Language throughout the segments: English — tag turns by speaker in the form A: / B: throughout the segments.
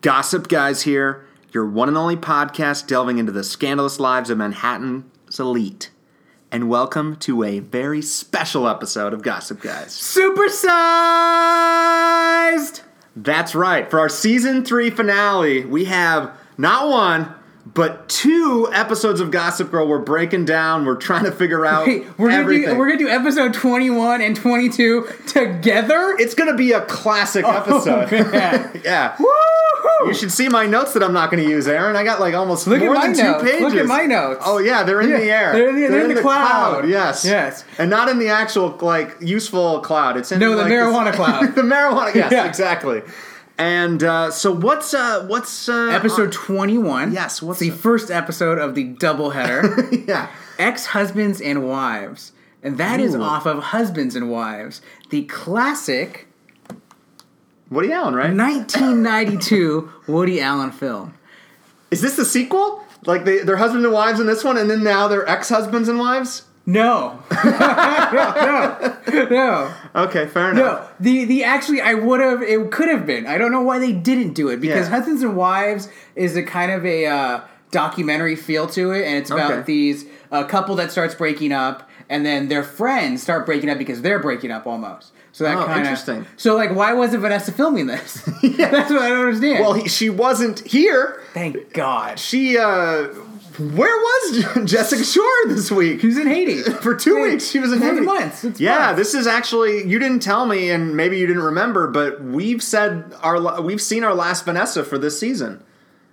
A: Gossip Guys here, your one and only podcast delving into the scandalous lives of Manhattan's elite. And welcome to a very special episode of Gossip Guys.
B: Supersized!
A: That's right, for our season three finale, we have not one, but two episodes of Gossip Girl. We're breaking down, we're trying to figure out
B: Hey, we're gonna,
A: everything.
B: do, we're gonna do episode 21 and 22 together?
A: it's going to be a classic episode.
B: Oh, man.
A: yeah.
B: Woo!
A: You should see my notes that I'm not going to use, Aaron. I got like almost
B: Look at
A: more
B: my
A: than
B: notes.
A: two pages.
B: Look at my notes.
A: Oh yeah, they're in
B: Yeah,
A: the air.
B: they're in the- they're in the cloud.
A: Yes.
B: Yes.
A: And not in the actual like useful cloud. It's in
B: No, the
A: like,
B: marijuana cloud.
A: the marijuana. Yes,
B: Yeah.
A: exactly. And uh, so what's uh what's uh,
B: Episode 21.
A: Yes, what's
B: the
A: it?
B: first episode of the doubleheader?
A: on- yeah.
B: Ex husbands and wives. And that is
A: Ooh.
B: off of Husbands and Wives, the classic
A: Woody Allen, right?
B: 1992 Woody Allen film.
A: Is this the sequel? Like they, they're husband and wives in this one, and then now they're ex-husbands and wives.
B: No. no. No. No.
A: Okay, fair enough.
B: No, the the actually I would have it could have been. I don't know why they didn't do it because
A: Yeah.
B: Husbands and Wives is a kind of a uh, documentary feel to it, and it's about
A: Okay.
B: these a couple that starts breaking up, and then their friends start breaking up because they're breaking up almost. So that
A: Oh,
B: kind of
A: interesting.
B: So like, why wasn't Vanessa filming this? That's what I don't understand.
A: Well, he, she wasn't here.
B: thank God
A: She uh, where was Jessica Shore this week?
B: she's in Haiti.
A: For two weeks, she was in
B: Seven
A: Haiti.
B: months. It's
A: yeah,
B: months.
A: this is actually you didn't tell me, and maybe you didn't remember, but we've said our la- we've seen our last Vanessa for this season.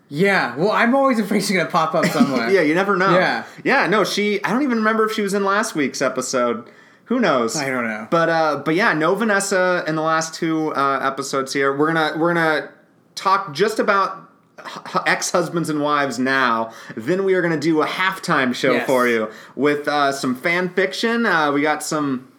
B: Yeah. Well, I'm always afraid she's gonna pop up somewhere.
A: Yeah, you never know.
B: Yeah.
A: yeah. No, she. I don't even remember if she was in last week's episode. Who knows?
B: I don't know.
A: But uh, but yeah, no Vanessa in the last two uh, episodes here. We're gonna we're gonna talk just about ex husbands and wives now. Then we are gonna do a halftime show
B: Yes.
A: for you with uh, some fan fiction. Uh, we got some.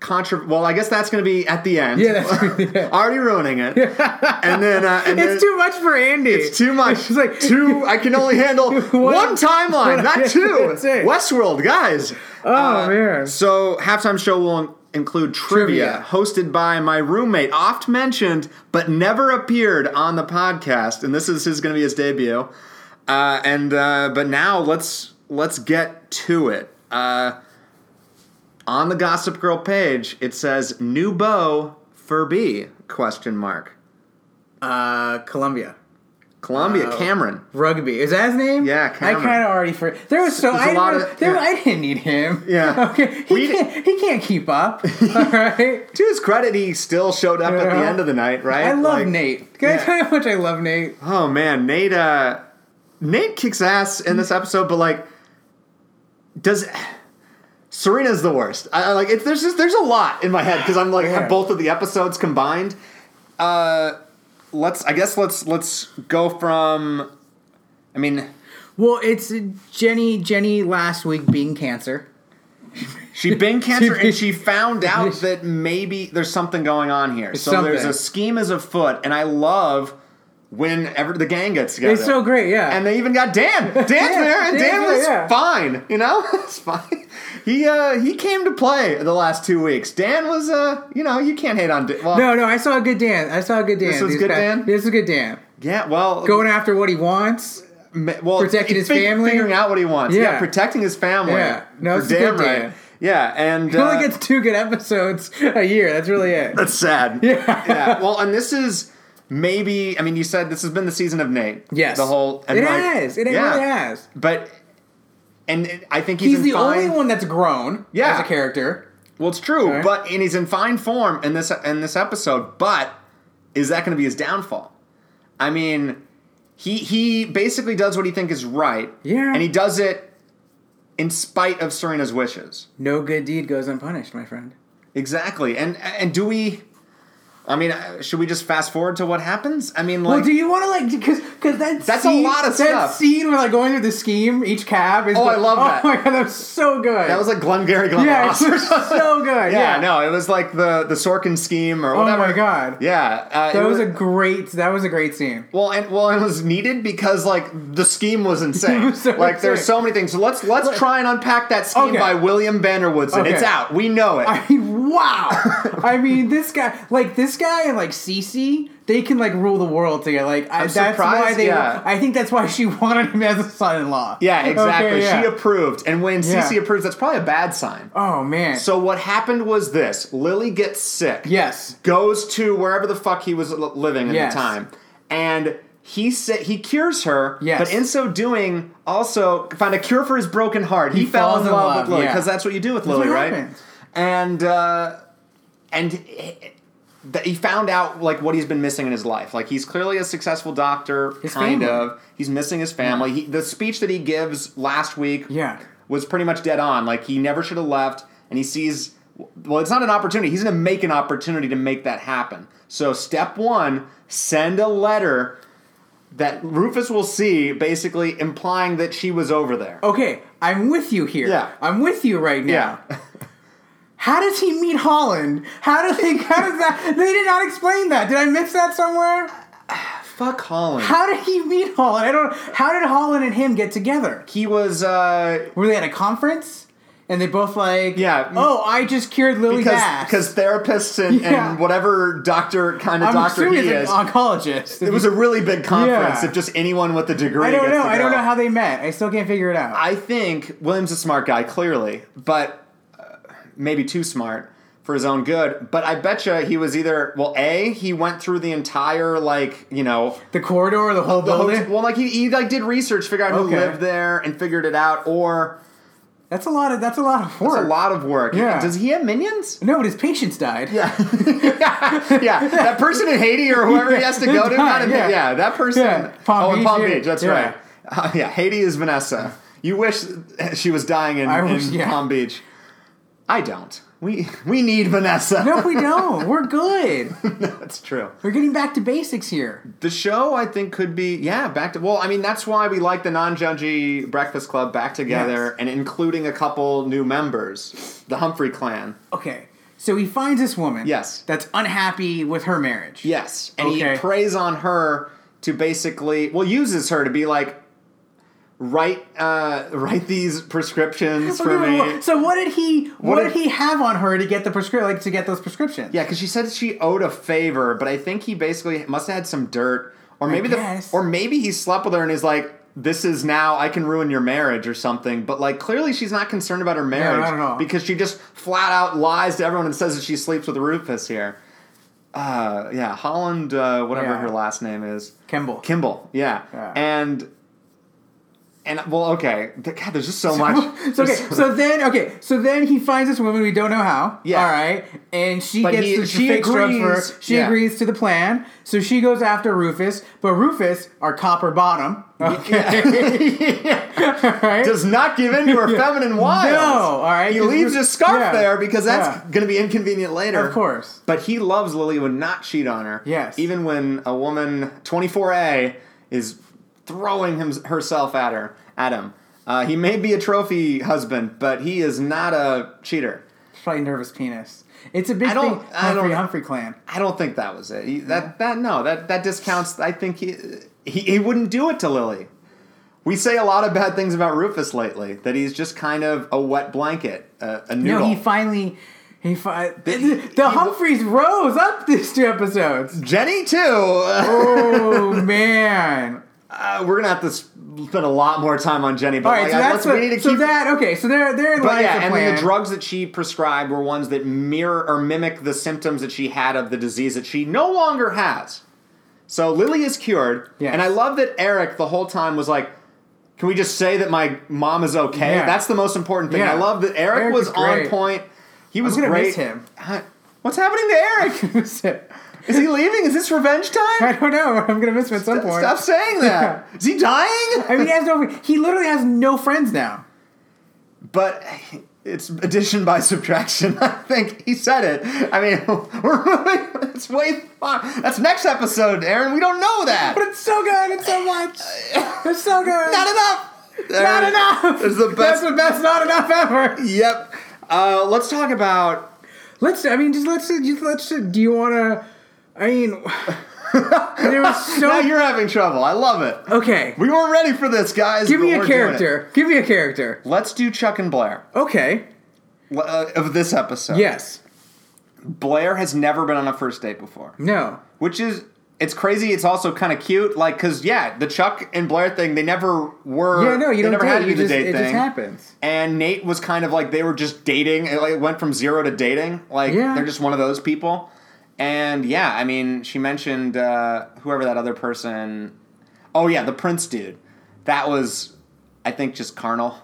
A: Contra- well, I guess that's going to be at the end.
B: Yeah, that's- yeah.
A: already ruining it. and then, uh, and then
B: It's too much for Andy.
A: it's too much. It's
B: like-
A: two. I can only handle one timeline, not two.
B: That's it.
A: Westworld, guys.
B: Oh man.
A: So halftime show will in- include trivia,
B: Trivia.
A: hosted by my roommate, oft mentioned but never appeared on the podcast, and this is his going to be his debut. Uh, and uh, but now let's let's get to it. Uh, on the Gossip Girl page, it says new bow for B question mark
B: Uh, Colombia.
A: Columbia
B: Wow.
A: Cameron.
B: Rugby is that his name?
A: Yeah,
B: I
A: Cameron.
B: kind of already for there was so
A: There's a
B: I,
A: lot
B: didn't,
A: of-
B: there,
A: yeah.
B: I didn't need him.
A: Yeah.
B: okay,
A: We
B: he can't, he can't keep up. All right,
A: To his credit, he still showed up at the
B: Yeah.
A: end of the night, right?
B: I love
A: Like,
B: Nate. Can
A: yeah.
B: I tell you how much I love Nate?
A: Oh man, Nate. Uh, Nate kicks ass in this episode, but like, does Serena's the worst? I, I like it's there's just there's a lot in my head because I'm like
B: Yeah.
A: both of the episodes combined. Uh, let's I guess let's let's go from. I mean,
B: Well, it's Jenny. Jenny last week being cancer.
A: she been cancer and she found out
B: Yes.
A: that maybe there's something going on here. So there's
B: something.
A: a scheme is afoot, and I love when ever the gang gets together.
B: It's so great, yeah.
A: And they even got Dan. Dan's there, and Dan
B: Dan's there,
A: was
B: yeah.
A: fine. You know, it's fine. He uh he came to play the last two weeks. Dan was uh you know you can't hate on Dan. Well,
B: no, no, I saw a good Dan. I saw a good Dan.
A: was
B: these
A: good
B: guys-
A: Dan?
B: This is good Dan.
A: yeah, well,
B: Going after what he wants.
A: ma- well,
B: protecting his
A: fig-
B: family?
A: figuring out what he wants. Yeah,
B: Yeah.
A: protecting his family.
B: Yeah. No,
A: You're
B: it's a
A: damn
B: good
A: right.
B: Dan.
A: Yeah, and
B: He only
A: uh,
B: gets two good episodes a year. That's really it.
A: That's sad.
B: Yeah.
A: Well, and this is maybe. I mean, you said this has been the season of Nate.
B: Yes,
A: The whole. And
B: it
A: like-
B: has. It
A: yeah.
B: really has.
A: But, and it- I think he's,
B: He's
A: in
B: the
A: fine,
B: only one that's grown
A: Yeah.
B: as a character.
A: Well, it's true,
B: Okay.
A: but and he's in fine form in this in this episode. But is that going to be his downfall? I mean, he he basically does what he think is right.
B: Yeah.
A: And he does it in spite of Serena's wishes.
B: No good deed goes unpunished, my friend.
A: Exactly. And and do we? I mean, uh, should we just fast forward to what happens? I mean, like.
B: well, do you want to like because because that
A: That's a
B: scene,
A: lot of
B: that
A: stuff.
B: scene where like going through the scheme each cab is
A: Oh, I love that.
B: oh my god that was so good
A: That was like Glengarry Glen
B: yeah
A: Ross.
B: it was so
A: yeah,
B: good yeah,
A: no, it was like the the Sorkin scheme or
B: oh
A: whatever.
B: my god
A: Yeah, uh,
B: that
A: it
B: was a great that was a great scene
A: well, and well, it was needed because like the scheme was insane.
B: was so
A: like there's
B: insane.
A: so many things. So let's let's try and unpack that scheme
B: Okay.
A: by William Vanderwoodson.
B: Okay.
A: It's out. We know it.
B: I mean wow I mean this guy like this guy and like Cece they can like rule the world together. Like I,
A: I'm
B: that's why
A: surprised,
B: they.
A: yeah.
B: I think that's why she wanted him as a son-in-law.
A: Yeah, exactly.
B: Okay, yeah.
A: She approved. And when
B: Yeah.
A: Cece approves, that's probably a bad sign.
B: oh man.
A: So what happened was this Lily gets sick.
B: yes.
A: goes to wherever the fuck he was li- living at
B: Yes.
A: the time, and he sa- he cures her.
B: Yes.
A: But in so doing, also found a cure for his broken heart. He, fell
B: falls
A: in
B: in
A: love,
B: love,
A: with Lily
B: yeah.
A: because that's what you do with
B: what
A: Lily, right?
B: happens.
A: And uh, and he- that he found out like what he's been missing in his life. Like he's clearly a successful doctor,
B: His
A: kind
B: family.
A: of. He's missing his family. He, the speech that he gives last week
B: Yeah.
A: was pretty much dead on. Like he never should have left, and he sees. Well, it's not an opportunity. He's going to make an opportunity to make that happen. So step one: send a letter that Rufus will see, basically implying that she was over there.
B: Okay, I'm with you here.
A: Yeah.
B: I'm with you right now.
A: yeah,
B: How does he meet Holland? How do they? How does that? They did not explain that. Did I miss that somewhere?
A: fuck Holland.
B: How did he meet Holland? I don't. How did Holland and him get together?
A: he was uh,
B: Were they at a conference? And they both like,
A: Yeah.
B: Oh, I just cured Lily
A: because
B: Bass.
A: because therapists and,
B: Yeah.
A: and whatever doctor kind of
B: I'm
A: doctor he
B: assuming
A: is.
B: it's an oncologist.
A: it was a really big conference
B: Yeah.
A: if just anyone with a degree.
B: I don't
A: gets
B: know.
A: to
B: I don't
A: go.
B: know how they met. I still can't figure it out.
A: I think William's a smart guy, clearly, but uh, maybe too smart for his own good. But I bet you he was either well, a he went through the entire like you know
B: the corridor, the whole
A: the
B: building.
A: hotel, well like he, he like did research, figure out
B: Okay.
A: who lived there, and figured it out. Or
B: that's a lot of. That's a lot of
A: it's
B: work.
A: a lot of work.
B: Yeah.
A: Does he have minions?
B: No, but his patients died.
A: Yeah, yeah. That person in Haiti or whoever he has to go to, not in,
B: Yeah.
A: yeah. that person.
B: Yeah. Palm
A: oh, in
B: Beach,
A: Palm
B: yeah.
A: Beach. That's
B: Yeah.
A: right. Uh, yeah, Haiti is Vanessa. You wish she was dying in,
B: I wish-
A: in
B: yeah.
A: Palm Beach. I don't. We we need Vanessa.
B: No, we don't. We're good.
A: that's true.
B: We're getting back to basics here.
A: The show I think could be yeah back to well I mean that's why we like the non-judgy Breakfast Club back together
B: Yes.
A: and including a couple new members, the Humphrey Clan.
B: Okay, so he finds this woman.
A: Yes.
B: That's unhappy with her marriage.
A: Yes, and
B: Okay.
A: he preys on her to basically, well, uses her to be like, write, uh, write these prescriptions
B: So
A: for
B: wait, wait,
A: me.
B: wait, So what did he? What,
A: did-
B: did, he have on her to get the prescri- like to get those prescriptions?
A: Yeah, because she said she owed a favor, but I think he basically must have had some dirt, or maybe the,
B: guess.
A: or maybe he slept with her and is like. This is now I can ruin your marriage or something, but like clearly she's not concerned about her marriage
B: at all.
A: because she just flat out lies to everyone and says that she sleeps with Rufus here. Uh, yeah, Holland, uh, whatever
B: Yeah.
A: her last name is.
B: Kimball.
A: Kimball, yeah.
B: Yeah.
A: And and well, okay. Th- God, there's just so much.
B: So okay,
A: There's-
B: so then okay, so then he finds this woman we don't know how.
A: Yeah.
B: All right, and she
A: But
B: gets
A: he-
B: the
A: she
B: fake drugs for her.
A: agrees.
B: She
A: Yeah.
B: agrees to the plan, so she goes after Rufus, but Rufus, our copper bottom, right?
A: does not give in to her feminine wiles.
B: all right,
A: He
B: 'cause
A: leaves
B: we're-
A: his scarf
B: yeah,
A: there because that's
B: yeah.
A: going to be inconvenient later.
B: Of course.
A: But he loves Lily would not cheat on her.
B: Yes.
A: Even when a woman 24A is throwing him, herself at her at him. Uh, he may be a trophy husband, but he is not a cheater.
B: probably nervous penis. It's a big
A: I don't-
B: thing.
A: I
B: Humphrey,
A: don't-
B: Humphrey clan.
A: I don't think that was it. He- That that no, that that discounts. I think he, he he wouldn't do it to Lily. We say a lot of bad things about Rufus lately. That he's just kind of a wet blanket, a, a noodle.
B: No, he finally. He fi- the,
A: he- he-
B: Humphreys rose up these two episodes.
A: Jenny too. Uh,
B: Oh man!
A: we're gonna have to spend a lot more time on Jenny, but
B: All right,
A: like,
B: so
A: I-
B: that's
A: let's,
B: what,
A: we need to
B: so
A: keep.
B: that okay. So there, there
A: but
B: lies
A: yeah,
B: the
A: and
B: plan.
A: then the drugs that she prescribed were ones that mirror or mimic the symptoms that she had of the disease that she no longer has. So Lily is cured,
B: Yes.
A: and I love that Eric the whole time was like, "Can we just say that my mom is okay?"
B: Yeah.
A: That's the most important thing.
B: Yeah.
A: I love that Eric,
B: Eric
A: was
B: is
A: on
B: great.
A: point. He was
B: gonna
A: great.
B: miss him.
A: I- what's happening to Eric? is he leaving? Is this revenge
B: I
A: time?
B: don't know. I'm gonna miss him at some point.
A: Stop saying that. Is he dying?
B: I mean, he has no. He literally has no friends now.
A: but it's addition by subtraction. I think he said it. I mean, we're moving. That's way far. That's next episode, Aaron. We don't know
B: But
A: that.
B: it's so good. It's so much. It's so good.
A: Not enough.
B: Not
A: Aaron,
B: enough.
A: It's the best.
B: That's the best. Not enough ever.
A: Yep. Uh, let's talk about.
B: Let's. I mean, just let's. Just let's. Do you want to? I mean, there was
A: Now
B: so.
A: you're having trouble. I love it.
B: okay.
A: We weren't ready for this, guys.
B: Oh. Give me
A: but
B: a
A: we're doing it.
B: character. Give me a character.
A: Let's do Chuck and Blair
B: Okay.
A: uh, of this episode.
B: Yes.
A: Blair has never been on a first date before,
B: No.
A: which is It's crazy. It's also kind of cute, like because yeah, the Chuck and Blair thing. They never were.
B: yeah, no, you
A: they
B: don't
A: never
B: do
A: had
B: it.
A: to
B: You
A: do the
B: just,
A: date
B: it
A: thing.
B: just happens.
A: And Nate was kind of like they were just dating. It like went from zero to dating. Like
B: Yeah.
A: they're just one of those people. And yeah, I mean, she mentioned uh, whoever that other person. Oh yeah, the Prince dude. That was, I think, just carnal.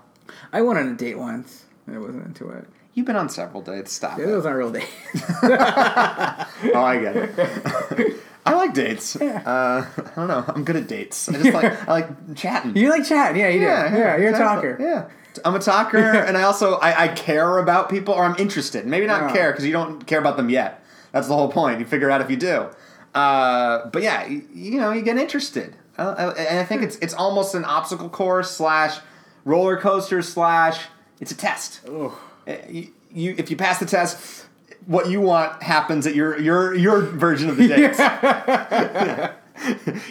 B: I went on a date once. and I wasn't into it.
A: You've been on several dates. Stop.
B: It
A: it.
B: was not a real date.
A: Oh, I get it. I like dates. Uh, I don't know. I'm good at dates. I just like I like chatting.
B: you like chat? Yeah, you do. Yeah, you're
A: exactly.
B: a talker.
A: Yeah, I'm a talker, and I also I, I care about people, or I'm interested. Maybe not
B: Yeah.
A: care because you don't care about them yet. That's the whole point. You figure out if you do. Uh, but yeah, you, you know, you get interested, uh, uh, and I think
B: Hmm.
A: it's it's almost an obstacle course slash roller coaster slash. It's a test. Uh, You, you if you pass the test, what you want happens at your your your version of the dates.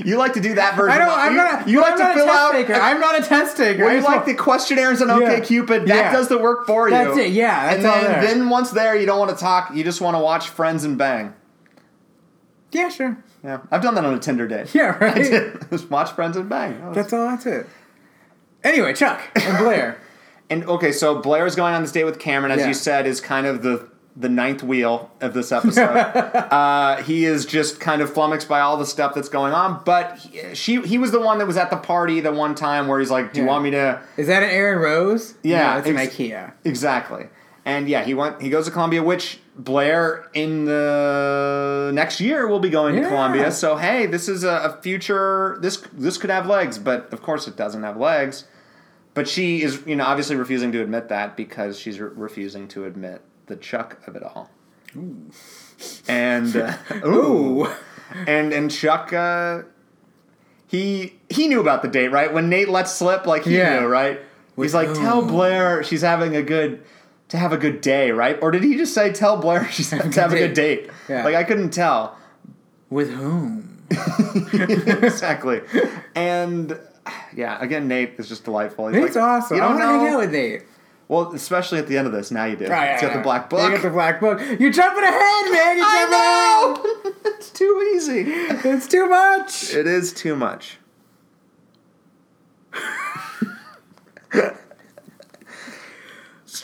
A: You like to do that version.
B: I
A: of-
B: don't. I'm
A: you,
B: not. A,
A: You like
B: I'm
A: to
B: not a
A: fill
B: test
A: out.
B: taker.
A: a-
B: I'm not a test taker.
A: well,
B: I
A: you
B: just
A: like the questionnaires on
B: Yeah.
A: OK Cupid. That
B: Yeah.
A: does the work for you.
B: That's it, yeah, that's
A: and
B: all
A: then,
B: there.
A: then once there, you don't want to talk. You just want to watch Friends and Bang.
B: want- yeah, sure.
A: Yeah, I've done that on a Tinder date.
B: Yeah,
A: I
B: right.
A: did. just watch Friends and Bang. That was-
B: That's all. That's it. Anyway, Chuck and Blair.
A: and okay, so Blair's going on this date with Cameron, as
B: Yeah.
A: you said, is kind of the the ninth wheel of this episode. uh, he is just kind of flummoxed by all the stuff that's going on. But he, she, he was the one that was at the party the one time where he's like, "Do you
B: Yeah.
A: want me to?"
B: Is that an Aaron Rose?
A: Yeah,
B: no, it's an
A: ex-
B: IKEA.
A: Exactly. And yeah, he went. He goes to Columbia, which Blair in the next year will be going to
B: Yeah.
A: Columbia. So hey, this is a, a future. This this could have legs, but of course it doesn't have legs. But she is, you know, obviously refusing to admit that because she's re- refusing to admit the Chuck of it all. And uh, ooh.
B: Ooh.
A: and and Chuck, uh, he he knew about the date, right? When Nate let slip, like he
B: Yeah.
A: knew, right? He's like, tell Blair she's having a good to have a good day, right? Or did he just say tell Blair she's having to have a good date?
B: Yeah.
A: Like I couldn't tell
B: With whom?
A: exactly. and yeah, again, Nate is just delightful. He's
B: Nate's
A: like,
B: awesome.
A: You
B: I
A: don't
B: want to hang
A: know.
B: out with Nate.
A: well, especially at the end of this. Now you do.
B: Right,
A: He's
B: right,
A: got the
B: right.
A: black
B: You
A: book.
B: got the black book. You're jumping ahead, man. You're jumping
A: I know. it's too easy.
B: ahead. It's too much.
A: It is too much.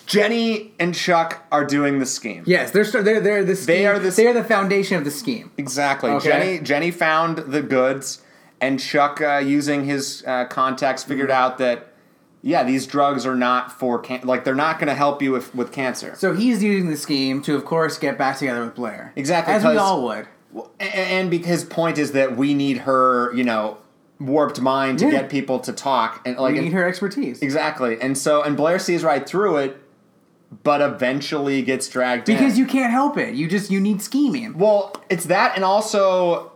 A: Jenny and Chuck are doing the scheme.
B: Yes, they're st- they're they're the scheme.
A: are the s-
B: they are the foundation of the scheme.
A: Exactly.
B: Okay.
A: Jenny Jenny found the goods, and Chuck, uh, using his uh, contacts, figured
B: Mm-hmm.
A: out that yeah, these drugs are not for can- like they're not going to help you with with cancer.
B: So he's using the scheme to, of course, get back together with Blair.
A: Exactly,
B: as we
A: 'cause-
B: all would.
A: Well, a- a- and because his point is that we need her, you know, warped mind to
B: Yeah.
A: get people to talk and like
B: We
A: and-
B: need her expertise
A: Exactly. And so and Blair sees right through it, but eventually gets dragged in.
B: because you can't help it. You just you need scheming.
A: Well, it's that and also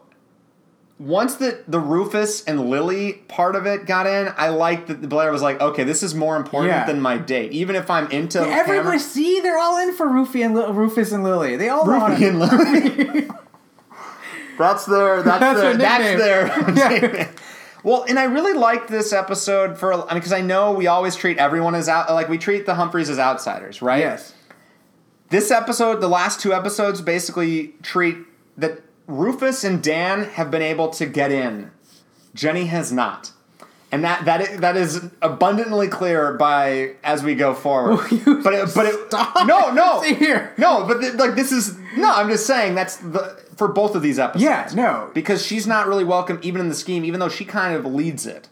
A: once the the Rufus and Lily part of it got in, I liked that Blair was like, okay, this is more important
B: Yeah.
A: than my date. Even if I'm into
B: Everybody,
A: Cameron-
B: see, they're all in for Rufy and Li- Rufus and Lily. They all want
A: Rufy
B: it.
A: and Lily. that's their that's,
B: That's
A: their
B: their
A: that's
B: nickname.
A: their Well, and I really liked this episode for I mean because I know we always treat everyone as out like we treat the Humphreys as outsiders, right?
B: Yes.
A: this episode, the last two episodes, basically treat that Rufus and Dan have been able to get in. Jenny has not. And that that is, that is abundantly clear by as we go forward.
B: you
A: but it, but it, no no
B: See here.
A: no but th- like this is no I'm just saying that's the for both of these episodes
B: Yeah. No.
A: because she's not really welcome even in the scheme even though she kind of leads it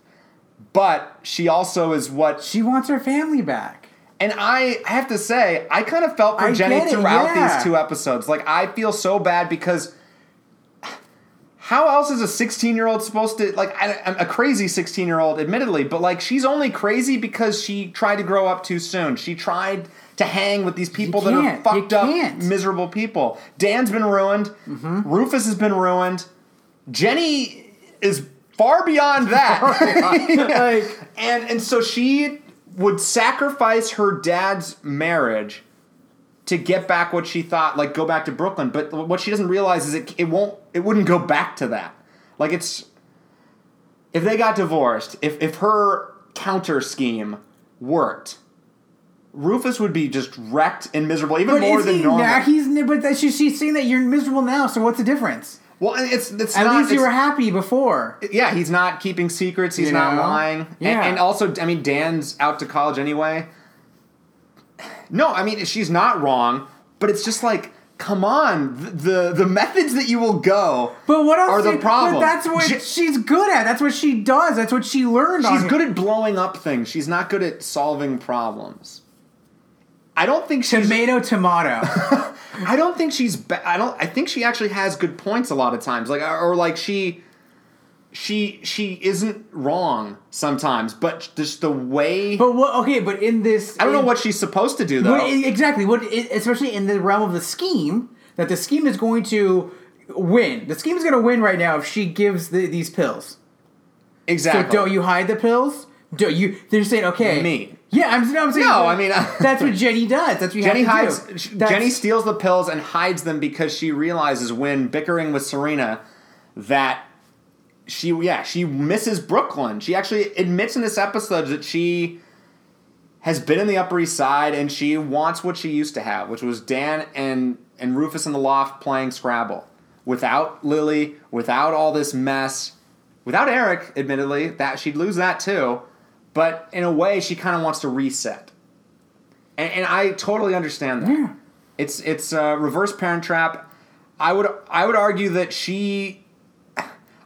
A: but she also is what
B: She wants her family back.
A: and I, I have to say, I kind of felt for
B: I
A: Jenny
B: get it,
A: throughout
B: yeah.
A: these two episodes. Like, I feel so bad because how else is a 16 year old supposed to, like, I, I'm a crazy 16 year old, admittedly, but like, she's only crazy because she tried to grow up too soon. She tried to hang with these people that are
B: can't. You
A: fucked up,
B: can't. Mm-hmm.
A: miserable people. Dan's been ruined, Rufus has been ruined, Jenny is far beyond that.
B: like,
A: And and so she would sacrifice her dad's marriage to get back what she thought, like go back to Brooklyn. But what she doesn't realize is it it won't it wouldn't go back to that. Like it's if they got divorced, if if her counter scheme worked, Rufus would be just wrecked and miserable, even
B: but
A: more
B: is
A: than
B: he
A: normal.
B: now? He's but that she, she's saying that you're miserable now. So what's the difference?
A: Well, and it's it's
B: At
A: not,
B: least you
A: it's-
B: were happy before.
A: yeah, he's not keeping secrets. He's
B: You
A: not
B: know?
A: lying. And-
B: Yeah.
A: And, also, I mean, Dan's out to college anyway. No, I mean, she's not wrong, but it's just like, come on, the the, the methods that you will go.
B: But what else?
A: Are the
B: do-
A: problem.
B: But that's what
A: She-
B: she's good at. That's what she does. That's what she learned.
A: She's
B: on
A: good at blowing up things. She's not good at solving problems. I don't think she's.
B: tomato tomato.
A: I don't think she's. Ba- I don't. I think she actually has good points a lot of times. Like or, or like she, she she isn't wrong sometimes, but just the way.
B: but what? Okay, but in this,
A: I don't know
B: in-
A: what she's supposed to do though.
B: What, exactly. What, especially in the realm of the scheme, that the scheme is going to win. The scheme is going to win right now if she gives the, these pills. So
A: exactly.
B: don't you hide the pills? Do you? They're saying okay.
A: Me.
B: Yeah, I'm, no, I'm saying.
A: No, I mean,
B: that's what Jenny does. That's what you
A: Jenny
B: have to
A: hides.
B: do.
A: sh-
B: That's-
A: Jenny steals the pills and hides them because she realizes when bickering with Serena that she yeah she misses Brooklyn. She actually admits in this episode that she has been in the Upper East Side and she wants what she used to have, which was Dan and and Rufus in the loft playing Scrabble without Lily, without all this mess, without Eric. Admittedly, that she'd lose that too. But in a way, she kind of wants to reset. And, and I totally understand that.
B: Yeah.
A: It's it's uh, reverse parent trap. I would I would argue that she.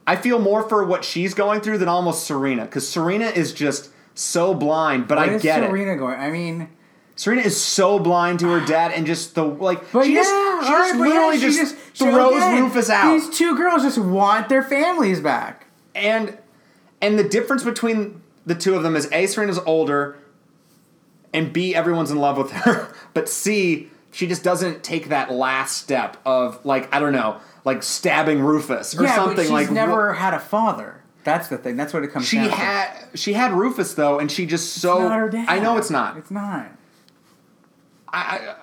A: I feel more for what she's going through than almost Serena because Serena is just so blind. But
B: Where
A: I
B: is
A: get it.
B: Serena going? I mean,
A: Serena is so blind to her dad and just the like.
B: but
A: she
B: yeah,
A: just, she
B: all
A: just
B: right, but yeah,
A: literally
B: she
A: just,
B: she-
A: throws
B: again,
A: Rufus out.
B: These two girls just want their families back.
A: and and the difference between the two of them is A Serena's older and B everyone's in love with her but C she just doesn't take that last step of like I don't know like stabbing Rufus or
B: yeah,
A: something
B: but she's
A: like
B: never had a father. That's the thing. That's what it comes
A: she
B: down to.
A: had she had Rufus though and she just so
B: not her dad.
A: I know it's not
B: It's not.
A: I,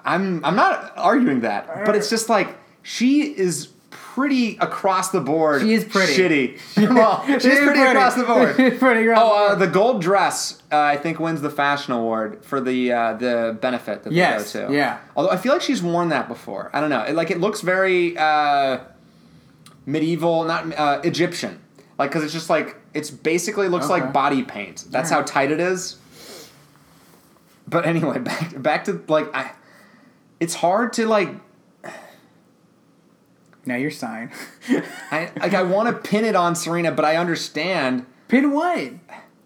A: I- I'm I'm not arguing that but it's just like she is pretty across the board
B: She is pretty.
A: shitty well she's
B: She's
A: pretty across the board
B: She's pretty across
A: Oh, uh,
B: the board.
A: the gold dress, uh, I think, wins the fashion award for the uh, the benefit that
B: Yes,
A: they go to.
B: yeah.
A: Although I feel like she's worn that before. I don't know. It, like it looks very uh, medieval, not uh, Egyptian. Like because it's just like it's basically looks
B: Okay.
A: like body paint. That's how
B: Alright.
A: tight it is. But anyway, back back to like I. It's hard to like.
B: Now you're signed.
A: I like I want to pin it on Serena, but I understand.
B: Pin what?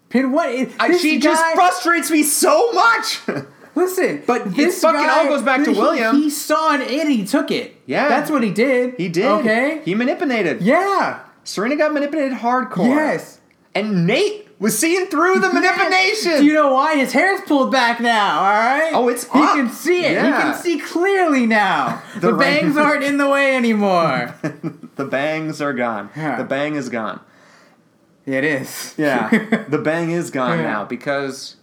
B: Pin what? It-
A: I,
B: this
A: she
B: guy,
A: just frustrates me so much.
B: Listen,
A: But it
B: this
A: fucking
B: guy-
A: all goes back to
B: he-
A: William.
B: He saw an it, he took it.
A: Yeah.
B: that's what he did.
A: He did.
B: Okay.
A: He manipulated.
B: yeah.
A: Serena got manipulated hardcore.
B: Yes.
A: And Nate was seeing through the
B: Do
A: manipulation.
B: you know why his hair's pulled back now? All right.
A: Oh, it's
B: he
A: up.
B: can see it. He
A: Yeah.
B: can see clearly now. the
A: The rain-
B: bangs aren't in the way anymore.
A: the bangs are gone.
B: Yeah.
A: The bang is gone.
B: it is.
A: Yeah. the bang is gone
B: Yeah.
A: now because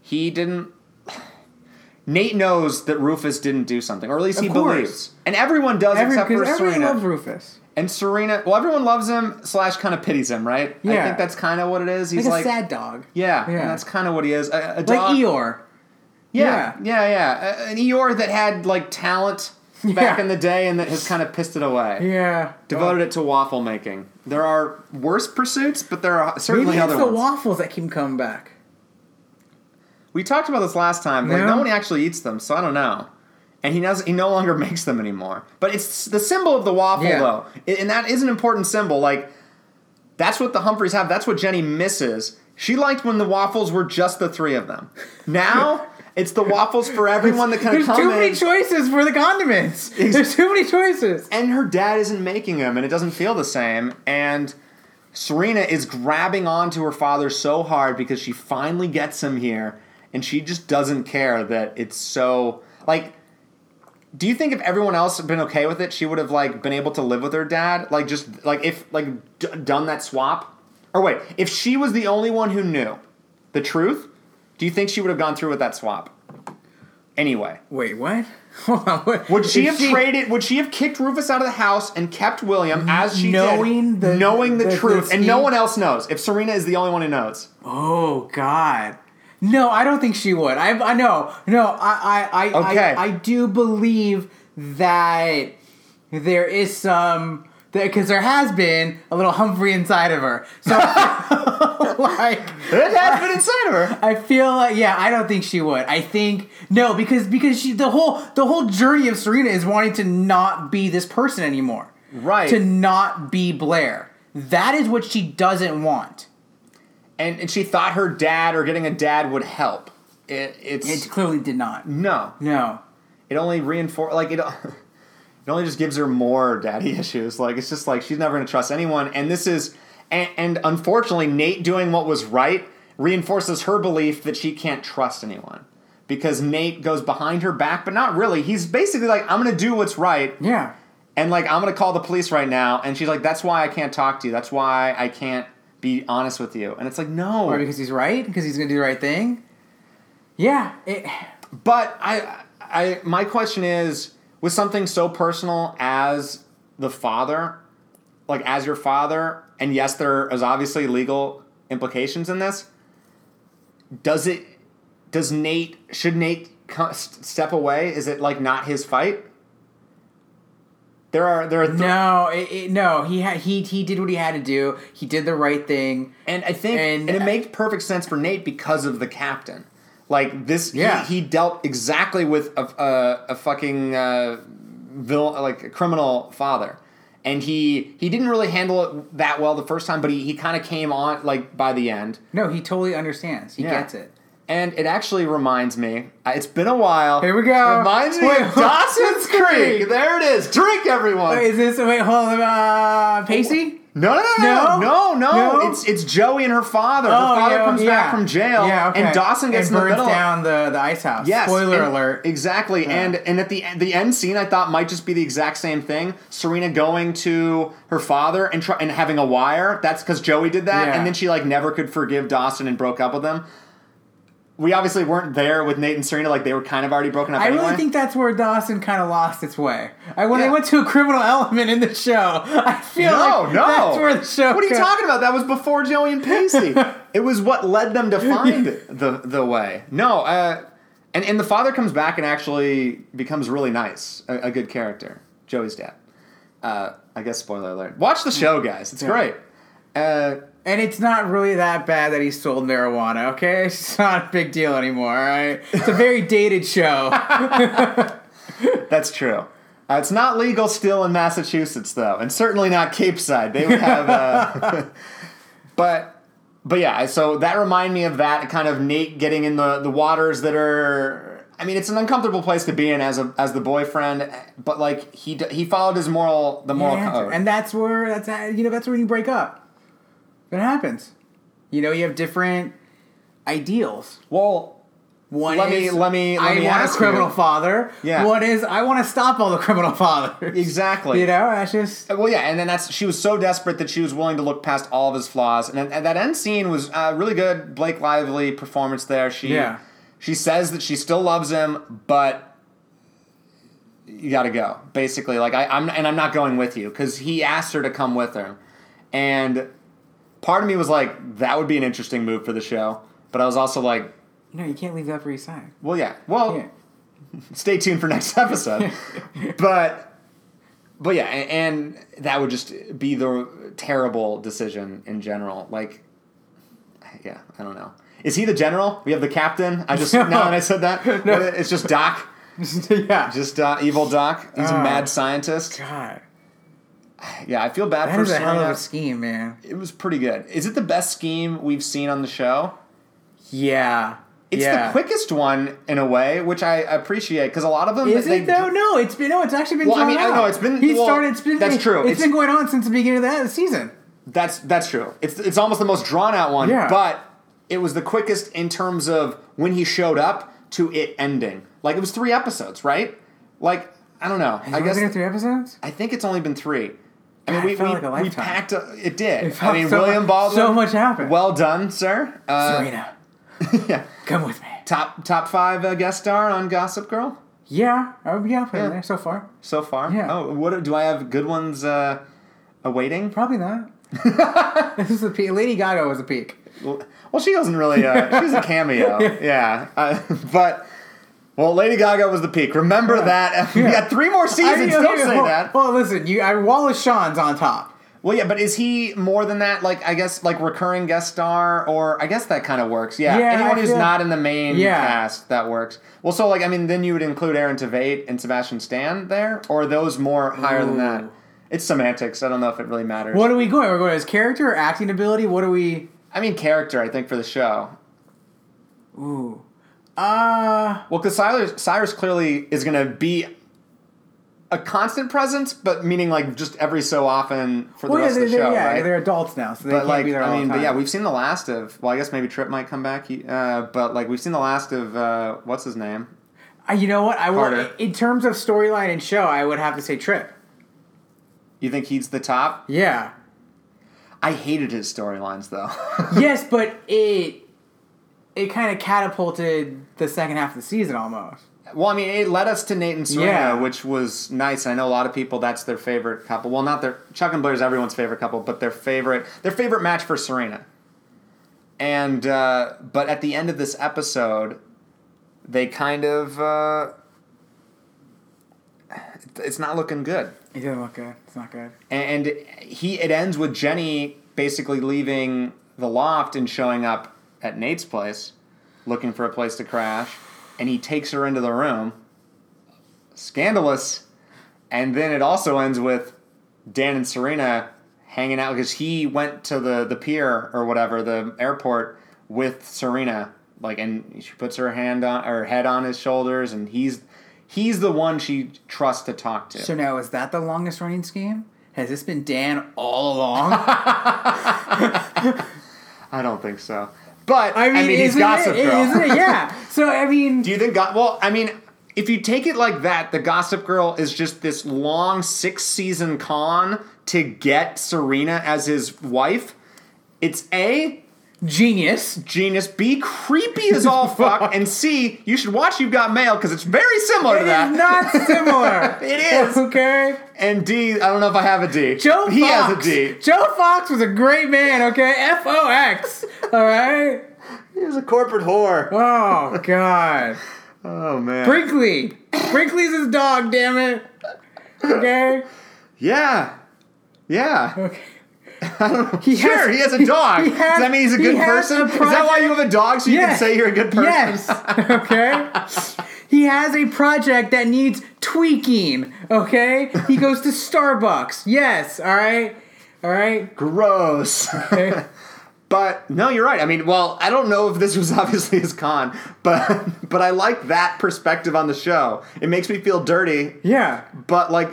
A: he didn't. Nate knows that Rufus didn't do something, or at least
B: Of
A: he
B: course.
A: believes. And everyone does
B: Every,
A: except for
B: because everyone
A: Serena.
B: loves Rufus.
A: and Serena, well, everyone loves him, slash, kind of pities him, right? I
B: Yeah.
A: think that's kind of what it is. He's like,
B: Like a sad dog.
A: yeah,
B: Yeah.
A: And that's kind of what he is. A, a
B: Like
A: dog-
B: Eeyore.
A: Yeah, yeah, yeah. A- An Eeyore that had like talent back
B: Yeah.
A: in the day and that has kind of pissed it away.
B: Yeah.
A: Devoted it to waffle making. There are worse pursuits, but there are
B: Maybe
A: certainly
B: it's
A: other
B: the
A: ones.
B: waffles that keep coming back.
A: we talked about this last time. Like
B: Yeah.
A: no one actually eats them, so I don't know. And he does. He no longer makes them anymore. But it's the symbol of the waffle,
B: Yeah.
A: though, I- and that is an important symbol. Like that's what the Humphreys have. That's what Jenny misses. She liked when the waffles were just the three of them. Now it's the waffles for everyone that kind of
B: There's
A: come
B: too
A: in.
B: many choices for the condiments. There's too many choices.
A: and her dad isn't making them and it doesn't feel the same and serena is grabbing onto her father so hard because she finally gets him here and she just doesn't care that it's so like do you think if everyone else had been okay with it she would have like been able to live with her dad like just like if like d- done that swap or wait if she was the only one who knew the truth do you think she would have gone through with that swap anyway
B: Wait, what? Hold on. What?
A: would she
B: If
A: have traded? Would she have kicked Rufus out of the house and kept William as she
B: Knowing
A: did,
B: the-
A: knowing the,
B: the- the
A: truth, and no
B: scheme?
A: one else knows? If Serena is the only one who knows,
B: Oh God. No, I don't think she would. I, I no, no. I, I, I,
A: Okay.
B: I, I do believe that there is some because there has been a little Humphrey inside of her. So like
A: It has been inside of her.
B: I feel like yeah, I don't think she would. I think no, because because she the whole the whole journey of Serena is wanting to not be this person anymore.
A: Right.
B: To not be Blair. That is what she doesn't want.
A: And, and she thought her dad or getting a dad would help. It, it's
B: It clearly did not.
A: no.
B: No.
A: It only reinforces like it. It only just gives her more daddy issues. Like it's just like she's never going to trust anyone. And this is and, and unfortunately Nate doing what was right reinforces her belief that she can't trust anyone because Nate goes behind her back, but not really. He's basically like I'm going to do what's right.
B: Yeah.
A: and like i'm gonna call the police right now and she's like that's why i can't talk to you that's why i can't be honest with you and it's like no
B: Or because he's right, because he's gonna do the right thing. Yeah. It,
A: but i i my question is with something so personal as the father like as your father and yes there is obviously legal implications in this does it does nate should nate co- s- step away is it like not his fight there are there are th-
B: no. It, it, no. He had he he did what he had to do. He did the right thing.
A: And I think and,
B: And-
A: it makes perfect sense for Nate because of the captain. Like this,
B: Yeah.
A: he, he dealt exactly with a, a, a fucking uh, vil, like a criminal father, and he he didn't really handle it that well the first time, but he, he kind of came on like by the end.
B: No. He totally understands. He
A: Yeah.
B: gets it.
A: And it actually reminds me. I- It's been a while.
B: Here we go.
A: Reminds me
B: Wait,
A: of Dawson's
B: Dawson's
A: Creek.
B: Creek.
A: There it is. Drink, everyone.
B: Wait, is this wait? Hold on. Uh, Pacey.
A: No, no, no, no, no,
B: No?
A: no.
B: No?
A: It's it's Joey and her father. her
B: Oh,
A: father
B: yeah,
A: comes
B: yeah.
A: back from jail,
B: Yeah, okay.
A: and Dawson gets
B: and
A: in the
B: burns
A: middle.
B: down the, the ice house.
A: Yes,
B: Spoiler
A: and-
B: alert.
A: Exactly, and and at the the end scene, I thought might just be the exact same thing. Serena going to her father and try, and having a wire. That's because Joey did that,
B: Yeah.
A: and then she like never could forgive Dawson and broke up with him. We obviously weren't there with Nate and Serena; like they were kind of already broken up.
B: I
A: anyway.
B: really think that's where Dawson kind of lost its way. I when
A: Yeah.
B: I went to a criminal element in the show, I feel
A: No,
B: like
A: no.
B: that's where the show.
A: What are you
B: go-
A: talking about? That was before Joey and Pacey. it was what led them to find the the way. No, uh, and and the father comes back and actually becomes really nice, a, a good character. Joey's dad. Uh, I guess spoiler alert. Watch the show, guys. It's great. Uh,
B: And it's not really that bad that he sold marijuana. Okay, it's just not a big deal anymore. All right, it's a very dated show.
A: that's true. Uh, it's not legal still in Massachusetts though, and certainly not Cape Side. They would have. Uh, but but yeah, so that reminded me of that kind of Nate getting in the the waters that are. I mean, it's an uncomfortable place to be in as a as the boyfriend, but like he d- he followed his moral the moral
B: Yeah,
A: code.
B: and that's where that's how- you know that's when you break up. That happens. You know, you have different ideals.
A: well,
B: One
A: Let me-
B: is
A: let me- let
B: I
A: me
B: want
A: ask
B: a criminal
A: you.
B: father.
A: Yeah.
B: One is I want to stop all the criminal fathers.
A: exactly.
B: You know, that's just
A: Uh, Well, yeah, and then that's she was so desperate that she was willing to look past all of his flaws, and, and that end scene was uh, really good. Blake Lively performance there. She
B: Yeah.
A: she says that she still loves him, but you got to go. Basically, like I, I'm and I'm not going with you because he asked her to come with her, and part of me was like that would be an interesting move for the show, but I was also like,
B: no, you can't leave the Upper East Side.
A: well, yeah, well,
B: Yeah.
A: stay tuned for next episode. but but yeah, a- and, and that would just be the terrible decision in general. Like, yeah, I don't know. Is he the general? We have the captain. I just now that I said that, What- it's just Doc,
B: yeah.
A: just uh, evil Doc. He's a
B: Ah.
A: mad scientist.
B: God,
A: Yeah, I feel bad
B: that
A: for
B: is a hell of
A: Serena.
B: a scheme, man.
A: It was pretty good. Is it the best scheme we've seen on the show?
B: Yeah.
A: It's
B: yeah.
A: the quickest one in a way, which I appreciate because a lot of them
B: Is
A: they-
B: it though? No, it's been no. It's actually been.
A: Well, I
B: drawn
A: mean, I
B: out.
A: know, it's been-
B: He
A: well,
B: started. It's been.
A: that's true.
B: it's
A: It's-
B: been going on since the beginning of that season.
A: That's that's true. It's it's almost the most drawn out one,
B: Yeah.
A: but it was the quickest in terms of when he showed up to it ending. Like it was three episodes, right? Like I don't know. I
B: Has it
A: guess
B: been three episodes.
A: I think it's only been three. I mean,
B: God,
A: we
B: it felt
A: we,
B: like a
A: we
B: lifetime.
A: packed. A, it did. I
B: felt
A: mean,
B: so
A: William
B: much-
A: Baldwin.
B: so much happened.
A: Well done, sir. Uh,
B: Serena,
A: yeah.
B: come with me.
A: Top top five uh, guest star on Gossip Girl
B: Yeah, I would be out
A: Yeah.
B: there so far.
A: so far.
B: Yeah.
A: Oh, what do I have? Good ones uh, awaiting.
B: Probably not. this is the peak. Lady Gaga was a peak.
A: Well, she doesn't really. Uh, she's a cameo. yeah, uh, but Well, Lady Gaga was the peak. Remember that. We got three more
B: I
A: seasons.
B: mean, okay,
A: Don't say
B: well,
A: that.
B: Well, listen, you I, Wallace Shawn's on top.
A: Well, yeah, but is he more than that? Like, I guess, like recurring guest star, or I guess that kind of works. Yeah,
B: Yeah,
A: anyone
B: I
A: who's
B: feel-
A: not in the main
B: Yeah.
A: cast that works. Well, so like, I mean, then you would include Aaron Tveit and Sebastian Stan there, or are those more higher than that?
B: Ooh.
A: It's semantics. I don't know if it really matters.
B: What are we going? We're going as character or acting ability? What are we?
A: I mean, character. I think for the show.
B: Ooh. Uh,
A: Well, because Cyrus, Cyrus clearly is going to be a constant presence, but meaning like just every so often for the
B: well, yeah,
A: rest
B: they're,
A: of the show,
B: they're- yeah,
A: right?
B: they're adults now, so they
A: But
B: can't
A: like,
B: be there all
A: I mean,
B: the time.
A: but yeah, we've seen the last of. Well, I guess maybe Trip might come back. He, uh, but like, we've seen the last of uh, what's his name?
B: Uh, you know what? I will,
A: Carter.
B: in terms of storyline and show, I would have to say Trip.
A: You think he's the top?
B: Yeah.
A: I hated his storylines though.
B: yes, but it it kind of catapulted the second half of the season almost.
A: well, I mean, it led us to Nate and Serena,
B: Yeah.
A: which was nice. I know a lot of people that's their favorite couple. Well, not their Chuck and Blair's everyone's favorite couple, but their favorite their favorite match for Serena. And uh, but at the end of this episode, they kind of uh, it's not looking good.
B: It didn't look good. It's not good.
A: and he it ends with Jenny basically leaving the loft and showing up at Nate's place, looking for a place to crash, and he takes her into the room. Scandalous, and then it also ends with Dan and Serena hanging out because he went to the the pier or whatever the airport with Serena, like, and she puts her hand on her head on his shoulders, and he's he's the one she trusts to talk to.
B: So now is that the longest running scheme? Has this been Dan all along?
A: I don't think so. But
B: I mean,
A: he's
B: isn't
A: Gossip
B: it,
A: Girl.
B: Isn't it? Yeah. So I mean,
A: Do you think? Go- well, I mean, if you take it like that, the Gossip Girl is just this long six season con to get Serena as his wife. It's a
B: genius.
A: genius, b creepy as all fuck, and c you should watch. You've got mail because it's very similar
B: It
A: to
B: is
A: that.
B: not similar.
A: It is.
B: Okay.
A: and D, I don't know if I have a D.
B: Joe
A: he has
B: Fox.
A: a D.
B: Joe Fox was a great man, okay? F O X. All right?
A: He's a corporate whore.
B: Oh, God.
A: Oh man.
B: Brinkley. Brinkley's his dog, damn it. Okay?
A: yeah. Yeah.
B: Okay.
A: He sure,
B: has-
A: he has a dog.
B: he has-
A: Does that mean he's a
B: he
A: good
B: has
A: person?
B: a
A: Is that why you have a dog so you can
B: Yes.
A: say you're a good person?
B: Yes. Okay? he has a project that needs tweaking, okay? He goes to Starbucks. Yes, all right? All right?
A: Gross.
B: Okay.
A: but no, you're right. I mean, well, I don't know if this was obviously his con, but but I like that perspective on the show. It makes me feel dirty,
B: Yeah.
A: but like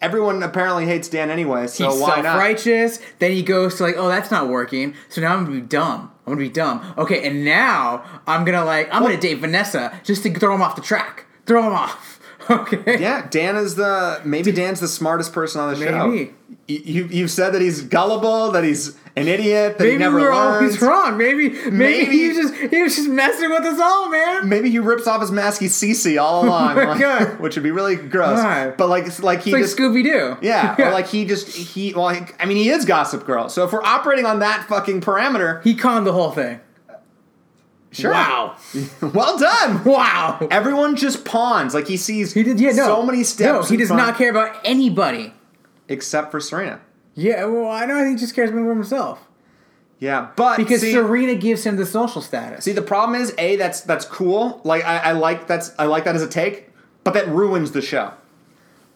A: everyone apparently hates Dan anyway, so
B: He's
A: why not?
B: self-righteous. Then he goes to like, oh, that's not working. So now I'm gonna be dumb. I'm gonna be dumb. Okay, and now I'm gonna like, I'm gonna date Vanessa just to throw him off the track. Throw him off. Okay.
A: Yeah, Dan is the maybe Dan's the smartest person on the
B: Maybe.
A: show. You, you you've said that he's gullible, that he's an idiot, that he
B: Maybe
A: never
B: we were
A: learns.
B: always wrong. Maybe, maybe
A: Maybe-
B: he was just he was just messing with us all, man.
A: Maybe he rips off his mask. He's CC all along,
B: Oh my
A: like,
B: God.
A: which would be really gross.
B: God.
A: But like, it's like he
B: It's like
A: just
B: Scooby Doo.
A: yeah, or like he just he. Well, he- I mean, he is Gossip Girl. So if we're operating on that fucking parameter,
B: he conned the whole thing.
A: sure.
B: Wow.
A: well done.
B: Wow.
A: Everyone just pawns. Like he sees
B: He did. Yeah. No.
A: so many steps.
B: No, he
A: in
B: does
A: front-
B: not care about anybody.
A: except for Serena.
B: Yeah. Well, I know. He just cares about himself
A: Yeah, but
B: because
A: see,
B: Serena gives him the social status.
A: see, the problem is a that's that's cool. Like I, I like that's I like that as a take, but that ruins the show.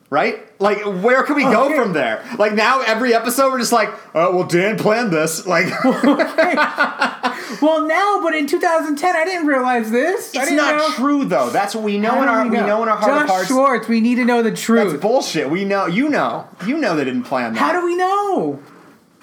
A: Right? Like, where can we go
B: Okay.
A: from there? Like, now every episode we're just like, oh, well, Dan planned this. Like,
B: Well, now, but in 2010, I didn't realize this. I
A: It's
B: didn't
A: not
B: know.
A: true though. That's what we know
B: How
A: in
B: do
A: our we know in our heart
B: Josh
A: of hearts.
B: Schwartz, we need to know the
A: That's
B: truth.
A: bullshit. We know. You know. You know they didn't plan that.
B: How do we know?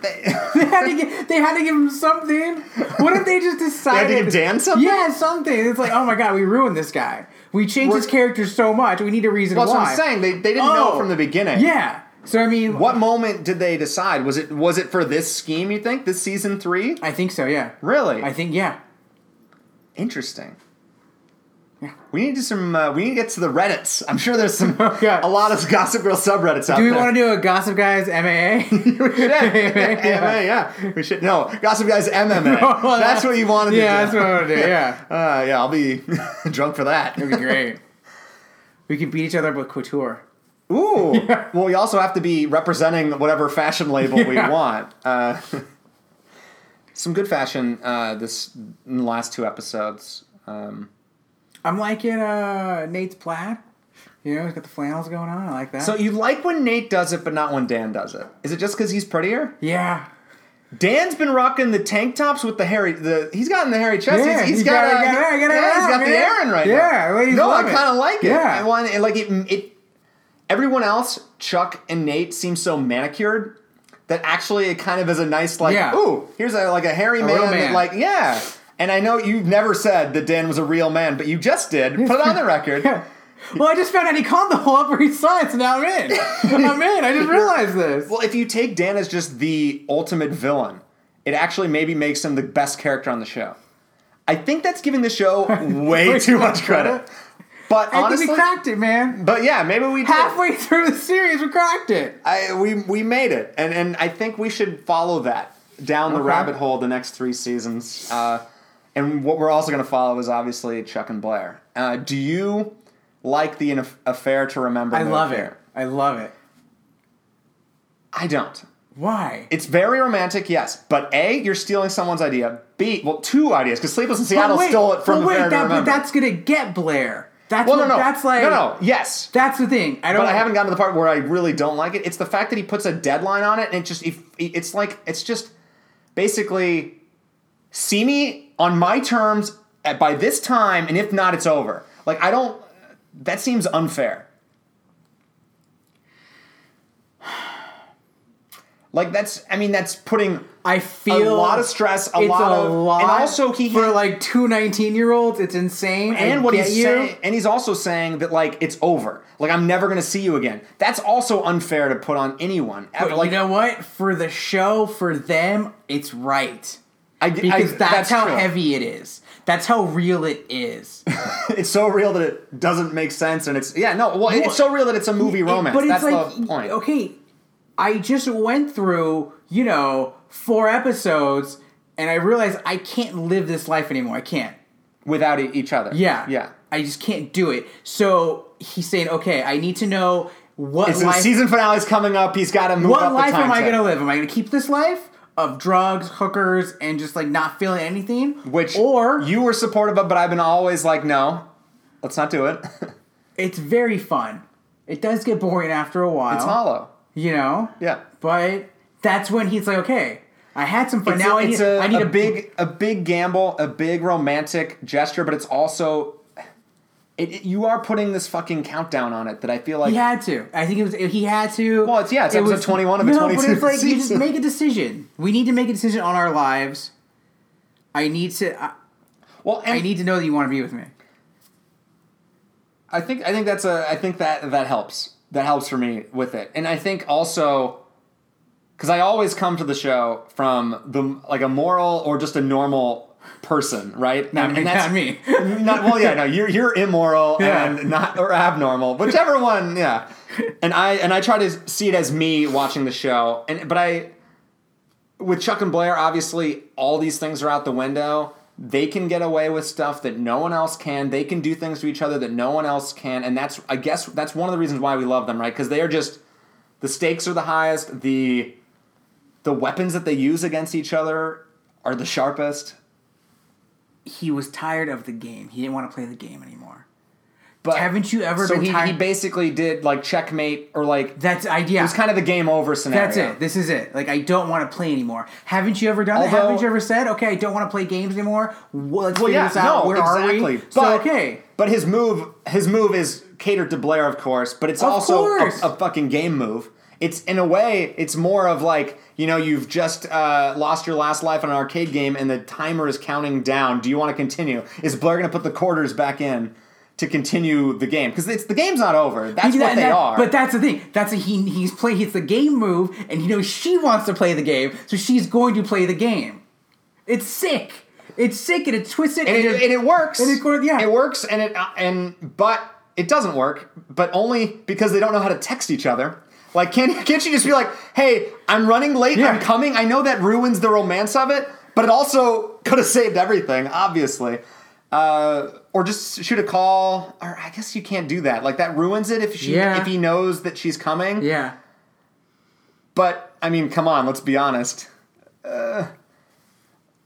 B: They had to give. They had to give him something. What if they just
A: they had
B: decided?
A: to give Dan something?
B: Yeah, something. It's like, oh my god, we ruined this guy. We changed
A: We're-
B: his character so much. We need a reason
A: That's
B: why.
A: what I'm saying. They, they didn't know
B: Oh.
A: from the beginning.
B: Yeah. So I mean,
A: What moment did they decide? Was it was it for this scheme? You think this season three?
B: I think so. Yeah.
A: Really?
B: I think yeah.
A: Interesting. We need to do some. Uh, we need to get to the Reddits. I'm sure there's some
B: God.
A: a lot of Gossip Girl subreddits out
B: Do we
A: there.
B: want to do a Gossip Guys MAA?
A: MMA, yeah. We should no Gossip Guys MMA.
B: Well,
A: that's what you wanted to
B: Yeah, that's
A: do.
B: what I want to do. Yeah,
A: uh, yeah, I'll be drunk for that.
B: it'd be great. We could beat each other up with couture.
A: Ooh. Well, we also have to be representing whatever fashion label we
B: Yeah.
A: want. Uh, some good fashion uh, this in the last two episodes. Um,
B: I'm liking uh, Nate's plaid. You know, he's got the flannels going on. I like that.
A: so you like when Nate does it, but not when Dan does it. Is it just because he's prettier?
B: yeah,
A: Dan's been rocking the tank tops with the hairy. The he's gotten the hairy chest.
B: Yeah,
A: he's,
B: he's
A: got,
B: got-
A: a-
B: got- got- got it
A: yeah, he's
B: out,
A: got the
B: man.
A: air in right
B: Yeah,
A: now.
B: ladies
A: no,
B: love
A: I
B: it.
A: kind of like it.
B: Yeah.
A: I want it, like it, it. Everyone else, Chuck and Nate, seem so manicured that actually it kind of is a nice like.
B: Yeah.
A: Ooh, here's a like a hairy man,
B: real
A: that,
B: man.
A: Like yeah. And I know you've never said that Dan was a real man, but you just did. Put it on the record.
B: yeah. Well, I just found out he called the whole Upper East Side, so now I'm in. I'm in. I just realized this.
A: Well, if you take Dan as just the ultimate villain, it actually maybe makes him the best character on the show. I think that's giving the show way too much credit. But
B: I think
A: honestly,
B: we cracked it, man.
A: but yeah, maybe we did.
B: Halfway through the series, we cracked it.
A: I, we we made it, and and I think we should follow that down the
B: Okay.
A: rabbit hole the next three seasons. Uh, and what we're also going to follow is obviously Chuck and Blair. Uh, do you like the An affair to remember?
B: I
A: No
B: love it.
A: Affair?
B: I love it.
A: I don't.
B: Why?
A: It's very romantic, yes. But A, you're stealing someone's idea. B, well, two ideas, because Sleepless in Seattle
B: But wait,
A: stole it from
B: but wait,
A: the Fair to
B: that, but
A: Remember.
B: that's gonna get Blair. That's
A: well,
B: what,
A: no, no.
B: That's like
A: no, no, yes.
B: That's the thing. I don't.
A: But I haven't gotten to the part where I really don't like it. It's the fact that he puts a deadline on it, and it just, if it's like, it's just basically, see me on my terms at, by this time, and if not, it's over. Like, I don't, that seems unfair. Like, that's, I mean, that's putting
B: I feel
A: a lot of stress, a
B: it's
A: lot
B: a
A: of,
B: lot.
A: and also he
B: for like two 19 year olds, it's insane. I
A: and what
B: get
A: he's
B: you.
A: saying, and he's also saying that like it's over, like I'm never gonna see you again. That's also unfair to put on anyone.
B: But
A: like
B: you know what? For the show, for them, it's right
A: I, I-
B: because that's, how
A: true.
B: heavy it is. That's how real it is.
A: It's so real that it doesn't make sense, and it's yeah, no, well, it's so real that it's a movie romance.
B: But it's
A: that's
B: like,
A: the point.
B: okay, I just went through, you know, four episodes, and I realized I can't live this life anymore. I can't.
A: Without e- each other.
B: Yeah.
A: yeah.
B: I just can't do it. So he's saying, okay, I need to know what
A: It's the
B: life.
A: season finale's coming up. He's got to move up
B: what
A: the
B: life am I
A: timetable.
B: going to live? Am I going to keep this life of drugs, hookers, and just like not feeling anything?
A: Which
B: or
A: you were supportive of, but I've been always like, no, let's not do it.
B: it's very fun. It does get boring after a while.
A: it's hollow.
B: You know.
A: Yeah.
B: But that's when he's like, okay, I had some fun.
A: It's
B: now
A: a,
B: I need,
A: it's a,
B: I need
A: a
B: a,
A: big a big gamble, a big romantic gesture, but it's also it, it- you are putting this fucking countdown on it that I feel like
B: He had to. I think it was. He had to.
A: Well, it's- yeah, it's
B: It
A: episode 21 of a
B: no,
A: 22
B: but it's like you just
A: season.
B: make a decision. We need to make a decision on our lives. I need to. I,
A: well and
B: I need to know that you want to be with me.
A: I think I think that's a I think that that helps that helps for me with it, and I think also because I always come to the show from the like a moral or just a normal person, right?
B: Not
A: and,
B: me-
A: and that's-
B: not me.
A: not well, yeah, no, you're you're immoral
B: Yeah.
A: and not or abnormal, whichever one, yeah. And I and I try to see it as me watching the show, and but I with Chuck and Blair, obviously, all these things are out the window. They can get away with stuff that no one else can. They can do things to each other that no one else can, and that's I guess that's one of the reasons why we love them, right? Because they are just the stakes are the highest. the The weapons that they use against each other are the sharpest.
B: He was tired of the game. He didn't want to play the game anymore.
A: But
B: Haven't you ever
A: so
B: been
A: he,
B: tired?
A: he basically did like checkmate or like
B: That's I yeah.
A: it was kind of the game over scenario.
B: That's it. This is it. Like I don't want to play anymore. Haven't you ever done that?
A: Although-
B: Haven't you ever said, okay, I don't want to play games anymore? Well, let's
A: Well,
B: figure
A: yeah,
B: this out.
A: no,
B: Where
A: exactly.
B: are we?
A: But,
B: so okay.
A: but his move, his move is catered to Blair, of course. But it's also a,
B: course.
A: a fucking game move. It's in a way, it's more of like you know you've just uh, lost your last life on an arcade game, and the timer is counting down. Do you want to continue? Is Blair going to put the quarters back in to continue the game? Because it's the game's not over. That's
B: That-
A: what they
B: that-
A: are.
B: But that's the thing. That's a, he. He's play. He's the game move, and he knows she wants to play the game, so she's going to play the game. It's sick. It's sick and it's twisted
A: and it, and it works.
B: and it work- yeah.
A: it works, and it uh, and but it doesn't work, but only because they don't know how to text each other. Like, can't can't you just be like, "Hey, I'm running late.
B: Yeah.
A: I'm coming." I know that ruins the romance of it, but it also could have saved everything, obviously. Uh, or just shoot a call, or I guess you can't do that. Like that ruins it if she
B: Yeah.
A: if he knows that she's coming.
B: yeah.
A: But I mean, come on, let's be honest. Uh,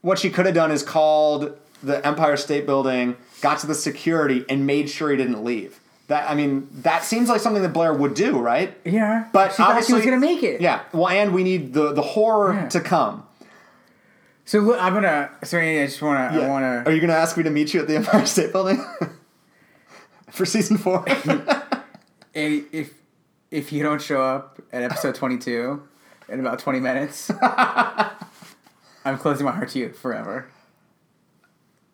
A: what she could have done is called the Empire State Building, got to the security, and made sure he didn't leave. That I mean, that seems like something that Blair would do, right?
B: Yeah.
A: But
B: she thought she
A: obviously
B: was gonna make it.
A: Yeah. Well, and we need the the horror
B: Yeah.
A: to come.
B: So look, I'm gonna. Sorry, I just wanna. I wanna.
A: Are you going to ask me to meet you at the Empire State Building for season four?
B: i- if if you don't show up at episode 22 in about 20 minutes, I'm closing my heart to you forever.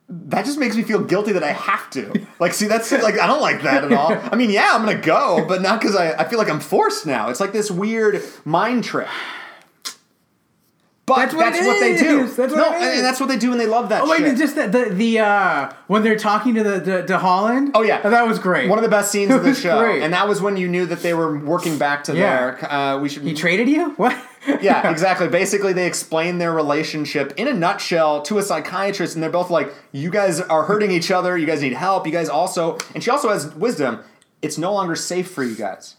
A: that just makes me feel guilty that I have to. Like, see, that's like I don't like that at all. I mean, yeah, I'm gonna go, but not because I, I feel like I'm forced now. It's like this weird mind trip. But that's
B: That's
A: what,
B: what
A: they
B: it
A: do.
B: is. That's what
A: no,
B: it is.
A: and that's what they do when they love that.
B: Oh wait,
A: shit.
B: but just the the, the uh, when they're talking to the to, to Holland.
A: Oh, yeah.
B: that was great.
A: One of the best scenes of
B: It
A: the
B: was
A: show,
B: great.
A: and that was when you knew that they were working back to
B: Yeah.
A: their. Uh, we should.
B: he traded you? What?
A: yeah, exactly. Basically, they explain their relationship in a nutshell to a psychiatrist, and they're both like, "You guys are hurting each other. You guys need help. You guys also." And she also has wisdom. It's no longer safe for you guys.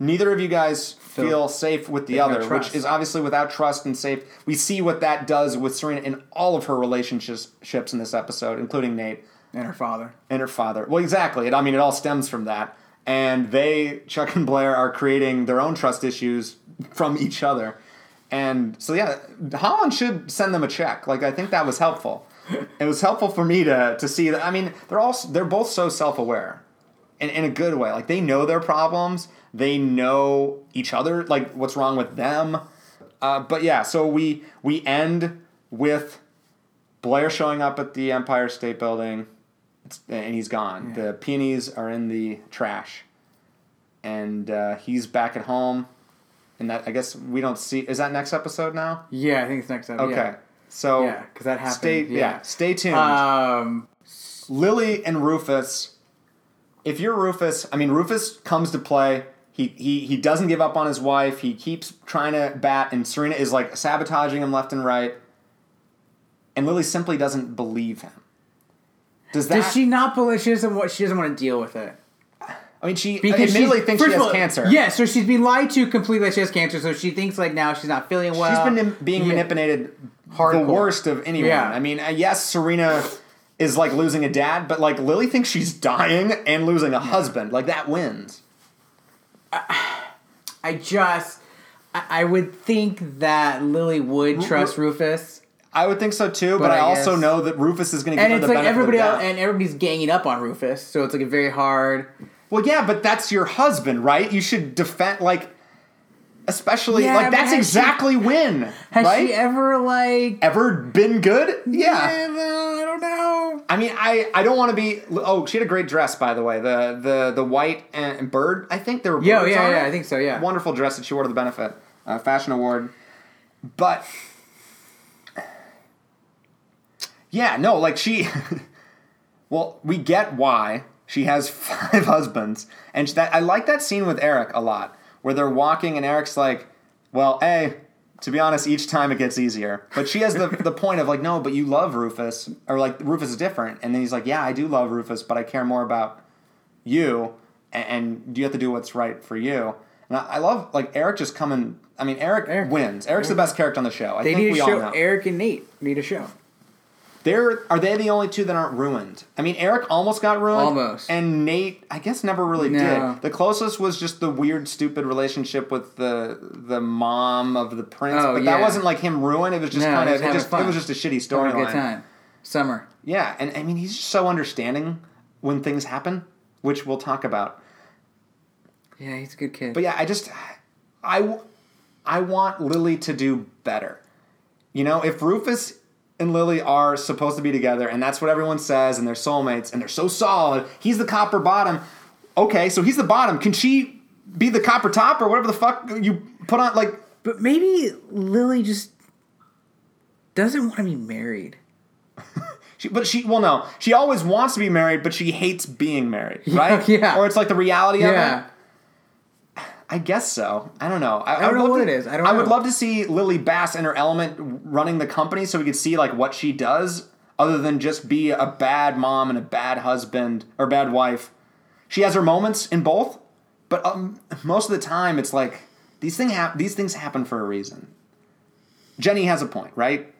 A: Neither of you guys feel, safe with the
B: have no
A: other, which
B: trust.
A: is obviously without trust and safe. We see what that does with Serena in all of her relationships ships in this episode, including Nate
B: And her father.
A: and her father. Well, exactly. It, I mean, it all stems from that. And they, Chuck and Blair, are creating their own trust issues from each other. And so, yeah, Holland should send them a check. Like, I think that was helpful. It was helpful for me to to see that. I mean, they're all they're both so self aware, in, in a good way. Like they know their problems. They know each other. Like what's wrong with them. Uh, but yeah, so we we end with Blair showing up at the Empire State Building, it's, and he's gone. The peonies are in the trash, and uh, he's back at home. And that I guess we don't see. Is that next episode now?
B: Yeah, I think it's next episode.
A: Okay, so
B: Yeah, 'cause that happened,
A: Stay,
B: yeah.
A: stay tuned.
B: Yeah. Um,
A: Lily and Rufus. If you're Rufus, I mean Rufus comes to play. He, he he doesn't give up on his wife. He keeps trying to bat, and Serena is like sabotaging him left and right. And Lily simply doesn't believe him. Does that?
B: does she not believe she doesn't want she doesn't want to deal with it?
A: I mean, she
B: Because
A: admittedly
B: she's-
A: thinks she
B: first
A: has
B: of all,
A: cancer.
B: Yeah, so she's been lied to completely that she has cancer, so she thinks like now she's not feeling well.
A: she's been im- being
B: Yeah.
A: manipulated
B: Hardcore.
A: the worst of anyone.
B: Yeah.
A: I mean, uh, yes, Serena is like losing a dad, but like Lily thinks she's dying and losing a husband. Like that wins.
B: I just, I, I would think that Lily would trust Rufus,
A: I would think so too, but,
B: But
A: I,
B: I
A: also
B: guess-
A: know that Rufus is going to give
B: and
A: her
B: it's
A: the
B: like
A: benefit
B: everybody
A: of the
B: else,
A: doubt.
B: and everybody's ganging up on Rufus, so it's like a very hard.
A: Well, yeah, but that's your husband, right? You should defend, like, especially
B: Yeah,
A: like
B: but
A: that's
B: has she-
A: exactly when,
B: Has
A: right?
B: she e- ever like?
A: ever been good? Yeah.
B: eh, no, I don't know.
A: I mean, I, I don't want to be. Oh, she had a great dress, by the way. The the the white and and bird. I think they were.
B: Yo,
A: birds
B: yeah,
A: on
B: yeah,
A: it.
B: I think so. Yeah,
A: Wonderful dress that she wore to the benefit uh, fashion award, but yeah, no, like she. well, we get why she has five husbands, and that I like that scene with Eric a lot, where they're walking and Eric's like, "Well, a." To be honest, each time it gets easier. But she has the, the point of like, no, but you love Rufus, or like Rufus is different. And then he's like, yeah, I do love Rufus, but I care more about you and, and you have to do what's right for you. And I, I love like Eric just coming. I mean, Eric,
B: Eric.
A: wins. Eric's the best character on the show. I
B: they
A: think
B: need
A: we
B: to
A: all
B: show
A: know.
B: Eric and Nate need a show.
A: They're are they the only two that aren't ruined? I mean, Eric almost got ruined.
B: Almost.
A: And Nate, I guess, never really
B: No.
A: did. The closest was just the weird, stupid relationship with the the mom of the prince.
B: Oh,
A: but that
B: yeah.
A: wasn't like him ruined. It was just
B: No,
A: kind
B: he
A: of
B: was
A: it
B: having
A: just it
B: fun.
A: was just a shitty
B: Have a good
A: storyline.
B: time, summer.
A: Yeah, and I mean he's just so understanding when things happen, which we'll talk about.
B: Yeah, he's a good kid.
A: But yeah, I just I w- I want Lily to do better. You know, if Rufus and Lily are supposed to be together and that's what everyone says and they're soulmates and they're so solid, he's the copper bottom. Okay, so he's the bottom. Can she be the copper top or whatever the fuck you put on like
B: But maybe Lily just doesn't want to be married.
A: She, but she, well, no, she always wants to be married, but she hates being married, right?
B: yeah.
A: Or it's like the reality of
B: Yeah.
A: it. I guess so. I don't know. I, I
B: don't
A: would
B: know
A: love
B: what
A: to-
B: it is. I don't
A: would
B: know.
A: love to see Lily Bass in her element running the company, so we could see like what she does, other than just be a bad mom and a bad husband or bad wife. She has her moments in both, but um, most of the time, it's like these thing hap- these things happen for a reason. Jenny has a point, right?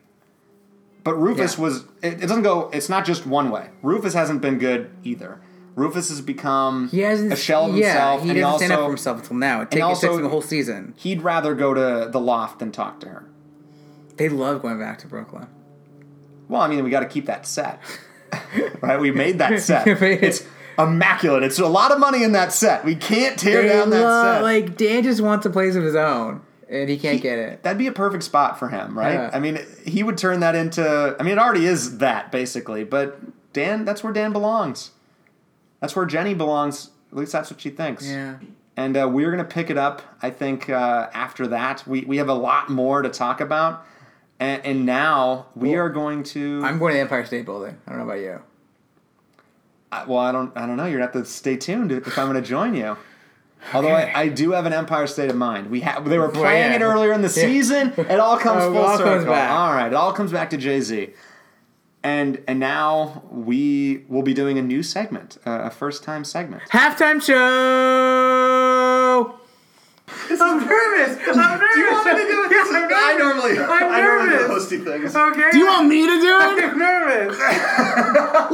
A: But Rufus
B: Yeah.
A: was. It, it doesn't go. It's not just one way. Rufus hasn't been good either. Rufus has become
B: He hasn't.
A: a shell of
B: yeah,
A: himself,
B: he
A: and
B: didn't
A: he also
B: stand up for himself until now. It, take,
A: also-
B: it takes him the whole season.
A: he'd rather go to the loft than talk to her.
B: They love going back to Brooklyn.
A: Well, I mean, we got to keep that set, right? We made that set.
B: You made it.
A: It's immaculate. It's a lot of money in that set. We can't tear
B: They
A: down that
B: love-
A: set.
B: Like Dan just wants a place of his own, and he can't get it.
A: That'd be a perfect spot for him, right?
B: Yeah.
A: I mean, he would turn that into. I mean, it already is that basically. But Dan, that's where Dan belongs. That's where Jenny belongs. At least that's what she thinks.
B: Yeah.
A: And uh, we're going to pick it up, I think, uh, after that. We, we have a lot more to talk about. And, and now we are going to.
B: I'm going to the Empire State Building. I don't know about you.
A: I- uh, well, I don't, I don't know. You're gonna have to stay tuned if I'm going to join you. Although
B: Okay.
A: I, I do have an Empire State of Mind. We have they were
B: Well,
A: playing
B: yeah.
A: it earlier in the
B: Yeah.
A: season. It all comes
B: Oh, it
A: full
B: all
A: circle.
B: comes back.
A: All right, it all comes back to Jay Z. And and now we will be doing a new segment, uh, a first time segment.
B: Halftime show. I'm nervous. I'm nervous. Yeah, I'm nervous.
A: normally
B: I'm I normally do nervous. hosty
A: things.
B: Okay.
C: Do you want me to do it?
B: I'm nervous.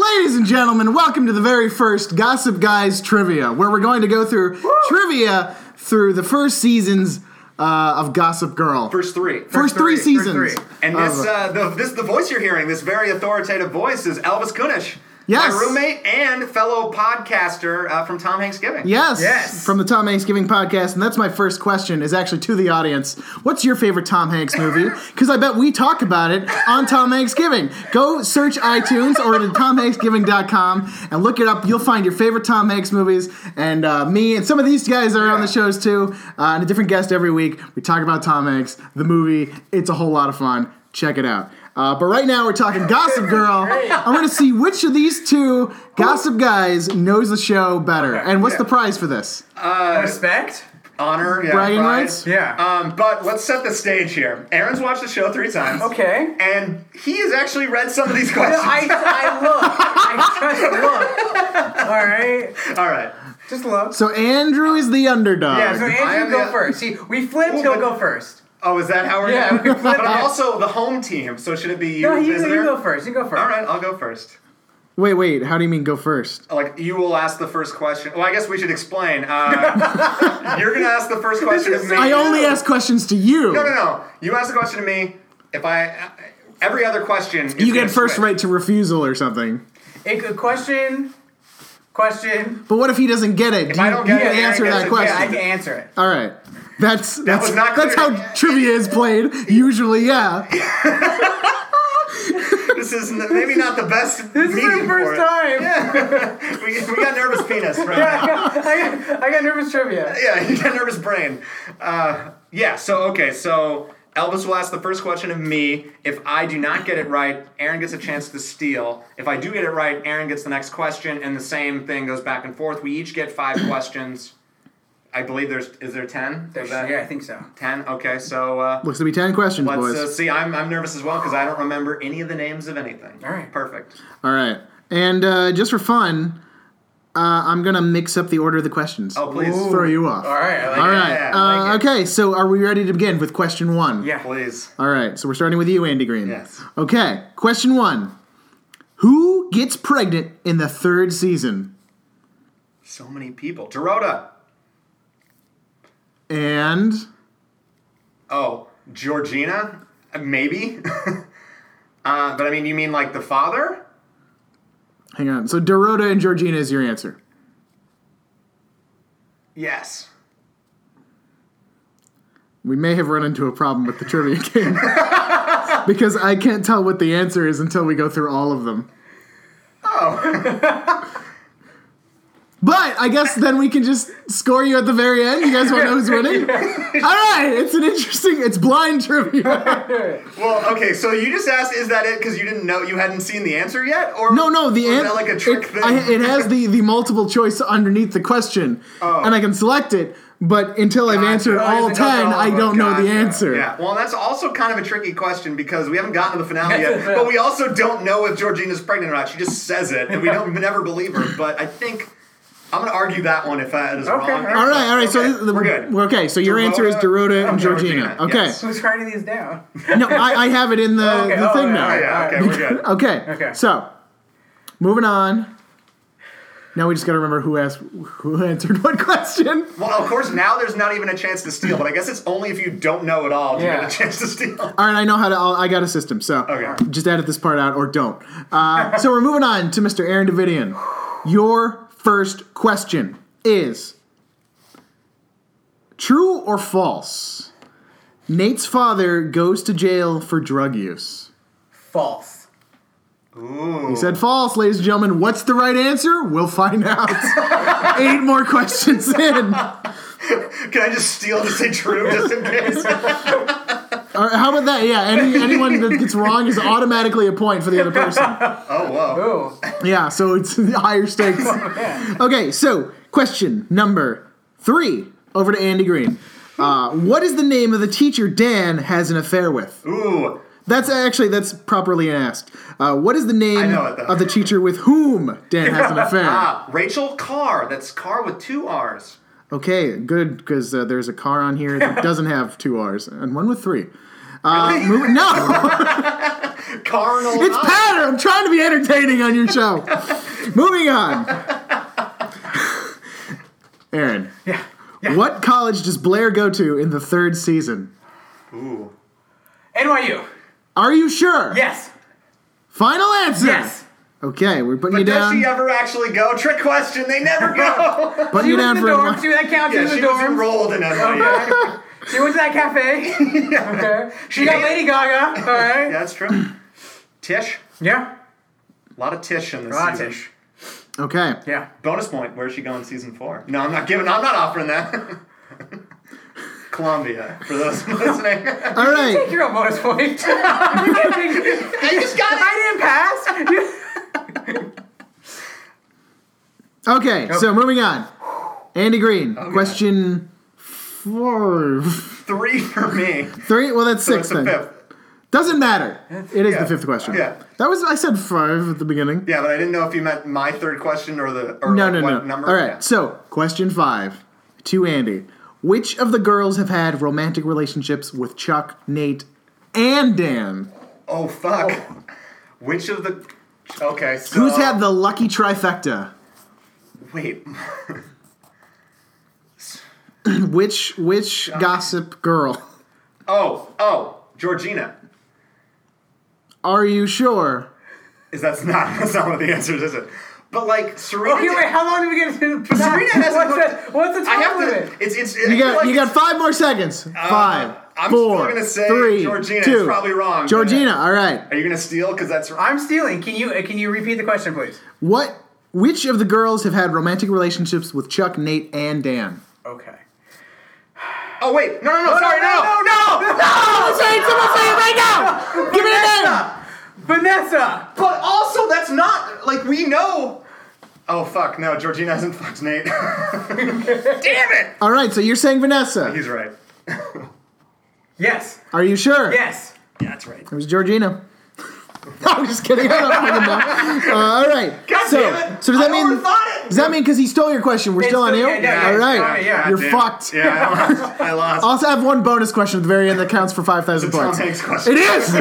C: Ladies and gentlemen, welcome to the very first Gossip Guys trivia, where we're going to go through trivia through the first seasons uh, of Gossip Girl.
A: First
C: First,
A: three.
C: three,
B: three, first
C: seasons.
B: three.
A: And this, uh, the, this, the voice you're hearing, this very authoritative voice, is Elvis Kunish,
C: Yes.
A: my roommate and fellow podcaster uh, from Tom Hanks Giving.
C: Yes,
B: Yes.
C: From the Tom Hanks Giving podcast, and that's my first question is actually to the audience. What's your favorite Tom Hanks movie? Because I bet we talk about it on Tom Hanks Giving. Go search iTunes or to TomHanksGiving.com and look it up. You'll find your favorite Tom Hanks movies, and uh, me and some of these guys are on the shows too, uh, and a different guest every week. We talk about Tom Hanks, the movie. It's a whole lot of fun. Check it out. Uh, but right now we're talking Gossip Girl. I'm gonna see which of these two Gossip guys knows the show better, and what's the prize for this?
B: Uh, Respect.
A: honor yeah,
C: Bragging
A: pride.
C: rights?
B: Yeah.
A: Um, but let's set the stage here. Aaron's watched the show three times.
B: Okay.
A: And he has actually read some of these questions.
B: I, I look. I just look. All right.
A: All right.
B: Just look.
C: So Andrew is the underdog.
B: Yeah, so
A: I am
B: Andrew go
A: the-
B: first. See, we flipped,
A: Well,
B: he'll
A: but-
B: go first.
A: Oh, is that how we're
B: Yeah.
A: doing it? But I'm also the home team, so should it be you,
B: No, you,
A: visitor?
B: you go first. You go first.
A: All right, I'll go first.
C: wait, wait. How do you mean go first?
A: Like you will ask the first question. Well, I guess we should explain. Uh, you're gonna ask the first question of me.
C: I only ask questions to you.
A: No, no, no. You ask the question to me. If I, every other question. is
C: You
A: gonna
C: get first
A: switch.
C: right to refusal or something.
B: It could question, question.
C: But what if he doesn't get it? Do
A: I
C: you,
A: don't
C: you
A: get it, Aaron
C: answer
A: gets
C: that
A: it.
C: question.
B: Yeah, I can answer it.
C: All right. That's that's
A: was not
C: that's
A: clear.
C: how trivia is played. Usually, yeah.
A: This is n- maybe not the best.
B: This is my first time.
A: we, we got nervous penis right
B: I, got, I, got, I got nervous trivia.
A: yeah you got nervous brain uh, yeah so okay so elvis will ask the first question of me if i do not get it right aaron gets a chance to steal if i do get it right aaron gets the next question and the same thing goes back and forth we each get five questions i believe there's is there 10
B: Yeah, I think so.
A: 10 okay so uh,
C: Looks to be ten questions,
A: let's
C: boys.
A: uh, see i'm, I'm nervous as well because i don't remember any of the names of anything
B: All right.
A: perfect
C: All right. And uh, just for fun, uh, I'm gonna mix up the order of the questions.
A: oh please
B: Ooh.
C: Throw you off.
B: All right. I like
C: All
B: it.
C: right.
A: Yeah,
C: uh,
B: like it.
C: okay, so are we ready to begin with question one?
B: Yeah.
A: please
C: All right, so we're starting with you, Andy Green.
A: Yes.
C: Okay, question one Who gets pregnant in the third season?
A: so many people Dorota.
C: And
A: Oh, Georgina? Uh, Maybe. uh, but I mean, you mean like the father?
C: hang on. So Dorota and Georgina is your answer.
A: Yes.
C: We may have run into a problem with the trivia game because I can't tell what the answer is until we go through all of them.
A: Oh.
C: But I guess then we can just score you at the very end. You guys want to know who's winning? All right, it's an interesting, it's blind trivia.
A: Well, okay, so you just asked, is that it? Because you didn't know, you hadn't seen the answer yet, or
C: No, no, the
A: or is
C: answer
A: that like a trick
C: it,
A: thing?
C: I, it has the the multiple choice underneath the question,
A: Oh.
C: and I can select it. But until I've answered
B: Oh,
C: all
B: it's
C: ten,
B: another
C: I
B: all
C: don't
B: of
C: know the
B: gotcha.
C: answer.
A: yeah, well, that's also kind of a tricky question because we haven't gotten to the finale yet, but we also don't know if Georgina's pregnant or not. She just says it, and we don't we never believe her. But I think I'm going to argue that one if that is
D: Okay.
A: wrong.
C: All right, all right. so
A: Okay,
C: this, the,
A: we're good.
C: Okay, so your answer is Dorota and
A: Okay,
C: Georgina.
A: Georgina,
C: Okay.
A: yes.
D: Who's writing these down?
C: No, I, I have it in the,
D: Okay,
C: the
D: oh,
C: thing
D: yeah,
C: now.
A: Oh, yeah, okay, we're good.
C: Okay.
D: Okay.
C: So, moving on. Now we just got to remember who asked, who answered what question.
A: Well, of course, now there's not even a chance to steal, but I guess it's only if you don't know at all do you
D: Yeah.
A: get a chance to steal.
C: All right, I know how to. I'll, I got a system. So,
A: Okay.
C: just edit this part out or don't. Uh, so we're moving on to Mr. Aaron Davidian. Your first question is true or false? Nate's father goes to jail for drug use.
B: False.
A: Ooh.
C: He said false, ladies and gentlemen. What's the right answer? We'll find out. Eight more questions in.
A: Can I just steal to say true just in case?
C: All right, how about that? Yeah, any, anyone that gets wrong is automatically a point for the other person.
A: Oh, whoa.
D: Ooh.
C: Yeah, so it's higher stakes.
A: Oh,
C: Okay, so question number three over to Andy Green. Uh, what is the name of the teacher Dan has an affair with?
A: Ooh.
C: That's actually that's properly asked. Uh, what is the name
A: know it, though.
C: of the teacher with whom Dan has an affair?
A: Ah, Rachel Carr. That's Carr with two R's.
C: Okay, good because uh, there's a car on here that doesn't have two R's and one with three. Uh, move- no,
A: Carnal.
C: it's pattern. I'm trying to be entertaining on your show. Moving on, Aaron.
D: Yeah.
C: What college does Blair go to in the third season?
A: Ooh.
D: NYU.
C: Are you sure?
D: Yes.
C: Final answer.
D: Yes.
C: Okay, we're putting
A: But
C: you
A: does
C: down.
A: she ever actually go? Trick question. They never go.
C: putting
D: She
C: you
D: was in
C: down
D: the
C: for a
D: dorms.
C: one.
D: Dude, that counts. she
A: yeah,
D: was
A: she
D: in the
A: was
D: dorms.
A: enrolled in NYU.
D: She went to that cafe. Okay. She got Lady Gaga. All right.
A: Yeah, that's true. Tish.
D: Yeah.
A: A lot of Tish in this season.
D: Scottish.
C: Okay.
D: Yeah.
A: Bonus point. Where's she going season four? No, I'm not giving. I'm not offering that. Columbia, for those listening. I
C: All
D: Take
C: right.
D: your own bonus point. you can't take.
A: just got it.
D: I didn't pass. You-
C: Okay. So moving on. Andy Green. question four,
A: Three for me.
C: three. Well, that's
A: That's
C: six
A: the
C: then.
A: fifth.
C: Doesn't matter. It is
A: Yeah.
C: the fifth question.
A: Yeah.
C: That was I said five at the beginning.
A: Yeah, but I didn't know if you meant my third question or the or
C: No,
A: like
C: no,
A: what
C: no.
A: number.
C: All right. So, question five to Andy: Which of the girls have had romantic relationships with Chuck, Nate, and Dan?
A: Oh fuck. Which of the? Okay. So,
C: Who's had the lucky trifecta?
A: Wait.
C: Which which gossip girl?
A: Oh, oh, Georgina.
C: Are you sure?
A: Is that's not that's not one of the answers, is it? But like Serena.
B: Oh,
D: Okay, wait. How long do we get to?
A: Serena hasn't
D: what's
A: looked-
D: the What's the
A: I
D: time
A: have
D: limit?
A: to. It's it's.
C: You got you got five more seconds. Five.
A: Uh, I'm
C: four,
A: still gonna say
C: three,
A: Georgina. It's
C: two.
A: probably wrong, but- uh,
C: Georgina. All right.
A: Are you gonna steal? Because that's right.
D: I'm stealing. Can you uh, can you repeat the question, please?
C: What? Which of the girls have had romantic relationships with Chuck, Nate, and Dan?
D: Okay.
A: Oh wait, no, no, no, sorry, no,
D: no, no, no,
C: Someone say it! Someone say it right now! Give me a name.
D: Vanessa! Vanessa!
A: But also, that's not like we know. Oh fuck, no, Georgina hasn't fucked Nate. Damn it!
C: All right, so you're saying Vanessa.
A: He's right.
D: Yes.
C: Are you sure?
D: Yes.
A: Yeah, that's right.
C: It was Georgina. no, I'm just kidding. I don't fucking know. Uh, all right.
A: God
C: so,
A: damn it!
C: so does that
A: I
C: mean?
A: overthought it!
C: Does that mean because he stole your question, we're still on you?
D: yeah, yeah,
C: all
D: yeah,
C: right.
D: yeah, yeah.
C: You're
A: Damn it.
C: fucked.
A: Yeah, I lost. I lost.
C: Also, I have one bonus question at the very end that counts for five thousand
A: It's Tom
C: points.
A: Hanks' question.
C: It is.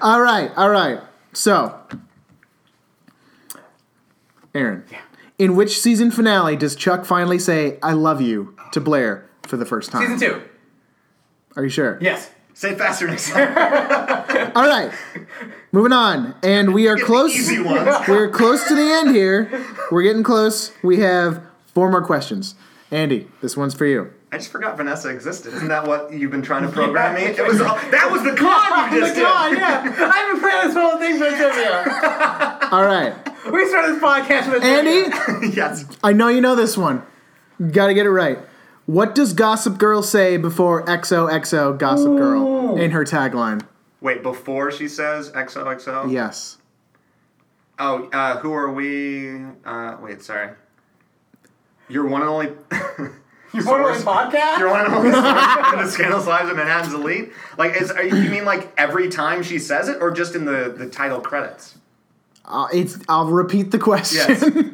C: all right. All right. So, Aaron, in which season finale does Chuck finally say "I love you" to Blair for the first time?
D: Season two.
C: Are you sure?
D: Yes.
A: Say faster next time.
C: All right, moving on, and we are close.
A: Easy ones.
C: We're close to the end here. We're getting close. We have four more questions. Andy, this one's for you.
A: I just forgot Vanessa existed. Isn't that what you've been trying to program me? It was all, that was the con you just
D: Oh God,
A: did.
D: yeah. I've been playing this whole thing for trivia.
C: All right,
D: We started this podcast with a
C: Andy,
A: yes.
C: I know you know this one. You gotta get it right. What does Gossip Girl say before XOXO Gossip Girl in her tagline?
A: Wait, before she says XOXO?
C: Yes.
A: Oh, uh, who are we? Uh, wait, sorry. You're one and only.
D: You're one of
A: source.
D: those podcasts?
A: You're one and only. source in the scandalous lives of Manhattan's elite. Like, is are you you mean like every time she says it, or just in the the title credits?
C: Uh, it's, I'll repeat the question.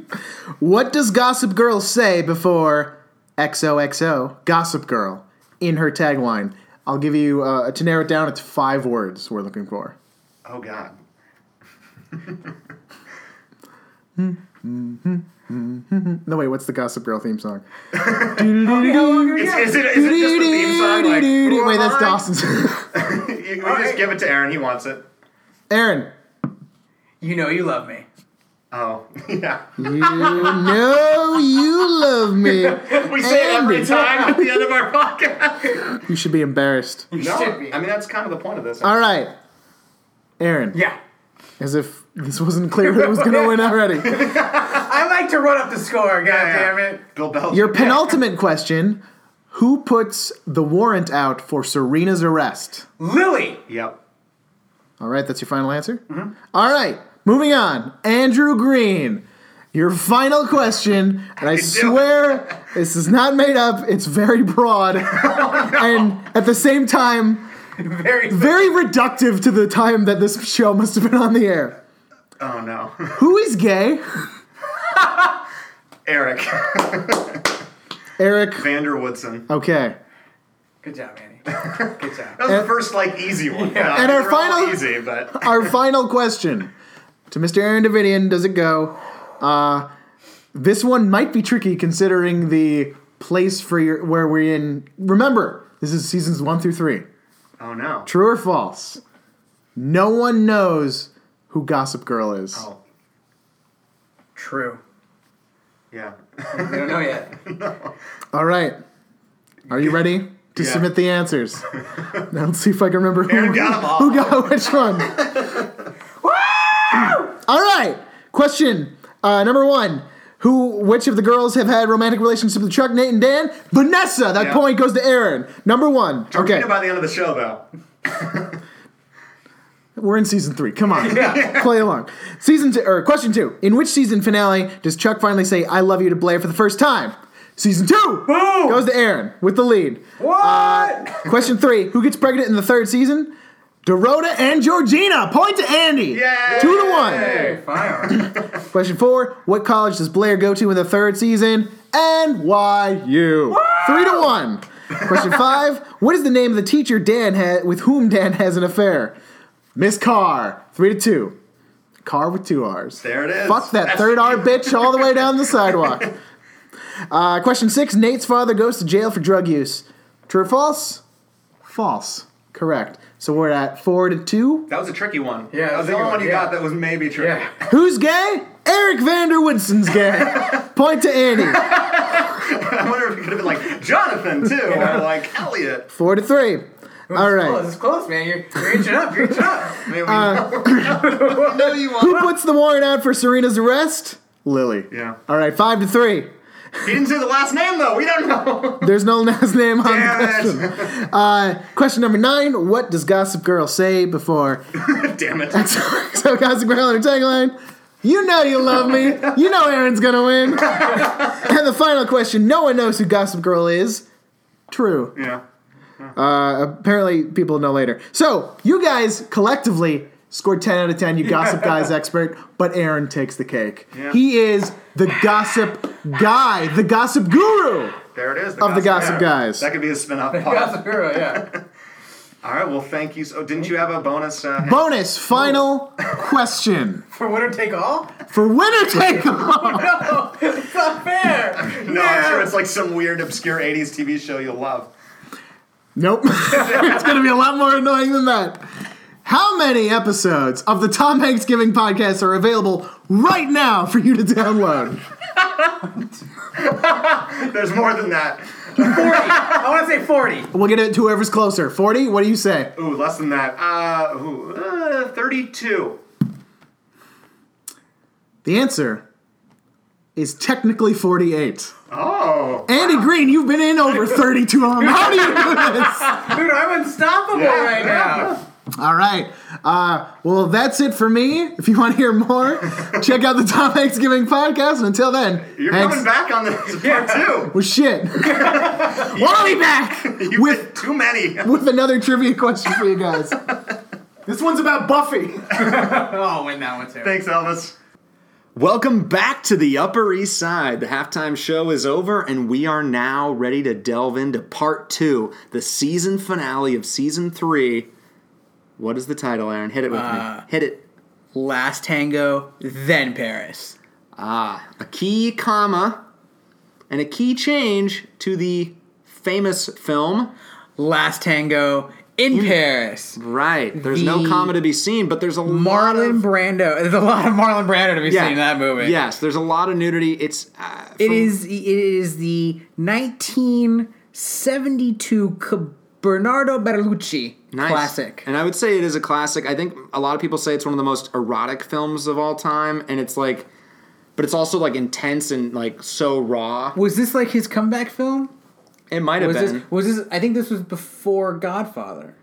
A: Yes.
C: what does Gossip Girl say before XOXO Gossip Girl in her tagline? I'll give you, uh, to narrow it down, it's five words we're looking for.
A: Oh God.
C: No, wait, what's the Gossip Girl theme song?
D: How long are we
A: Is,
D: doing?
A: is it is it just the theme song? Like, who
C: Wait,
A: am
C: that's
A: I?
C: Dawson's.
A: You- we just give it to Aaron. He wants it.
C: Aaron,
D: You know you love me.
A: Oh yeah.
C: no, you love me.
A: We say it every
C: Andy.
A: time at the end of our podcast.
C: You should be embarrassed.
D: You
A: No,
D: should be.
A: I mean that's kind of the point of this.
C: All right, Aaron.
D: yeah.
C: As if this wasn't clear who was going to win already.
D: I like to run up the score,
A: Yeah.
D: goddammit.
A: Bill Bell.
C: Your penultimate question Who puts the warrant out for Serena's arrest?
D: Lily!
A: Yep.
C: All right, that's your final answer? All right, moving on. Andrew Green, your final question, and I swear this is not made up, it's very broad, and at the same time,
D: Very
C: very reductive to the time that this show must have been on the air.
A: Oh no.
C: Who is gay?
A: Eric.
C: Eric.
A: Vander Woodson.
C: Okay.
D: Good job, Andy. Good job.
A: That was the first like easy one. Yeah.
C: And our
A: they're all
C: final-
A: easy, but
C: Our final question to Mr. Aaron Davidian does it go? Uh, this one might be tricky considering the place for your, where we're in. Remember, this is seasons one through three.
A: oh no.
C: True or false? No one knows who Gossip Girl is.
A: Oh
D: True.
A: yeah.
D: We don't know yet.
C: All right. Are you ready to
A: Yeah.
C: submit the answers? now let's see if I can remember who,
A: Aaron got 'em all.
C: who got which one. all right. Question uh, number one. Who, which of the girls have had romantic relationships with Chuck, Nate, and Dan? Vanessa. That
A: Yeah.
C: point goes to Aaron. Number one. Okay,
A: Think By the end of the show though.
C: we're in season three. Come on, play along. Season two, or question two. In which season finale does Chuck finally say "I love you" to Blair for the first time? Season two
D: Boom!
C: goes to Aaron with the lead. Uh,
D: What?
C: Question three: Who gets pregnant in the third season? Dorota and Georgina. Point to Andy.
A: Yay!
C: Two to one.
D: hey, fire.
C: Question four: What college does Blair go to in the third season? NYU. Three to one. Question five: What is the name of the teacher Dan ha- with whom Dan has an affair? Miss Carr. Three to two. Carr with two R's.
A: There it is.
C: Fuck that third R bitch all the way down the sidewalk. Uh, question six Nate's father goes to jail for drug use. True or false? False. Correct. So we're at four to two.
A: That was a tricky one.
D: Yeah,
A: That was the
D: that
A: only
D: was-
A: one you
D: yeah.
A: got that was maybe tricky.
D: Yeah.
C: Who's gay? Eric Vander Woodson's gay. Point to Andy.
A: I wonder if it could have been like Jonathan too, or like Elliot.
C: Four to three. All
D: Close,
C: right. Uh,
D: it's close, man. You're, you're inching up. You're inching up.
A: I mean, we know you
C: Who
A: want.
C: puts the warrant out for Serena's arrest? Lily.
A: Yeah.
C: All right. Five to three.
A: He didn't say the last name though. We don't know.
C: There's no last name on the question.
A: Damn it.
C: Uh, question number nine. What does Gossip Girl say before
A: Damn it.
C: So, so Gossip Girl on her tagline, you know you love me. You know Aaron's gonna win. and the final question: No one knows who Gossip Girl is. True.
A: Yeah.
C: Apparently, people know later. So you guys collectively scored ten out of ten. You Gossip Guys expert, but Aaron takes the cake.
A: Yeah.
C: He is the Gossip Guy, the Gossip Guru.
A: There it is.
C: Of the Gossip Guys.
A: That could be a spin-off
D: That's
A: pod.
D: a girl, yeah.
A: All right. Well, thank you. So, didn't you have a bonus? Uh,
C: Bonus final question
D: For winner take all?
C: for winner take all.
D: No, it's not fair.
A: no, I'm sure it's like some weird, obscure '80s TV show you'll love.
C: Nope. it's going to be a lot more annoying than that. How many episodes of the Tom Hanks Giving podcast are available right now for you to download?
A: There's more than that.
D: 40. I want to say 40.
C: We'll get it to whoever's closer. 40? What do you say?
A: Ooh, less than that. Uh, ooh, uh, 32.
C: The answer is technically 48.
E: Oh,
C: Andy Green, you've been in over 32 of them. How do you do this?
B: Dude, I'm unstoppable right now.
C: All right. Uh, well, that's it for me. If you want to hear more, check out the Tom Hanks Giving podcast. And until then,
E: you're
C: Hanks-
E: coming back on this part too.
C: Well, shit. we'll be back
E: You
C: with
E: did too many.
C: with another trivia question for you guys. this one's about Buffy.
B: Oh, I'll win that one too.
E: Thanks, Elvis.
A: Welcome back to the Upper East Side. The halftime show is over, and we are now ready to delve into part two, the season finale of season three. What is the title, Aaron? Hit it with me. Hit it.
B: Last tango, then Paris.
A: A key comma and a key change to the famous film.
B: Last tango in Paris.
A: Right. There's no
B: The-
A: comma to be seen, but there's a lot of
B: Marlon Brando. There's a lot of Marlon Brando to be seen in that movie.
A: Yes, there's a lot of nudity. It's uh,
B: It
A: from-
B: is. It is the 1972 C- Bernardo Bertolucci
A: Nice.
B: classic.
A: And I would say it is a classic. I think a lot of people say it's one of the most erotic films of all time, and it's like, but it's also like intense and like so raw.
B: Was this like his comeback film?
A: It might have
B: Was
A: been.
B: this? Was this? I think this was before Godfather.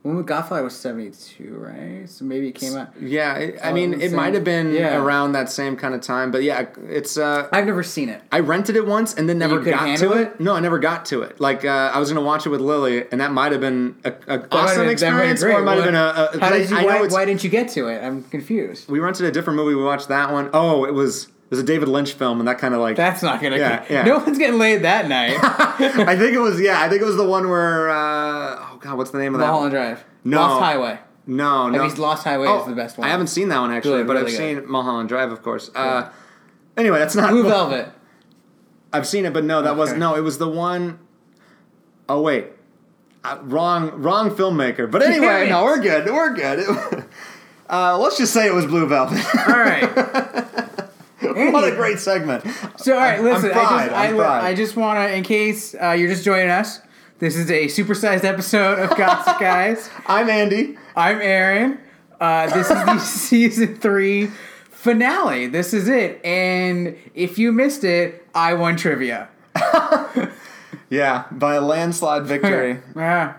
B: When was- Godfather was 72, right? So maybe it came out.
A: yeah, it, I
B: Oh,
A: mean, it
B: same.
A: might have been
B: Yeah.
A: around that same kind of time, but yeah, it's. uh
B: I've never seen it.
A: I rented it once and then never
B: couldn't
A: got to
B: handle
A: it.
B: it?
A: No, I never got to it. Like uh, I was gonna watch it with Lily, and that might have been a, a awesome
B: Oh, That might have
A: experience,
B: been-
A: or it might have been a.
B: that
A: a-
B: might have been great. What- How
A: 'cause I-
B: did you,
A: I know
B: why,
A: it's-
B: why didn't you get to it? I'm confused.
A: we rented a different movie. We watched that one. Oh, it was it was a David Lynch film, and that kind of like
B: That's not gonna.
A: Yeah, yeah.
B: No one's getting laid that night.
A: I think it was yeah. I think it was the one where uh, oh god, what's the name of that?
B: Mulholland
A: one?
B: Drive.
A: No.
B: Lost Highway.
A: No, no.
B: At least Lost Highway
A: Oh,
B: is the best one.
A: I haven't seen that one actually,
B: Good,
A: but
B: really
A: I've
B: good.
A: seen Mulholland Drive, of course. Uh, anyway, that's not.
B: Blue Velvet.
A: I've seen it, but no, that was
B: Okay.
A: no. It was the one Oh wait, uh, wrong, wrong filmmaker. But anyway,
B: it.
A: no, we're good. We're good. It- uh, let's just say it was Blue Velvet.
B: All right.
A: what a great segment.
B: So all right, listen. i
A: fried,
B: just, I,
A: I'm fried.
B: I just want to, in case uh, you're just joining us, this is a supersized episode of Gossip Guys.
A: I'm Andy.
B: I'm Aaron. Uh, this is the season three finale. This is it. And if you missed it, I won trivia.
A: Yeah, by a landslide victory.
B: Yeah.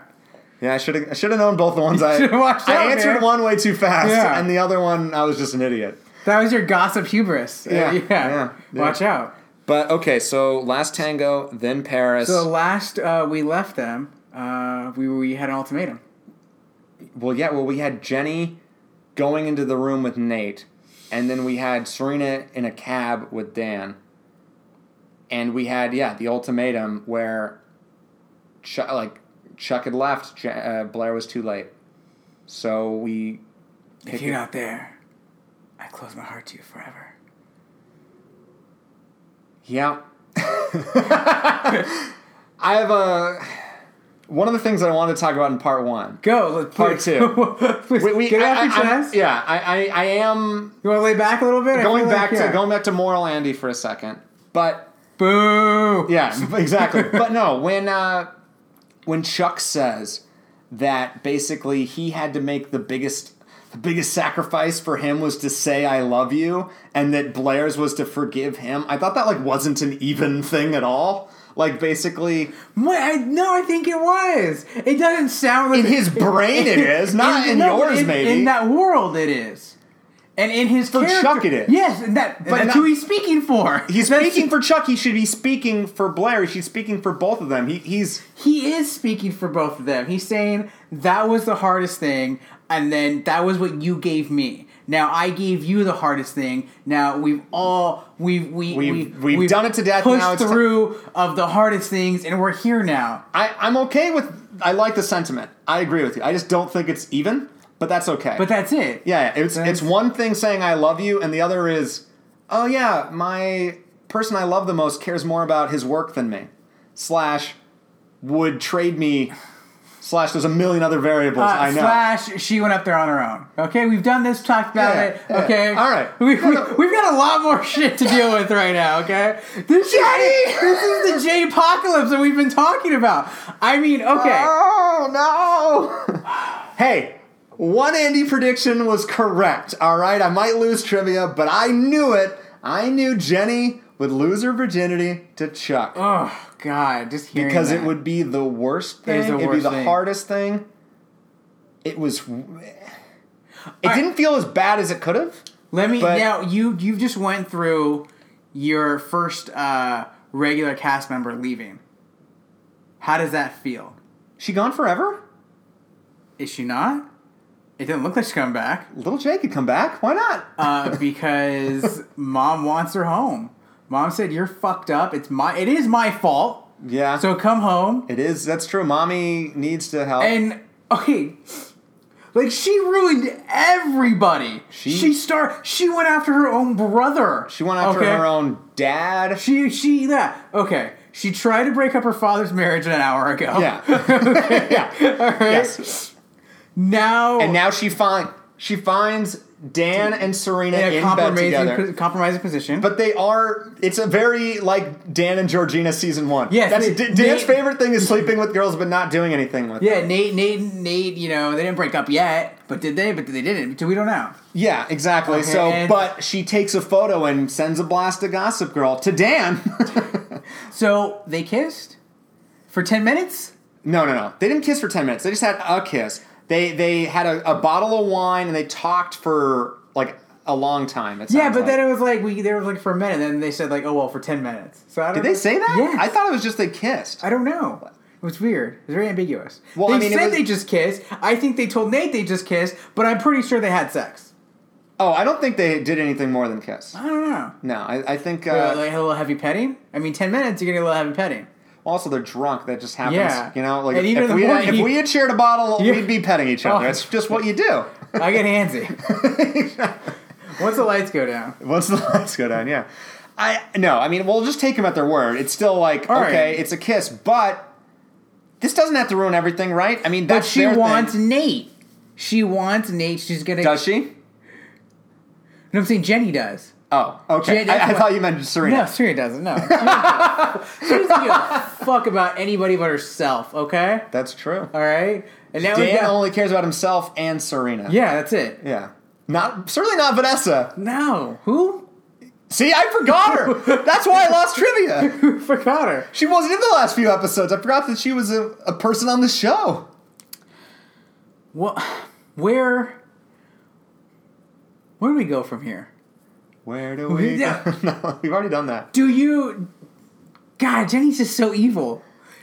A: Yeah, I should have. I should have known both the ones I.
B: should've watched that
A: I
B: one,
A: answered
B: man.
A: one way too fast,
B: Yeah.
A: and the other one I was just an idiot.
B: That was your gossip hubris. Uh,
A: Yeah,
B: yeah.
A: yeah, yeah.
B: Watch out.
A: But okay, so last tango, then Paris.
B: So last uh, we left them, uh, we we had an ultimatum.
A: well, yeah. Well, we had Jenny going into the room with Nate, and then we had Serena in a cab with Dan, and we had yeah the ultimatum where, Chuck, like Chuck had left. Ja- Uh, Blair was too late, so we
B: If you're not there, I close my heart to you forever.
A: Yeah. I have a one of the things that I wanted to talk about in part one.
B: Go. Let,
A: Part two.
B: please,
A: We- we-
B: get it
A: I-
B: off your
A: I- I'm-
B: chest.
A: yeah, I, I, I am
B: You want to lay back a little bit? I
A: going
B: feel like-
A: back to
B: yeah.
A: going back to moral Andy for a second, but
B: Boo.
A: yeah, exactly. but no, when uh, when Chuck says that basically he had to make the biggest the biggest sacrifice for him was to say I love you and that Blair's was to forgive him. I thought that like wasn't an even thing at all. Like basically
B: What? I, no, I think it was. It doesn't sound like
A: in his brain it is, not in,
B: no,
A: yours
B: in-
A: maybe.
B: In that world, it is. And in his
A: For
B: character-
A: Chuck it is.
B: Yes, and that. But
A: and
B: that's who
A: I-
B: he's speaking for.
A: He's
B: That's-
A: speaking for Chuck. He should be speaking for Blair. He should be speaking for both of them. He, he's
B: He is speaking for both of them. He's saying that was the hardest thing, and then that was what you gave me. Now I gave you the hardest thing. Now we've all we've we,
A: We've- we've done it to death,
B: Pushed
A: now it's ti-
B: through of the hardest things, and we're here now.
A: I, I'm okay with. I like the sentiment. I agree with you. I just don't think it's even, but that's okay.
B: But that's it.
A: yeah, yeah, it's
B: That's-
A: it's one thing saying I love you, and the other is, oh yeah, my person I love the most cares more about his work than me, slash, would trade me, slash. There's a million other variables.
B: Uh,
A: I know.
B: Slash, she went up there on her own. Okay, we've done this, talked about
A: Yeah,
B: it.
A: yeah.
B: Okay,
A: All right.
B: We, we, we've got a lot more shit to deal with right now. Okay, this is this is the J apocalypse that we've been talking about. I mean, okay,
A: Oh no! hey, One Andy prediction was correct. All right, I might lose trivia, but I knew it. I knew Jenny would lose her virginity to Chuck
B: Oh God, just hearing
A: because it
B: that.
A: would be the worst
B: It
A: thing.
B: is
A: It
B: the
A: would be
B: worst
A: the
B: thing.
A: hardest thing. It was. It didn't feel as bad as it could have.
B: Let me
A: but-
B: now. You you just went through your first uh, regular cast member leaving. How does that feel?
A: She gone forever.
B: Is she not? It didn't look like she's coming back
A: Little Jay could come back. Why not?
B: uh, because mom wants her home. Mom said, "You're fucked up. It's my. It is my fault.
A: yeah.
B: So come home."
A: it is. That's true. Mommy needs to help.
B: And okay, like she ruined everybody.
A: She-
B: She she star. She went after her own brother.
A: she went after
B: okay?
A: her own dad.
B: She she yeah okay. She tried to break up her father's marriage an hour ago.
A: yeah. Yes.
B: Now
A: And now she find she finds Dan and Serena
B: in a
A: in bed
B: compromising,
A: together.
B: po- compromising position.
A: But they are. It's a very like Dan and Georgina season one.
B: Yes,
A: that's
B: they-
A: D- Dan's
B: they-
A: favorite thing is sleeping with girls but not doing anything with.
B: yeah,
A: them.
B: Nate Nate Nate. You know they didn't break up yet, but did they? But they didn't. So we don't know.
A: yeah, exactly.
B: Okay,
A: so,
B: and-
A: but she takes a photo and sends a blast to Gossip Girl to Dan.
B: So they kissed for ten minutes.
A: no, no, no. They didn't kiss for ten minutes. They just had a kiss. They they had a, a bottle of wine and they talked for like a long time. It
B: Yeah,
A: sounds
B: but
A: like.
B: then it was like we there was like for a minute, and then they said like oh well for ten minutes. So I don't
A: did they say that?
B: Yes.
A: I thought it was just they kissed.
B: I don't know. It was weird. It was very ambiguous.
A: Well,
B: they
A: I mean, it
B: said
A: was-
B: they just kissed. I think they told Nate they just kissed, but I'm pretty sure they had sex.
A: oh, I don't think they did anything more than kiss.
B: I don't know.
A: No, I, I think
B: Uh,
A: uh,
B: like a little heavy petting. I mean, ten minutes you're gonna get a little heavy petting.
A: Also, they're drunk. That just happens.
B: Yeah.
A: You know, like
B: And
A: if,
B: even
A: if
B: in the
A: we
B: morning,
A: had, if
B: you-
A: we had shared a bottle,
B: Yeah.
A: we'd be petting each other.
B: Oh.
A: That's just what you do.
B: I get handsy. Once the lights go down,
A: Once the lights go down, yeah. I no. I mean, we'll just take them at their word. It's still like
B: All right.
A: okay, it's a kiss, but this doesn't have to ruin everything, right? I mean,
B: but
A: that's
B: she
A: their
B: wants
A: Thing.
B: Nate. She wants Nate. She's gonna.
A: Does she?
B: No, I'm saying Jenny does.
A: Oh, okay.
B: She- that's
A: I, I
B: what-
A: thought you meant Serena.
B: No, Serena doesn't. No, she doesn't give a fuck about anybody but herself. Okay,
A: That's true.
B: all right. And now we
A: Dan
B: got.
A: only cares about himself and Serena.
B: Yeah, that's it.
A: Yeah. Not certainly not Vanessa.
B: No, who?
A: See, I forgot her. That's why I lost trivia.
B: Who forgot her?
A: She wasn't in the last few episodes. I forgot that she was a, a person on the show.
B: What? Where? Where do we go from here?
A: Where do we?
B: Yeah.
A: go? no, we've already done that.
B: Do you? God, Jenny's just so evil.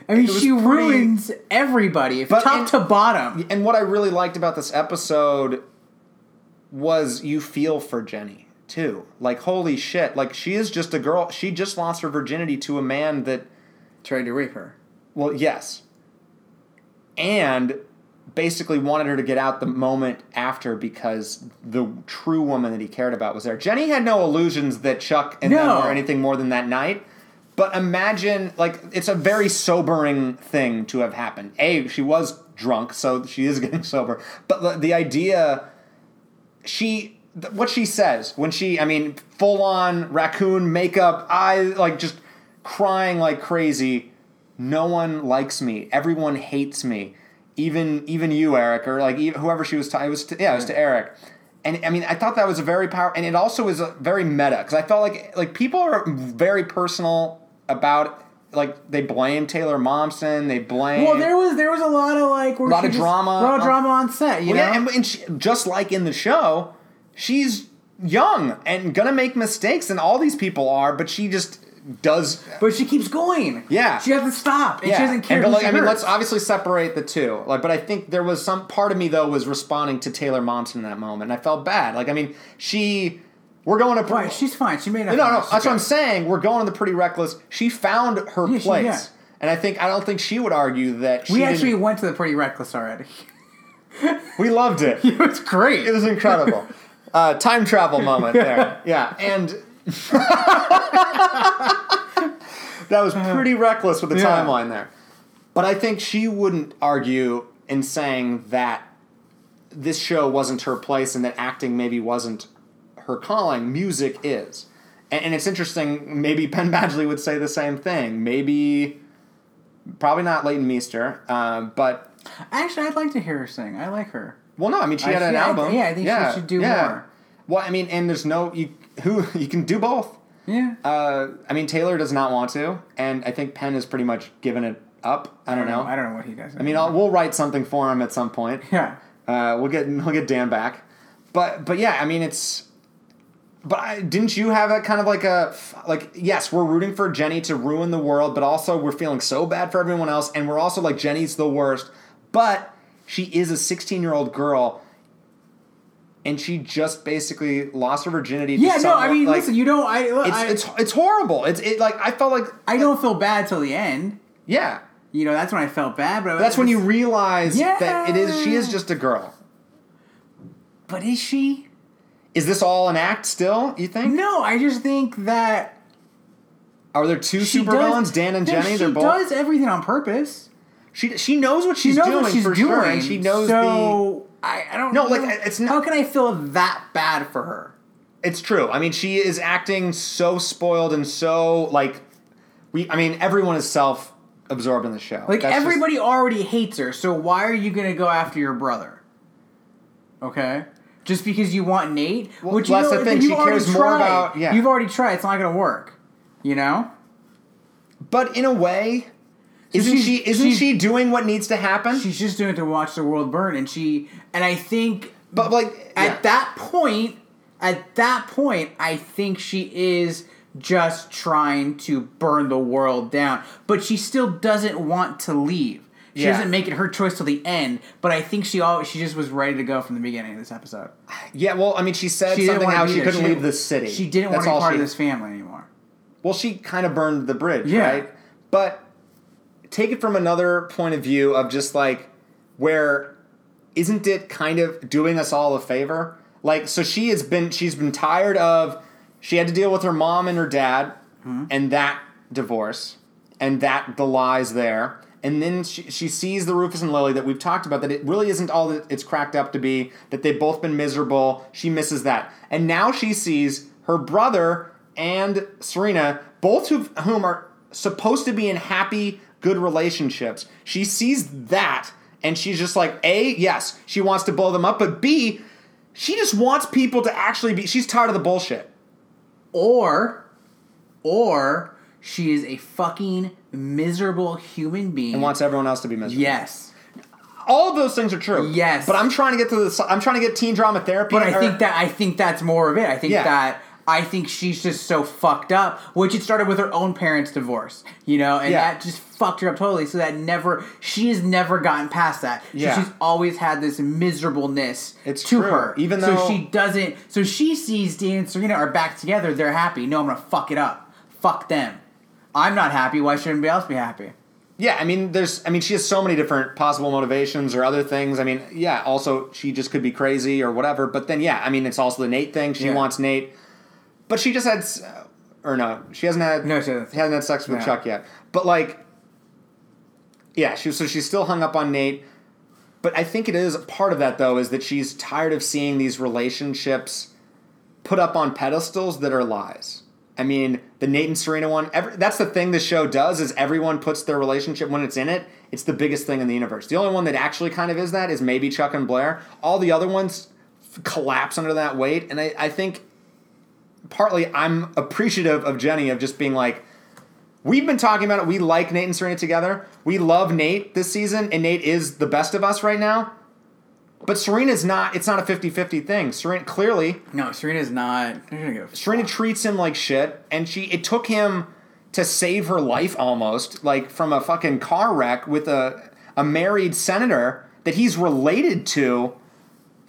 B: I mean,
A: was
B: she
A: pretty-
B: ruins everybody, if
A: But
B: top
A: in-
B: to bottom.
A: And what I really liked about this episode was you feel for Jenny too. Like holy shit! Like she is just a girl. She just lost her virginity to a man that.
B: Tried to rape her.
A: Well, yes. And basically wanted her to get out the moment after because the true woman that he cared about was there. Jenny had no illusions that Chuck and
B: No.
A: them were anything more than that night. But imagine, like, it's a very sobering thing to have happened. A, she was drunk, so she is getting sober. But the, the idea, she, th- what she says when she, I mean, full on raccoon makeup, I like just crying like crazy. No one likes me. Everyone hates me. Even even you, Eric, or like even, whoever she was. To, it was to, yeah, it was to Eric. And I mean, I thought that was a very powerful, and it also is a very meta because I felt like like people are very personal about like they blame Taylor Momsen, they blame
B: Well, there was there was a lot of like a
A: Lot of drama
B: a lot of
A: on-
B: drama on set. You
A: Well, yeah,
B: know,
A: and, and she, just like in the show, she's young and gonna make mistakes, and all these people are, but she just does.
B: but she keeps going.
A: Yeah.
B: she doesn't stop, and
A: yeah.
B: she doesn't care.
A: And,
B: who
A: like,
B: she
A: I mean, let's
B: hurts.
A: obviously separate the two. Like, but I think there was some part of me though was responding to Taylor Momsen in that moment, and I felt bad. Like, I mean, she. We're going to.
B: Right, she's fine. She made
A: No, no, no. That's what I'm saying. We're going to the pretty reckless. She found her
B: Yeah, she-
A: place,
B: yeah.
A: and I think I don't think she would argue that she
B: We
A: didn't-
B: actually went to the pretty reckless already.
A: we loved it.
B: it was great.
A: It was incredible. Uh, time travel moment there. Yeah, and that was pretty reckless with the
B: Yeah.
A: timeline there. But I think she wouldn't argue in saying that this show wasn't her place and that acting maybe wasn't her calling. Music is. And, and it's interesting, maybe Penn Badgley would say the same thing. Maybe, probably not Leighton Meester, uh, but
B: Actually, I'd like to hear her sing. I like her.
A: Well, no, I mean she
B: I
A: had an
B: see- I-
A: album.
B: yeah, I think she should do more.
A: Well, I mean, and there's no you who you can do both.
B: Yeah.
A: Uh, I mean, Taylor does not want to, and I think Penn has pretty much given it up. I don't, know.
B: I don't know what he does.
A: I mean, I'll, we'll write something for him at some point.
B: yeah.
A: Uh, we'll get we'll get Dan back, but but yeah, I mean it's. But I, didn't you have a kind of like a like yes, we're rooting for Jenny to ruin the world, but also we're feeling so bad for everyone else, and we're also like Jenny's the worst, but she is a sixteen year old girl, and she just basically lost her virginity. to
B: Yeah, no,
A: someone,
B: I mean,
A: like,
B: listen, you don't. I,
A: it's
B: I,
A: it's it's horrible. It's it like I felt like
B: I don't feel bad till the end.
A: yeah,
B: You know, that's when I felt bad, but
A: that's when you realize that it is she is
B: Yeah.
A: just a girl.
B: But is she?
A: Is this all an act still? You think?
B: No, I just think that
A: Are there two
B: she does,
A: supervillains, Dan and
B: no,
A: Jenny?
B: She
A: They're both.
B: does everything on purpose.
A: She she knows what she's
B: she knows
A: doing
B: what she's
A: for
B: doing.
A: sure, and she knows
B: so I, I don't.
A: No,
B: know.
A: like, it's not-
B: How can I feel that bad for her?
A: the. It's true. I mean, she is acting so spoiled and so like we. I mean, everyone is self absorbed in the show.
B: Like
A: That's just-
B: everybody already hates her, so why are you gonna go after your brother? Okay, just because you want Nate,
A: Well,
B: which you
A: that's
B: know,
A: the thing,
B: You've
A: she
B: already
A: cares
B: tried.
A: more about- yeah.
B: You've already tried. It's not gonna work. You know.
A: but in a way, isn't
B: she's-
A: she? Isn't
B: she's-
A: she doing what needs to happen?
B: She's just doing it to watch the world burn, and she and I think
A: but like yeah.
B: at that point, at that point, I think she is just trying to burn the world down, but she still doesn't want to leave. She
A: Yeah.
B: doesn't make it her choice till the end, but I think she all she just was ready to go from the beginning of this episode.
A: yeah. Well, I mean, she said
B: She
A: something
B: wanna
A: how
B: be
A: she
B: there.
A: couldn't leave the city.
B: She didn't
A: That's
B: want to
A: all
B: be part
A: she-
B: of this family anymore.
A: Well, she kind of burned the bridge,
B: Yeah.
A: right? But take it from another point of view of just like where isn't it kind of doing us all a favor? Like so she has been she's been tired of she had to deal with her mom and her dad and that divorce and that the lies there. And then she, she sees the Rufus and Lily that we've talked about that it really isn't all that it's cracked up to be, that they've both been miserable. She misses that. And now she sees her brother and Serena, both of whom are supposed to be in happy, good relationships. She sees that and she's just like, A, yes, she wants to blow them up, but B, she just wants people to actually be, she's tired of the bullshit.
B: Or or she is a fucking miserable human being.
A: And wants everyone else to be miserable.
B: yes.
A: all of those things are true.
B: Yes.
A: but I'm trying to get to the. I'm trying to get teen drama therapy.
B: But I
A: or-
B: think that I think that's more of it. I think
A: Yeah.
B: that I think she's just so fucked up, which it started with her own parents' divorce, you know, and
A: Yeah.
B: that just fucked her up totally. So that never she has never gotten past that. So
A: Yeah.
B: she's always had this miserableness
A: It's
B: to
A: true.
B: her,
A: Even
B: so
A: though-
B: she doesn't. So she sees Dan and Serena are back together. They're happy. No, I'm gonna fuck it up. Fuck them. I'm not happy. Why should anybody else be happy?
A: yeah, I mean, there's. I mean, she has so many different possible motivations or other things. I mean, yeah. Also, she just could be crazy or whatever. But then, yeah, I mean, it's also the Nate thing. She
B: Yeah.
A: wants Nate, but she just had. s- Or no, she hasn't had.
B: No, she hasn't.
A: hasn't had sex with
B: No.
A: Chuck yet. But like, yeah, she. So she's still hung up on Nate. But I think it is part of that though is that she's tired of seeing these relationships put up on pedestals that are lies. I mean, the Nate and Serena one. Every, that's the thing the show does is everyone puts their relationship when it's in it. It's the biggest thing in the universe. The only one that actually kind of is that is maybe Chuck and Blair. All the other ones f- collapse under that weight, and I, I think partly I'm appreciative of Jenny of just being like, we've been talking about it. We like Nate and Serena together. We love Nate this season, and Nate is the best of us right now. But Serena's not. It's not a 50-50 thing. Serena clearly
B: No, Serena's not. They're gonna go.
A: Serena treats him like shit, and she it took him to save her life almost, like from a fucking car wreck with a a married senator that he's related to,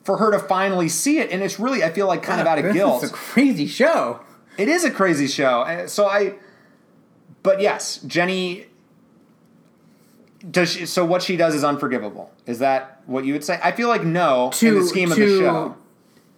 A: for her to finally see it, and it's really I feel like kind of out of
B: This
A: guilt.
B: is a crazy show.
A: it is a crazy show, Uh, so I. But yes, Jenny. Does she, so what she does is unforgivable. Is that what you would say? I feel like no in the scheme of the show.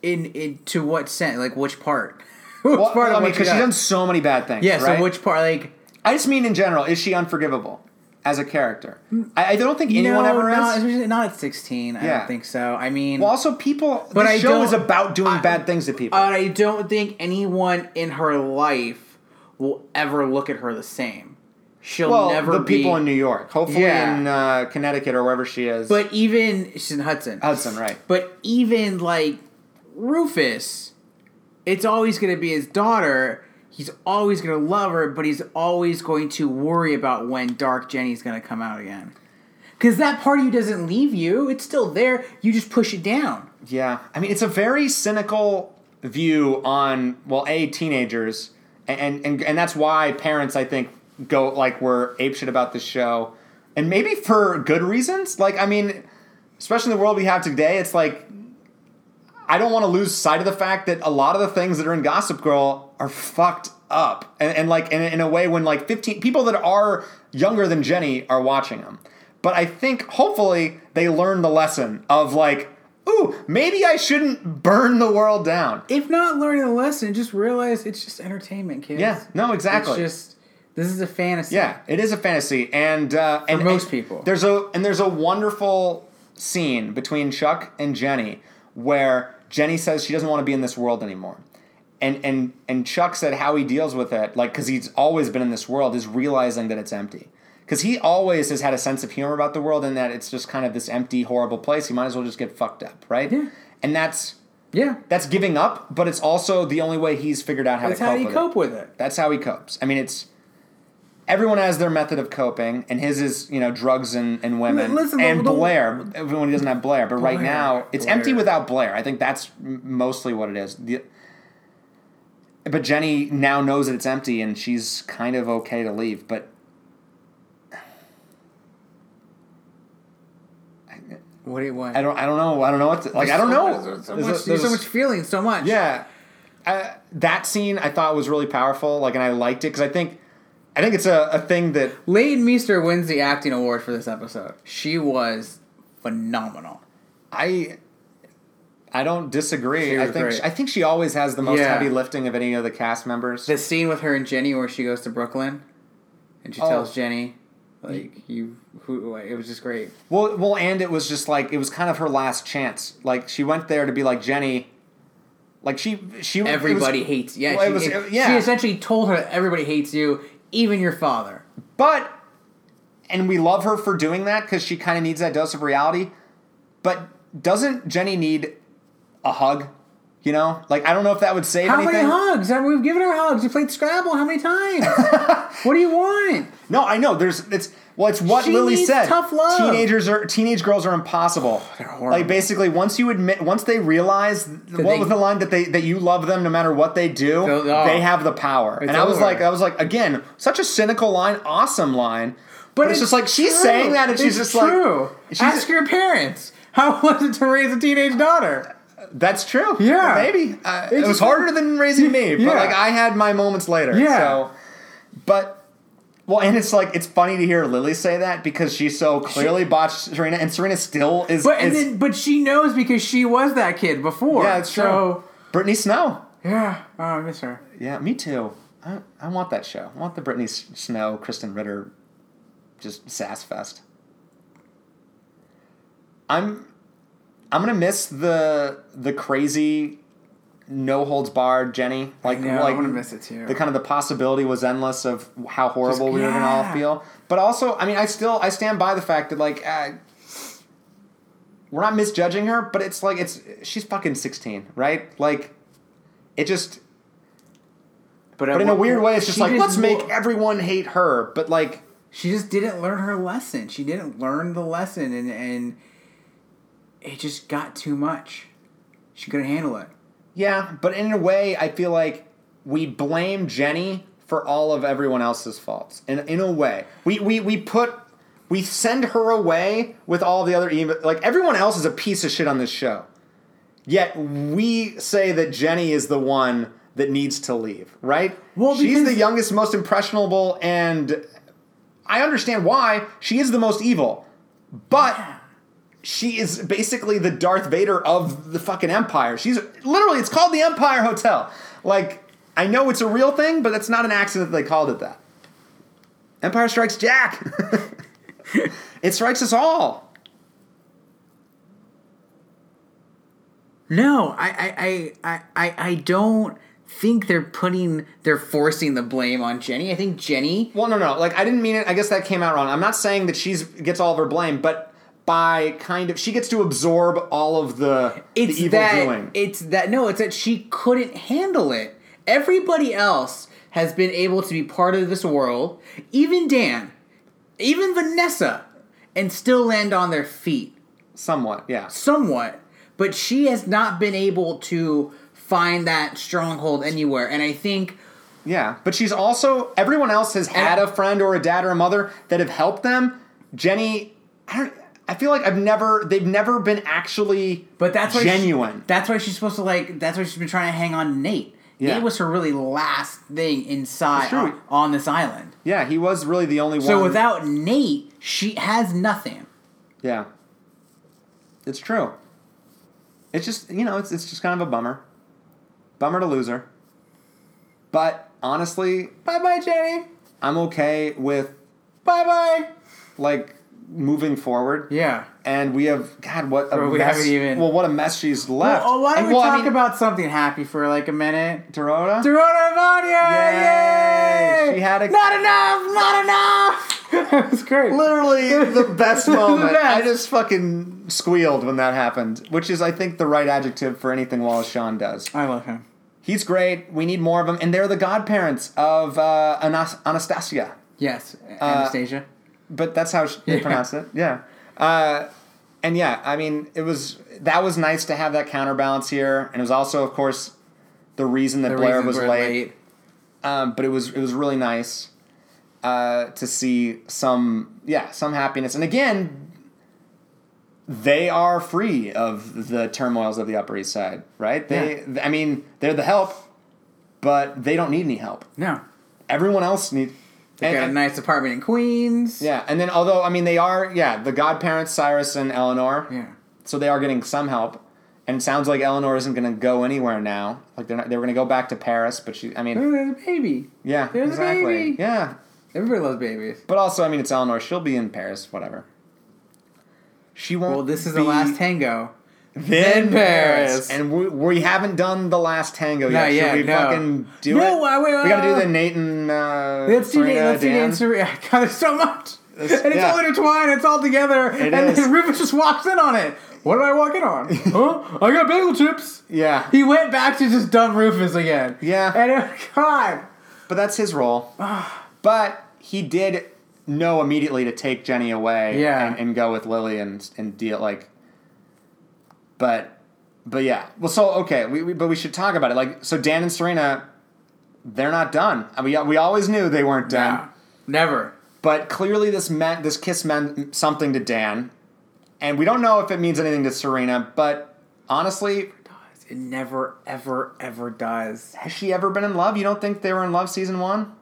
B: In in to what sense? Like which part? which
A: Well,
B: part
A: I
B: of
A: mean,
B: what she
A: because she's done
B: does?
A: so many bad things.
B: Yeah.
A: right?
B: So which part? Like
A: I just mean in general, is she unforgivable as a character? I, I don't think anyone
B: no,
A: ever
B: not,
A: is.
B: especially not at sixteen. I
A: Yeah.
B: don't think so. I mean,
A: Well, also people.
B: But
A: the
B: I
A: show
B: don't-
A: is about doing
B: I-
A: bad things to people.
B: but I don't think anyone in her life will ever look at her the same. she'll
A: well,
B: never
A: the
B: be.
A: people in New York, hopefully
B: Yeah.
A: in uh, Connecticut or wherever she is.
B: but even she's in Hudson.
A: Hudson, right?
B: But even like Rufus, it's always going to be his daughter. He's always going to love her, but he's always going to worry about when Dark Jenny's going to come out again. Because that part of you doesn't leave you, it's still there. You just push it down.
A: Yeah, I mean, it's a very cynical view on well, a teenagers, and and and that's why parents, I think, go like we're apeshit about this show, and maybe for good reasons. Like, I mean, especially in the world we have today, it's like I don't want to lose sight of the fact that a lot of the things that are in Gossip Girl are fucked up, and, and like in, in a way when like fifteen people that are younger than Jenny are watching them. But I think hopefully they learn the lesson of like, ooh, maybe I shouldn't burn the world down.
B: If not learning the lesson, just realize it's just entertainment, kids.
A: Yeah, no, exactly.
B: It's just, this is a fantasy.
A: Yeah, it is a fantasy, and uh, and
B: most
A: and
B: people.
A: there's a and there's a wonderful scene between Chuck and Jenny where Jenny says she doesn't want to be in this world anymore, and and and Chuck said how he deals with it, like because he's always been in this world, is realizing that it's empty. Because he always has had a sense of humor about the world, and that it's just kind of this empty, horrible place. He might as well just get fucked up, right?
B: Yeah.
A: And that's
B: Yeah.
A: that's giving up, but it's also the only way he's figured out how
B: That's
A: to cope
B: how you
A: with it.
B: cope with it.
A: That's how he copes. I mean, it's everyone has their method of coping, and his is you know drugs and, and women
B: L- listen,
A: and
B: the- the-
A: Blair. Everyone doesn't have Blair, but right
B: Blair,
A: now it's
B: Blair.
A: empty without Blair. I think that's m- mostly what it is. The- but Jenny now knows that it's empty, and she's kind of okay to leave. But
B: What do you want?
A: I don't. I don't know. I don't know what. To, like I don't know.
B: There's so
A: There's a-
B: much, there's
A: there's
B: so
A: a-
B: much feeling, so much.
A: Yeah, I, that scene I thought was really powerful. Like, and I liked it because I think, I think it's a, a thing that
B: Lane Meester wins the acting award for this episode. She was phenomenal.
A: I I don't
B: She
A: disagree. I
B: was
A: think
B: great.
A: she, I think she always has the most
B: Yeah.
A: heavy lifting of any of the cast members.
B: The scene with her and Jenny where she goes to Brooklyn and she
A: Oh.
B: tells Jenny, like, you, who, like, it was just great.
A: well, well, and it was just like it was kind of her last chance. Like she went there to be like Jenny. Like she she it was-
B: Everybody hates, yeah,
A: well, it
B: she,
A: was-
B: it-
A: yeah.
B: She essentially told her that everybody hates you, even your father.
A: but and we love her for doing that because she kind of needs that dose of reality. But doesn't Jenny need a hug? You know, like I don't know if that would save
B: How
A: anything.
B: many hugs? I mean, We've given her hugs. You played Scrabble how many times? what do you want?
A: No, I know. There's it's well, it's what
B: She
A: Lily
B: needs
A: said.
B: tough love.
A: Teenagers are teenage girls are impossible.
B: They're horrible.
A: Like basically, once you admit, once they realize what
B: they-
A: was the line that they that you love them no matter what they do,
B: They'll- oh.
A: they have the power. And I was
B: over.
A: like, I was like, again, such a cynical line, awesome line. But, it's, just like she's
B: true.
A: saying that, and she's
B: It's
A: just like,
B: true.
A: she's-
B: Ask your parents. How was it to raise a teenage daughter?
A: that's true.
B: Yeah.
A: maybe uh, it
B: It's
A: was
B: just-
A: harder than raising me,
B: Yeah.
A: but like I had my moments later.
B: Yeah.
A: So, but. Well, and it's like it's funny to hear Lily say that because she so clearly botched Serena, and Serena still is.
B: But and
A: is-
B: then, but she knows because she was that kid before.
A: Yeah, it's
B: so,
A: true. Brittany Snow.
B: Yeah, oh, I miss her.
A: Yeah, me too. I, I want that show. I want the Brittany S- Snow, Kristen Ritter, just sass fest. I'm I'm gonna miss the the crazy, no holds barred Jenny. Like
B: know, I
A: like
B: wanna miss it too.
A: The kind of the possibility was endless of how horrible we were gonna
B: yeah.
A: all feel. But also, I mean, I still I stand by the fact that like. Uh, we're not misjudging her, but it's like it's she's fucking sixteen, right? Like, it just but in a weird way, it's just
B: she
A: like
B: just
A: let's make
B: wa-
A: everyone hate her. But like,
B: She just didn't learn her lesson. She didn't learn the lesson, and and it just got too much. She couldn't handle it.
A: yeah. But in a way, I feel like we blame Jenny for all of everyone else's faults. In in a way, we we we put we send her away with all the other evil. Like everyone else is a piece of shit on this show. Yet we say that Jenny is the one that needs to leave, right?
B: Well,
A: she's
B: because-
A: the youngest, most impressionable, and I understand why she is the most evil. But she is basically the Darth Vader of the fucking Empire. She's literally it's called the Empire Hotel. Like I know it's a real thing, but that's not an accident that they called it that. Empire Strikes Jack. it strikes us all.
B: No, I I I I I, I don't think they're putting they're forcing the blame on Jenny. I think Jenny
A: Well, no, no. Like I didn't mean it. I guess that came out wrong. I'm not saying that she's gets all of her blame, but by kind of she gets to absorb all of the, the
B: it's
A: evil
B: that
A: doing.
B: it's that no, it's that she couldn't handle it. Everybody else has been able to be part of this world, even Dan, even Vanessa, and still land on their feet.
A: Somewhat, yeah.
B: somewhat, but she has not been able to find that stronghold anywhere. And I think
A: Yeah, but she's also everyone else has had a friend or a dad or a mother that have helped them. Jenny, I don't. I feel like I've never. They've never been actually.
B: but that's why she-
A: genuine.
B: that's why she's supposed to like that's why she's been trying to hang on to Nate.
A: Yeah.
B: Nate was her really last thing
A: That's
B: inside
A: true.
B: on, on this island.
A: yeah, he was really the only
B: So
A: one.
B: without Nate, she has nothing.
A: Yeah, it's true. It's just you know it's it's just kind of a bummer, bummer to lose her. But honestly,
B: Bye bye, Jenny.
A: I'm okay with
B: Bye bye.
A: like moving forward.
B: Yeah.
A: And we have God, what a
B: Bro, we
A: mess.
B: haven't even-
A: Well, what a mess she's left.
B: Oh, why don't
A: And,
B: we
A: well, I
B: talk
A: mean,
B: about something happy for like a minute?
A: Dorota?
B: Dorota Vanya!
A: Yay! She had a-
B: not enough, not enough. that was great.
A: Literally the best moment.
B: best.
A: I just fucking squealed when that happened, which is, I think, the right adjective for anything Wallace Shawn does.
B: I love him.
A: He's great. We need more of him. And they're the godparents of uh, Anas- Anastasia.
B: Yes, Anastasia.
A: But that's how sh- they
B: Yeah.
A: pronounce it. Yeah. Uh, and yeah, I mean, it was that was nice to have that counterbalance here, and it was also, of course, the reason that
B: The
A: Blair
B: reasons
A: was
B: we're
A: late. um, but it was it was really nice uh, to see some yeah some happiness and again they are free of the turmoils of the upper east side right they i mean they're the help but they don't need any help
B: No,
A: everyone else need
B: they
A: and-
B: got a nice apartment in Queens.
A: yeah and then although i mean they are yeah the godparents cyrus and eleanor
B: yeah.
A: so they are getting some help and it sounds like eleanor isn't going to go anywhere now like they're not they're going to go back to paris but she i mean
B: Oh, there's a baby.
A: yeah
B: There's a
A: exactly
B: baby.
A: yeah
B: Everybody loves babies.
A: But also, I mean, it's Eleanor. She'll be in Paris, whatever. She won't.
B: Well, this is
A: be
B: the last tango.
A: Then
B: Paris.
A: and we, we haven't done the last tango yet.
B: yeah,
A: Should we
B: no.
A: fucking do
B: No,
A: it?
B: why- wait,
A: we gotta
B: uh,
A: do the Nate and uh,
B: Let's do
A: Serena,
B: Dan. Let's do
A: Dan.
B: Dan. Serena. God, there's so much. and it's
A: yeah.
B: all intertwined. It's all together. and
A: is.
B: then Rufus just walks in on it. What did I walk in on? huh? I got bagel chips.
A: Yeah,
B: He went back to just dumb Rufus again.
A: Yeah.
B: And it, God.
A: but that's his role. but he did know immediately to take Jenny away.
B: Yeah.
A: and, and go with Lily and and deal like. But, but yeah. Well, so okay. We, we but we should talk about it. Like, so Dan and Serena, they're not done. I mean, we always knew they weren't done.
B: Yeah. Never.
A: But clearly, this meant this kiss meant something to Dan, and we don't know if it means anything to Serena. But honestly,
B: It never, ever, ever does.
A: has she ever been in love? You don't think they were in love season one?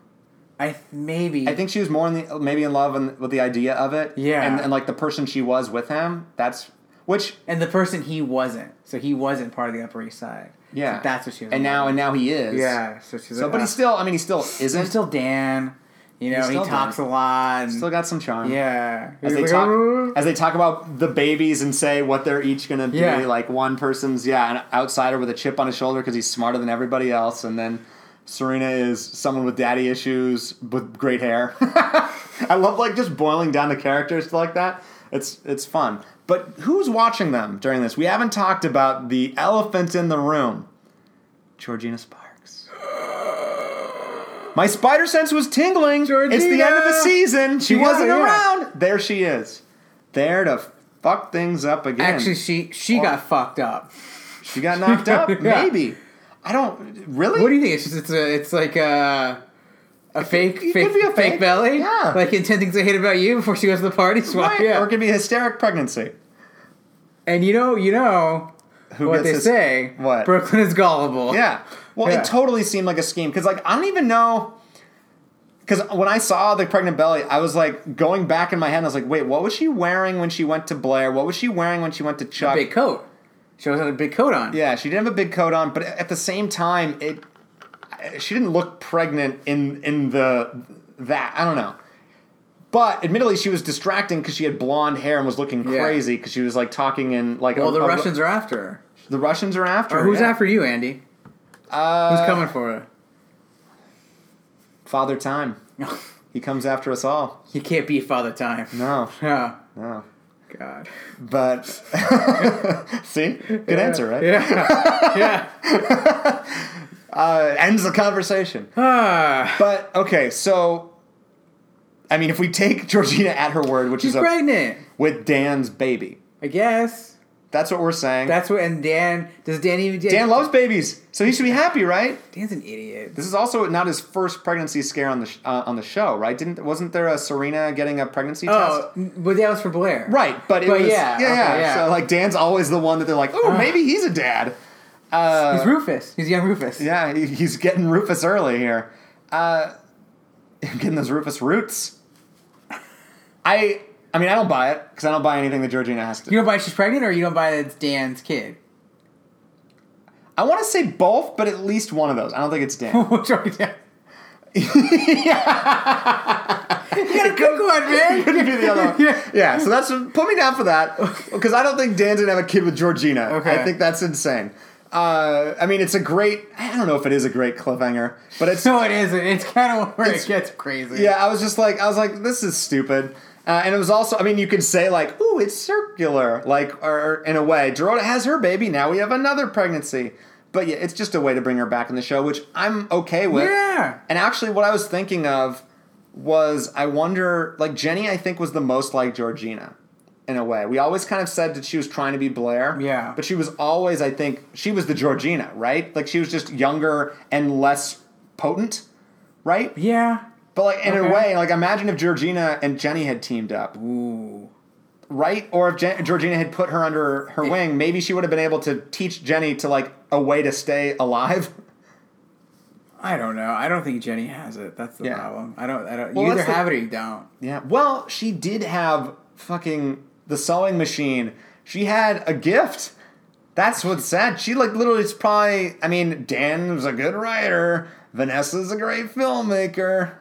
B: I th- maybe.
A: I think she was more in the, maybe in love in, with the idea of it.
B: Yeah.
A: and, and like the person she was with him. That's which
B: And the person he wasn't, so he wasn't part of the Upper East Side.
A: yeah.
B: so that's what she was.
A: And now and now he is.
B: yeah, so she's.
A: So,
B: like,
A: but
B: "Ah."
A: he's still. I mean, he still isn't.
B: He's still Dan. You know,
A: He's
B: he
A: still
B: talks
A: Dan.
B: a lot. And,
A: still got some charm.
B: yeah.
A: As
B: He's
A: they
B: like,
A: talk,
B: "Ah."
A: as they talk about the babies and say what they're each gonna be,
B: Yeah.
A: like one person's yeah an outsider with a chip on his shoulder because he's smarter than everybody else, and then Serena is someone with daddy issues with great hair. I love like just boiling down the characters to like that. It's it's fun. But who's watching them during this? We haven't talked about the elephant in the room, Georgina Sparks. My spider sense was tingling. It's the end of the
B: Georgina!
A: season. She
B: Yeah,
A: wasn't
B: yeah.
A: around. There she is. There to fuck things up again.
B: Actually, she she got fucked up.
A: she got knocked up.
B: Yeah.
A: Maybe. I don't really.
B: What do you think? It's just, it's a, it's like a a fake
A: could
B: fake,
A: be a
B: fake
A: fake-
B: belly.
A: yeah.
B: Like in ten things I hate about you before she goes to the party. Swap.
A: Right?
B: Yeah.
A: Or it could be a hysteric pregnancy.
B: And you know you know
A: Who gets
B: what they
A: hys-
B: say.
A: What?
B: Brooklyn is gullible.
A: Yeah. Well,
B: Yeah.
A: it totally seemed like a scheme because, like, I don't even know. Because when I saw the pregnant belly, I was like going back in my head. And I was like, wait, what was she wearing when she went to Blair? What was she wearing when she went to Chuck?
B: Big coat. She always had a big coat on.
A: Yeah, she didn't have a big coat on, but at the same time, it she didn't look pregnant in in the that I don't know. But admittedly, she was distracting because she had blonde hair and was looking
B: Yeah.
A: crazy because she was like talking in like.
B: Well,
A: a-
B: the
A: a-
B: Russians are after her.
A: The Russians are after.
B: Or
A: her,
B: who's
A: yeah. Uh,
B: after you, Andy? Who's coming for her?
A: Father Time. He comes after us all.
B: you can't beat Father Time.
A: No,
B: Yeah.
A: no.
B: God.
A: But see, good answer, right?
B: Yeah. yeah.
A: Uh, ends the conversation.
B: Ah,
A: But okay, so I mean, if we take Georgina at her word, which is
B: she's
A: a-
B: pregnant.
A: with Dan's baby,
B: I guess.
A: that's what we're saying.
B: That's what. And Dan. Does Dan even.
A: Dan loves babies, so he should be happy, right?
B: Dan's an idiot.
A: This is also not his first pregnancy scare on the sh- uh, on the show, right? Didn't wasn't there a Serena getting a pregnancy
B: Oh,
A: test?
B: n- but that was for Blair.
A: Right, but it
B: But
A: was
B: yeah,
A: yeah,
B: okay,
A: yeah.
B: yeah.
A: So like Dan's always the one that they're like, oh,
B: Ah.
A: maybe he's a dad. Uh,
B: He's Rufus. He's young Rufus.
A: yeah, he- he's getting Rufus early here. Uh, getting those Rufus roots. I I mean I don't buy it because I don't buy anything that Georgina has to.
B: You don't buy she's pregnant, or you don't buy that it's Dan's kid.
A: I want to say both, but at least one of those. I don't think it's Dan.
B: What's wrong with that? you got a good one, man.
A: Could be the other one. Yeah. so that's put me down for that because I don't think Dan's gonna have a kid with Georgina.
B: Okay.
A: I think that's insane. Uh, I mean, it's a great. I don't know if it is a great cliffhanger, but it's
B: No, it isn't. It's kind of where
A: It's-
B: it gets crazy.
A: Yeah, I was just like, I was like, this is stupid. Uh, and it was also, I mean, you could say like, "Ooh, it's circular," like, or, or in a way, Dorota has her baby. Now we have another pregnancy. But yeah, it's just a way to bring her back in the show, which I'm okay with.
B: Yeah.
A: And actually, what I was thinking of was, I wonder, like Jenny, I think was the most like Georgina, in a way. We always kind of said that she was trying to be Blair.
B: Yeah.
A: But she was always, I think, she was the Georgina, right? Like she was just younger and less potent, right?
B: Yeah.
A: But like in a
B: Okay.
A: way, like imagine if Georgina and Jenny had teamed up,
B: Ooh.
A: right? Or if Gen- Georgina had put her under her wing, maybe she would have been able to teach Jenny to like a way to stay alive.
B: I don't know. I don't think Jenny has it. That's the
A: Yeah.
B: problem. I don't. I don't.
A: Well,
B: you either
A: that's the-
B: have it or you don't.
A: Yeah. Well, she did have fucking the sewing machine. She had a gift. That's what's sad. She like literally is probably. I mean, Dan's a good writer. Vanessa's a great filmmaker.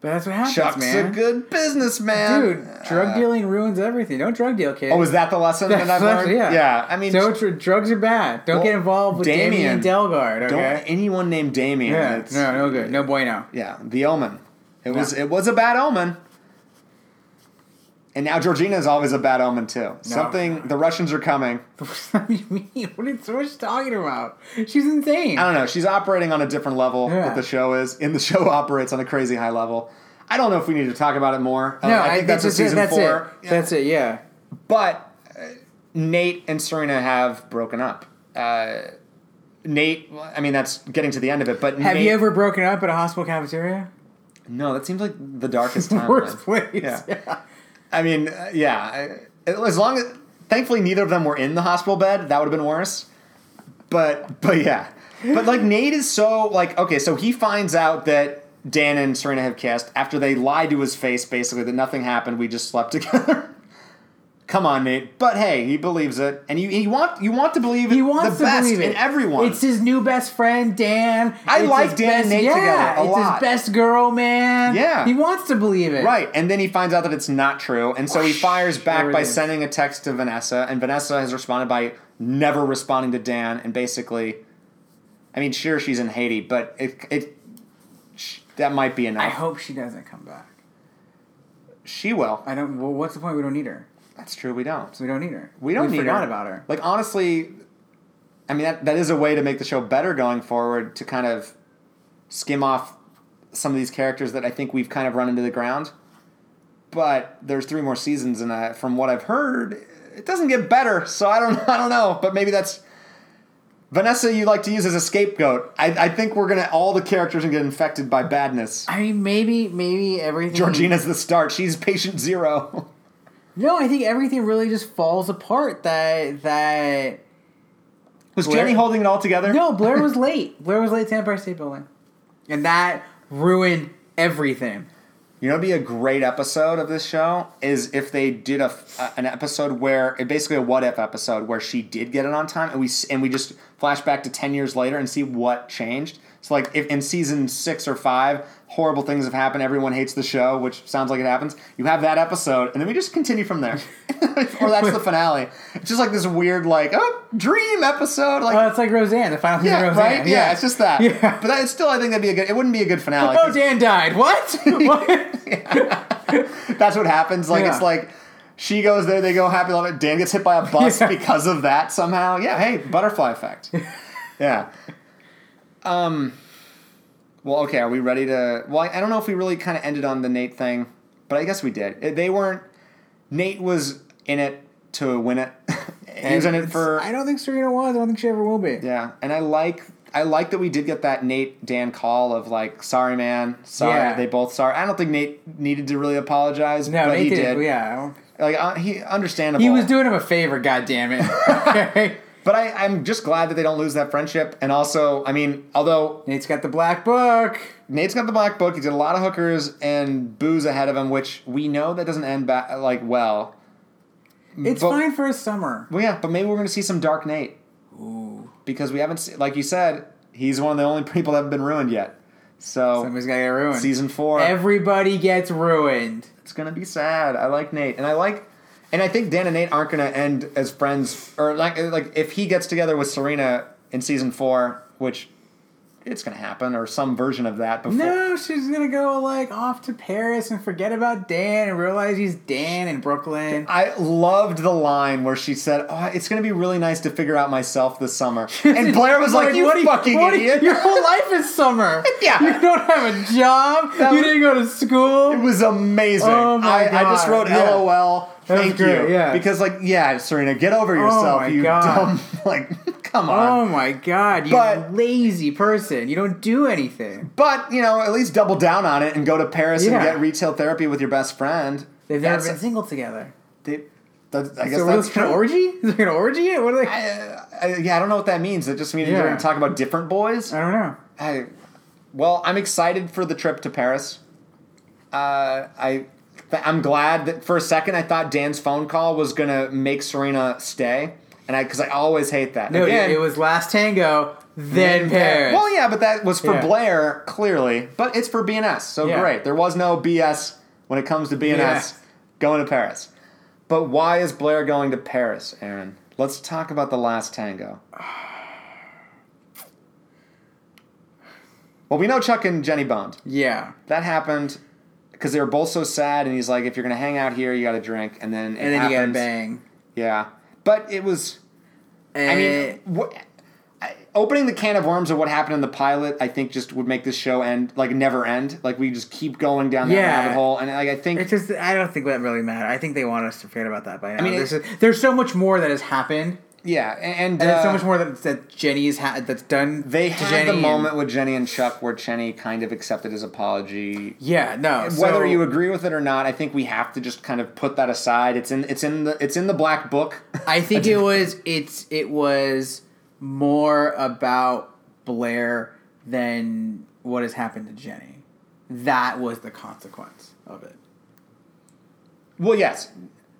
B: But that's what happens,
A: Chuck's
B: man.
A: a good businessman.
B: Dude, drug
A: Uh,
B: dealing ruins everything. Don't drug deal, kid.
A: Oh, is that the lesson
B: That's
A: that I've
B: left-
A: learned?
B: yeah.
A: I mean,
B: Don't dr- drugs are bad. Don't
A: Well,
B: get involved with
A: Damien,
B: Damien, Delgard.
A: Don't
B: Okay.
A: anyone named Damien.
B: yeah.
A: It's-
B: No. No good. No bueno.
A: yeah, the omen. It was it was a bad omen. And now Georgina is always a bad omen too. Something the Russians are coming.
B: what do you mean? What is what is she talking about? She's insane.
A: I don't know. She's operating on a different level
B: Yeah.
A: that the show is. And the show operates on a crazy high level. I don't know if we need to talk about it more. Uh,
B: no,
A: I think that's,
B: just
A: a season
B: that's
A: four.
B: It. That's it. Yeah.
A: But uh, Nate and Serena have broken up. Uh, Nate, I mean, that's getting to the end of it. But
B: Have
A: Nate,
B: you ever broken up at a hospital cafeteria?
A: No, that seems like the darkest time.
B: Worst place.
A: Yeah. I mean, uh, yeah. I- As long as, thankfully, neither of them were in the hospital bed. That would have been worse. But, but yeah. But like Nate is so like okay, so he finds out that Dan and Serena have kissed after they lied to his face, basically that nothing happened. We just slept together. Come on, Nate. But hey, he believes it, and you you want you want to believe
B: He wants
A: the
B: to
A: best
B: believe it.
A: in everyone.
B: It's his new best friend, Dan.
A: I
B: It's
A: like
B: his
A: Dan and Nate
B: yeah,
A: together a
B: it's
A: lot.
B: his best girl, man.
A: Yeah.
B: He wants to believe it.
A: Right, and then he finds out that it's not true, and so he fires back
B: Sure
A: by
B: is.
A: sending a text to Vanessa, and Vanessa has responded by never responding to Dan, and basically, I mean, sure she's in Haiti, but it it sh- that might be
B: I
A: enough.
B: hope she doesn't come back.
A: she will.
B: I don't. Well, what's the point? We don't need her.
A: That's true. We don't.
B: We don't need her.
A: We don't
B: we
A: need
B: forgot
A: her.
B: about her.
A: Like honestly, I mean that that is a way to make the show better going forward to kind of skim off some of these characters that I think we've kind of run into the ground. But there's three more seasons, and uh, from what I've heard, it doesn't get better. So I don't I don't know, but maybe that's. Vanessa, you like to use as a scapegoat. I, I think we're gonna all the characters are gonna get infected by badness.
B: I mean, maybe, maybe everything.
A: Georgina's the start. She's patient zero.
B: No, I think everything really just falls apart. That that.
A: Was
B: Blair-
A: Jenny holding it all together?
B: No, Blair was late. Blair was late to Empire State Building, and that ruined everything.
A: You know, what'd be a great episode of this show is if they did a, a- an episode where it basically a what if episode where she did get it on time, and we s- and we just flash back to ten years later and see what changed. It's like if in season six or five, horrible things have happened. Everyone hates the show, which sounds like it happens. You have that episode, and then we just continue from there. or that's the finale. It's just like this weird, like, oh, dream episode. Like,
B: Well, it's like Roseanne, the final season
A: yeah,
B: of Roseanne.
A: right? Yeah. it's just that.
B: Oh, Yeah.
A: But that, still, I think that'd be a good. It wouldn't be a good finale.
B: oh, Dan died. What? what?
A: That's what happens. Like
B: Yeah.
A: it's like she goes there, they go happy love it. Dan gets hit by a bus
B: Yeah.
A: because of that somehow. Yeah, hey, butterfly effect. yeah. Um. Well, okay. Are we ready to? Well, I I don't know if we really kind of ended on the Nate thing, but I guess we did. It- They weren't. Nate was in it to win it. he was in it for.
B: I don't think Serena was. I don't think she ever will be.
A: Yeah, and I like I like that we did get that Nate Dan call of like, sorry man, sorry.
B: Yeah.
A: They both sorry. I don't think Nate needed to really apologize,
B: No,
A: but
B: Nate
A: he
B: did.
A: did.
B: Yeah, I don't-
A: Like uh, he understandable.
B: he was doing him a favor. God damn it. Okay.
A: but I, I'm just glad that they don't lose that friendship. And also, I mean, although
B: Nate's got the black book.
A: Nate's got the black book, he's got a lot of hookers and booze ahead of him, which we know that doesn't end ba- like well.
B: It's
A: But-
B: fine for a summer.
A: Well, yeah, but maybe we're going to see some Dark Nate. Because we haven't, se- like you said, he's one of the only people that haven't been ruined yet. So
B: Somebody's gotta get ruined.
A: season four.
B: Everybody gets ruined.
A: it's gonna be sad. I like Nate, and I like, and I think Dan and Nate aren't gonna end as friends, or like like if he gets together with Serena in season four, which it's gonna happen, or some version of that. Before
B: No, she's gonna go like off to Paris and forget about Dan and realize he's Dan in Brooklyn.
A: I loved the line where she said, "Oh, it's gonna be really nice to figure out myself this summer," and Blair was like, "You
B: what do
A: fucking
B: what do
A: idiot."
B: your whole life is summer.
A: Yeah.
B: You don't have a job. you
A: was-
B: didn't go to school.
A: It was amazing.
B: Oh my
A: I, I just
B: God.
A: wrote
B: Yeah.
A: LOL.
B: That was
A: Thank
B: great,
A: you.
B: yeah. Oh
A: Because like, yeah, Serena, get over yourself,
B: my
A: you
B: God.
A: dumb like come on.
B: oh my god, you
A: But-
B: lazy person. You don't do anything.
A: But you know, at least double down on it and go to Paris
B: Yeah.
A: and get retail therapy with your best friend.
B: They've never
A: That's-
B: been single together.
A: They, that, I guess
B: So we're
A: that's
B: looking
A: true.
B: at an orgy? Is there an orgy? What are they? I,
A: I, I, yeah, I don't know what that means. It just means
B: Yeah.
A: they're going to talk about different boys.
B: don't know.
A: I, well, I'm excited for the trip to Paris. Uh, I, th- I'm glad that for a second I thought Dan's phone call was going to make Serena stay, and I because I always hate that.
B: No,
A: Again,
B: it was Last Tango, then Paris.
A: Well, yeah, but that was for
B: Yeah.
A: Blair clearly, but it's for BNS, so
B: Yeah.
A: great. There was no BS when it comes to BNS
B: Yeah.
A: going to Paris. But why is Blair going to Paris, Aaron? Let's talk about the last tango. Well, we know Chuck and Jenny Bond.
B: Yeah.
A: That happened because they were both so sad, and he's like, "If you're gonna hang out here, you got to drink." And then, it
B: And then you got a
A: happens.
B: bang.
A: Yeah, but it was. I
B: Eh.
A: mean, what, I, opening the can of worms of what happened in the pilot, I think, just would make this show end like never end. Like we just keep going down that
B: Yeah.
A: rabbit hole, and like I think
B: It's just I don't think that really matter. I think they want us to forget about that by now. I
A: mean,
B: mean, there's,
A: it-
B: there's so much more that has happened,
A: yeah, a- and,
B: and there's so
A: uh,
B: much more that, that Jenny's had that's done.
A: They
B: to
A: had
B: Jenny
A: the
B: and-
A: moment with Jenny and Chuck where Jenny kind of accepted his apology.
B: yeah, no.
A: Whether
B: so-
A: you agree with it or not, I think we have to just kind of put that aside. It's in it's in the it's in the black book.
B: I think it was it's it was more about Blair than what has happened to Jenny. That was the consequence of it,
A: Well, yes,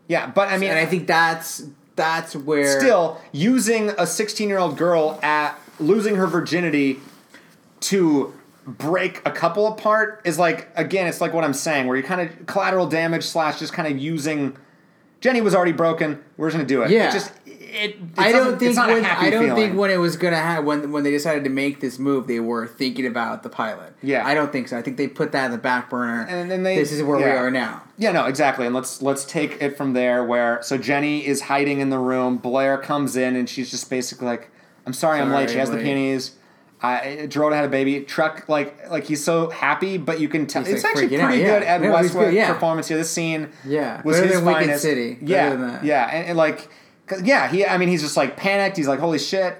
A: yeah, but I mean,
B: and I think that's that's where
A: still using a 16 year old girl at losing her virginity to break a couple apart is like again it's like what i'm saying where you kind of collateral damage slash just kind of using jenny was already broken we're just gonna do it
B: Yeah.
A: it just it, it
B: I
A: doesn't-
B: don't
A: it's
B: think
A: not a
B: when,
A: happy
B: I don't
A: feeling.
B: think when it was gonna happen when when they decided to make this move, they were thinking about the pilot.
A: Yeah.
B: I don't think so. I think they put that in the back burner,
A: And then they-
B: this is where we
A: yeah.
B: are now.
A: Yeah, no, exactly. And let's let's take it from there where so Jenny is hiding in the room, Blair comes in and she's just basically like, I'm sorry I'm late. She
B: Sorry,
A: has the
B: late.
A: peonies. I Dorota had a baby. Truck like like he's so happy, but you can tell
B: He's,
A: it's
B: like,
A: actually
B: freaking out,
A: pretty
B: yeah.
A: good Ed
B: No, it was good,
A: Westwood
B: yeah.
A: performance here. This scene
B: Yeah.
A: was
B: Better
A: his
B: than Wicked
A: finest.
B: City. Better
A: Yeah,
B: than that.
A: yeah, and, and like 'cause- yeah, he I mean he's just like panicked. He's like holy shit.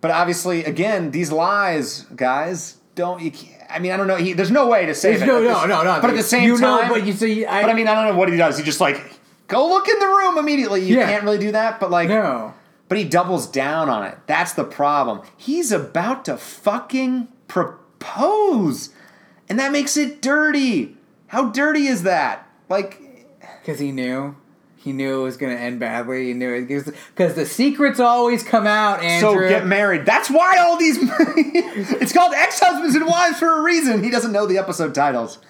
A: But obviously, again, these lies, guys, don't you? Can't, I mean, I don't know. He, there's no way to save it.
B: No,
A: at
B: no,
A: this-
B: no, no.
A: But at the same
B: you
A: time,
B: know, but you see, I,
A: but I mean, I don't know what he does. He just like go look in the room immediately. You
B: Yeah.
A: can't really do that. But like,
B: no.
A: but he doubles down on it. That's the problem. He's about to fucking propose, and that makes it dirty. How dirty is that? Like,
B: Because he knew. He knew it was going to end badly. He knew it because the secrets always come out.
A: So
B: Andrew.
A: get married. That's why all these. it's called Ex Husbands and Wives for a reason. He doesn't know the episode titles.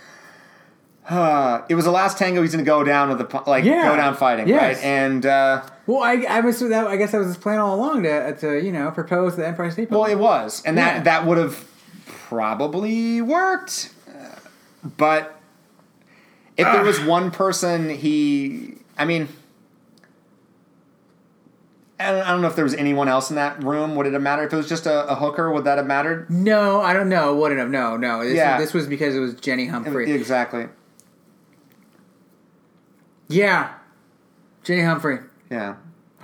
A: Uh, it was the last tango he's going to go down with the pu- like
B: Yeah.
A: go down fighting
B: Yes.
A: right and uh,
B: Well, I, I was that. I guess that was his plan all along to to you know propose to the Empire State Building.
A: well it was and
B: Yeah.
A: that that would have probably worked, Uh, but if there was one person he I mean. I don't, I don't know if there was anyone else in that room. Would it have mattered if it was just a, a hooker? Would that have mattered?
B: no, I don't know. Wouldn't have. No, no. This,
A: Yeah.
B: this was because it was Jenny Humphrey.
A: Exactly.
B: yeah, Jenny Humphrey.
A: Yeah.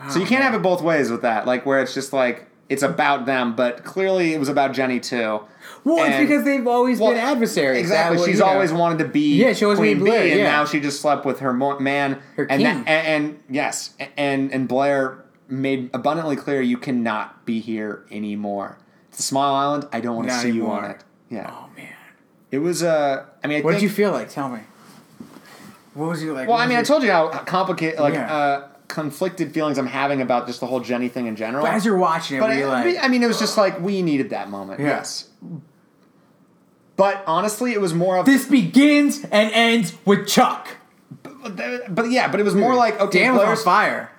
A: so
B: Oh,
A: you can't have it both ways with that, like where it's just like it's about them, but clearly it was about Jenny too.
B: Well, it's
A: And-
B: because they've always
A: Well,
B: been adversaries.
A: Exactly.
B: That would-
A: She's
B: you know.
A: always wanted to be
B: Yeah, she always
A: Queen
B: wanted to be Blair,
A: Bee, and
B: yeah.
A: now she just slept with her mo- man.
B: Her
A: and,
B: king.
A: that, and, and yes, a- and and Blair made abundantly clear you cannot be here anymore. It's a small island. I don't want to
B: Not
A: see you on
B: anymore.
A: it. Yeah.
B: Oh man,
A: It was. Uh, I mean, I
B: what
A: think,
B: did you feel like? Tell me. What was you like?
A: Well,
B: what
A: I
B: was
A: mean, I
B: your-
A: told you how complicated, like
B: Yeah.
A: uh, conflicted feelings I'm having about just the whole Jenny thing in general.
B: But as you're watching it,
A: But
B: were you
A: I,
B: like,
A: I mean, it was just like we needed that moment.
B: Yeah.
A: Yes. But honestly, it was more of.
B: "This begins and ends with Chuck."
A: but yeah, but it was more like okay,
B: Dan was on
A: Blair's
B: fire.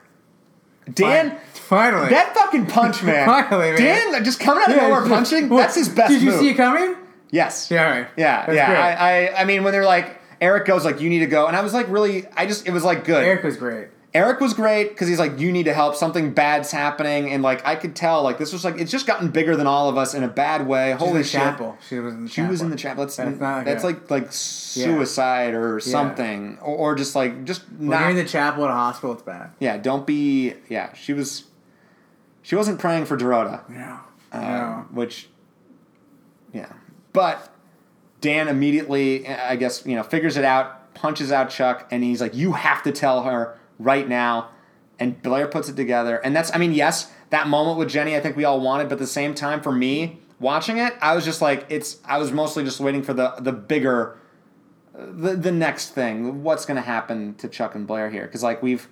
A: Dan.
B: finally,
A: That fucking punch, man.
B: Finally, man.
A: Dan, like, just coming out of
B: Yeah,
A: nowhere
B: it's-
A: punching.
B: what-
A: that's his best.
B: Did you
A: move.
B: see it coming?
A: Yes.
B: Yeah, all right.
A: Yeah.
B: That's
A: yeah.
B: great.
A: I, I. I mean, when they're like. Eric goes like, "You need to go," and I was like, "Really?" I just, it was like good.
B: Eric was great.
A: Eric was great because he's like, you need to help. Something bad's happening, and like I could tell, like this was like it's just gotten bigger than all of us in a bad way. Holy
B: She's in
A: shit!
B: the chapel. She was in the
A: She
B: chapel.
A: was in the chapel. That's
B: That's
A: that's,
B: not good.
A: like like suicide or something, or, or just like just
B: When
A: not.
B: you're in the chapel at a hospital, it's bad.
A: yeah, don't be. Yeah, she was. She wasn't praying for Dorota,
B: No.
A: um,
B: no.
A: which. Yeah, but Dan immediately, I guess you know, figures it out, punches out Chuck, and he's like, "You have to tell her right now." And Blair puts it together, and that's. I mean, yes, that moment with Jenny, I think we all wanted, but at the same time, for me watching it, I was just like, it's. I was mostly just waiting for the the bigger, the the next thing. What's going to happen to Chuck and Blair here? Because like we've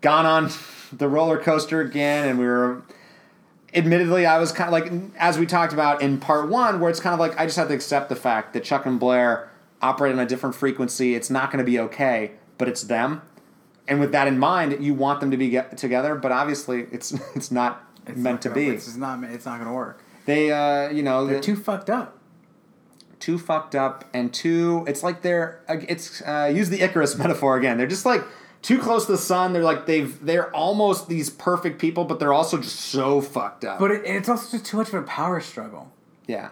A: gone on the roller coaster again, and we were admittedly i was kind of like as we talked about in part one where it's kind of like i just have to accept the fact that chuck and blair operate on a different frequency it's not going to be okay but it's them and with that in mind you want them to be get together but obviously it's it's not
B: It's
A: meant
B: not
A: to
B: gonna-
A: be
B: It's just not. It's not gonna work.
A: they uh you know
B: They're
A: too
B: too fucked up.
A: too fucked up and too it's like they're it's uh use the icarus metaphor again they're just like too close to the sun they're like they've they're almost these perfect people but they're also just so fucked up
B: But it, it's also just too much of a power struggle.
A: yeah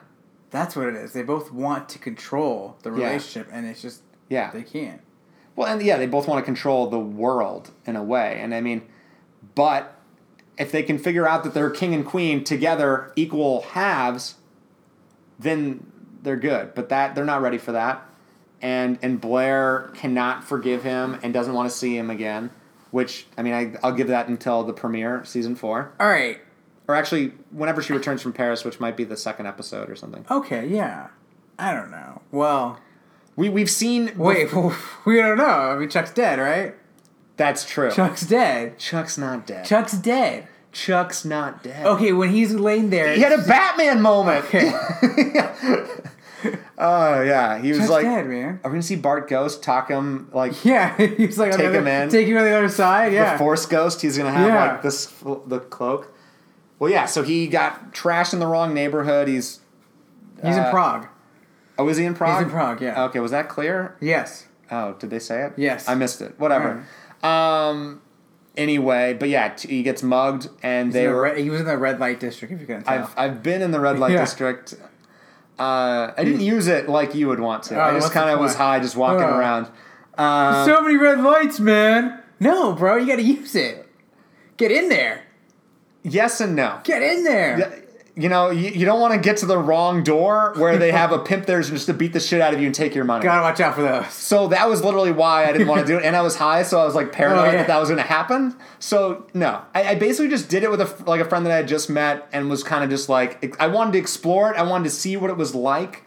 B: That's what it is. They both want to control the
A: Yeah.
B: relationship, and it's just
A: Yeah.
B: they can't.
A: Well, and yeah, they both want to control the world in a way. And I mean, but if they can figure out that they're king and queen together, equal halves, then they're good. But that they're not ready for that. And and Blair cannot forgive him and doesn't want to see him again. Which I mean, I, I'll give that until the premiere, season four,
B: All right.
A: or actually whenever she returns from Paris, which might be the second episode or something.
B: Okay. Yeah. I don't know. Well,
A: We we've seen.
B: wait. We don't know. I mean, Chuck's dead, right?
A: That's true.
B: Chuck's dead.
A: Chuck's not dead.
B: Chuck's dead.
A: Chuck's not dead.
B: Okay, when he's laying there,
A: He had a Batman moment.
B: Okay.
A: Oh yeah, he was
B: Chuck's
A: like,
B: dead, man.
A: "Are we gonna see Bart Ghost talk him like
B: Yeah, he's like on
A: Take
B: the
A: him
B: other,
A: in.
B: take him on the other side. Yeah,
A: the Force Ghost? He's gonna have
B: Yeah.
A: like this the cloak." Well, yeah. So he got trashed in the wrong neighborhood. He's
B: he's
A: uh,
B: in Prague.
A: oh, is he in Prague?
B: in Prague, yeah.
A: Okay, was that clear?
B: Yes,
A: Oh, did they say it?
B: Yes.
A: I missed it. Whatever. Um. Anyway, but yeah, t- he gets mugged, and
B: He's
A: they
B: in the
A: were.
B: re- he was in the red light district. If you can tell,
A: I've I've been in the red light
B: Yeah.
A: district. Uh, I didn't use it like you would want to.
B: Oh,
A: I just
B: what's the
A: kind of
B: point?
A: was high, just walking
B: Oh.
A: around. Um,
B: so many red lights, man. No, bro, you got to use it. Get in there.
A: yes and no.
B: Get in there.
A: You know, you, you don't want to get to the wrong door where they have a pimp there just to beat the shit out of you and take your money.
B: Gotta watch out for those.
A: So that was literally why I didn't want to do it, and I was high, so I was like paranoid
B: Oh, yeah.
A: that that was going to happen. So no, I, I basically just did it with a f- like a friend that I had just met, and was kind of just like e, I wanted to explore it. I wanted to see what it was like.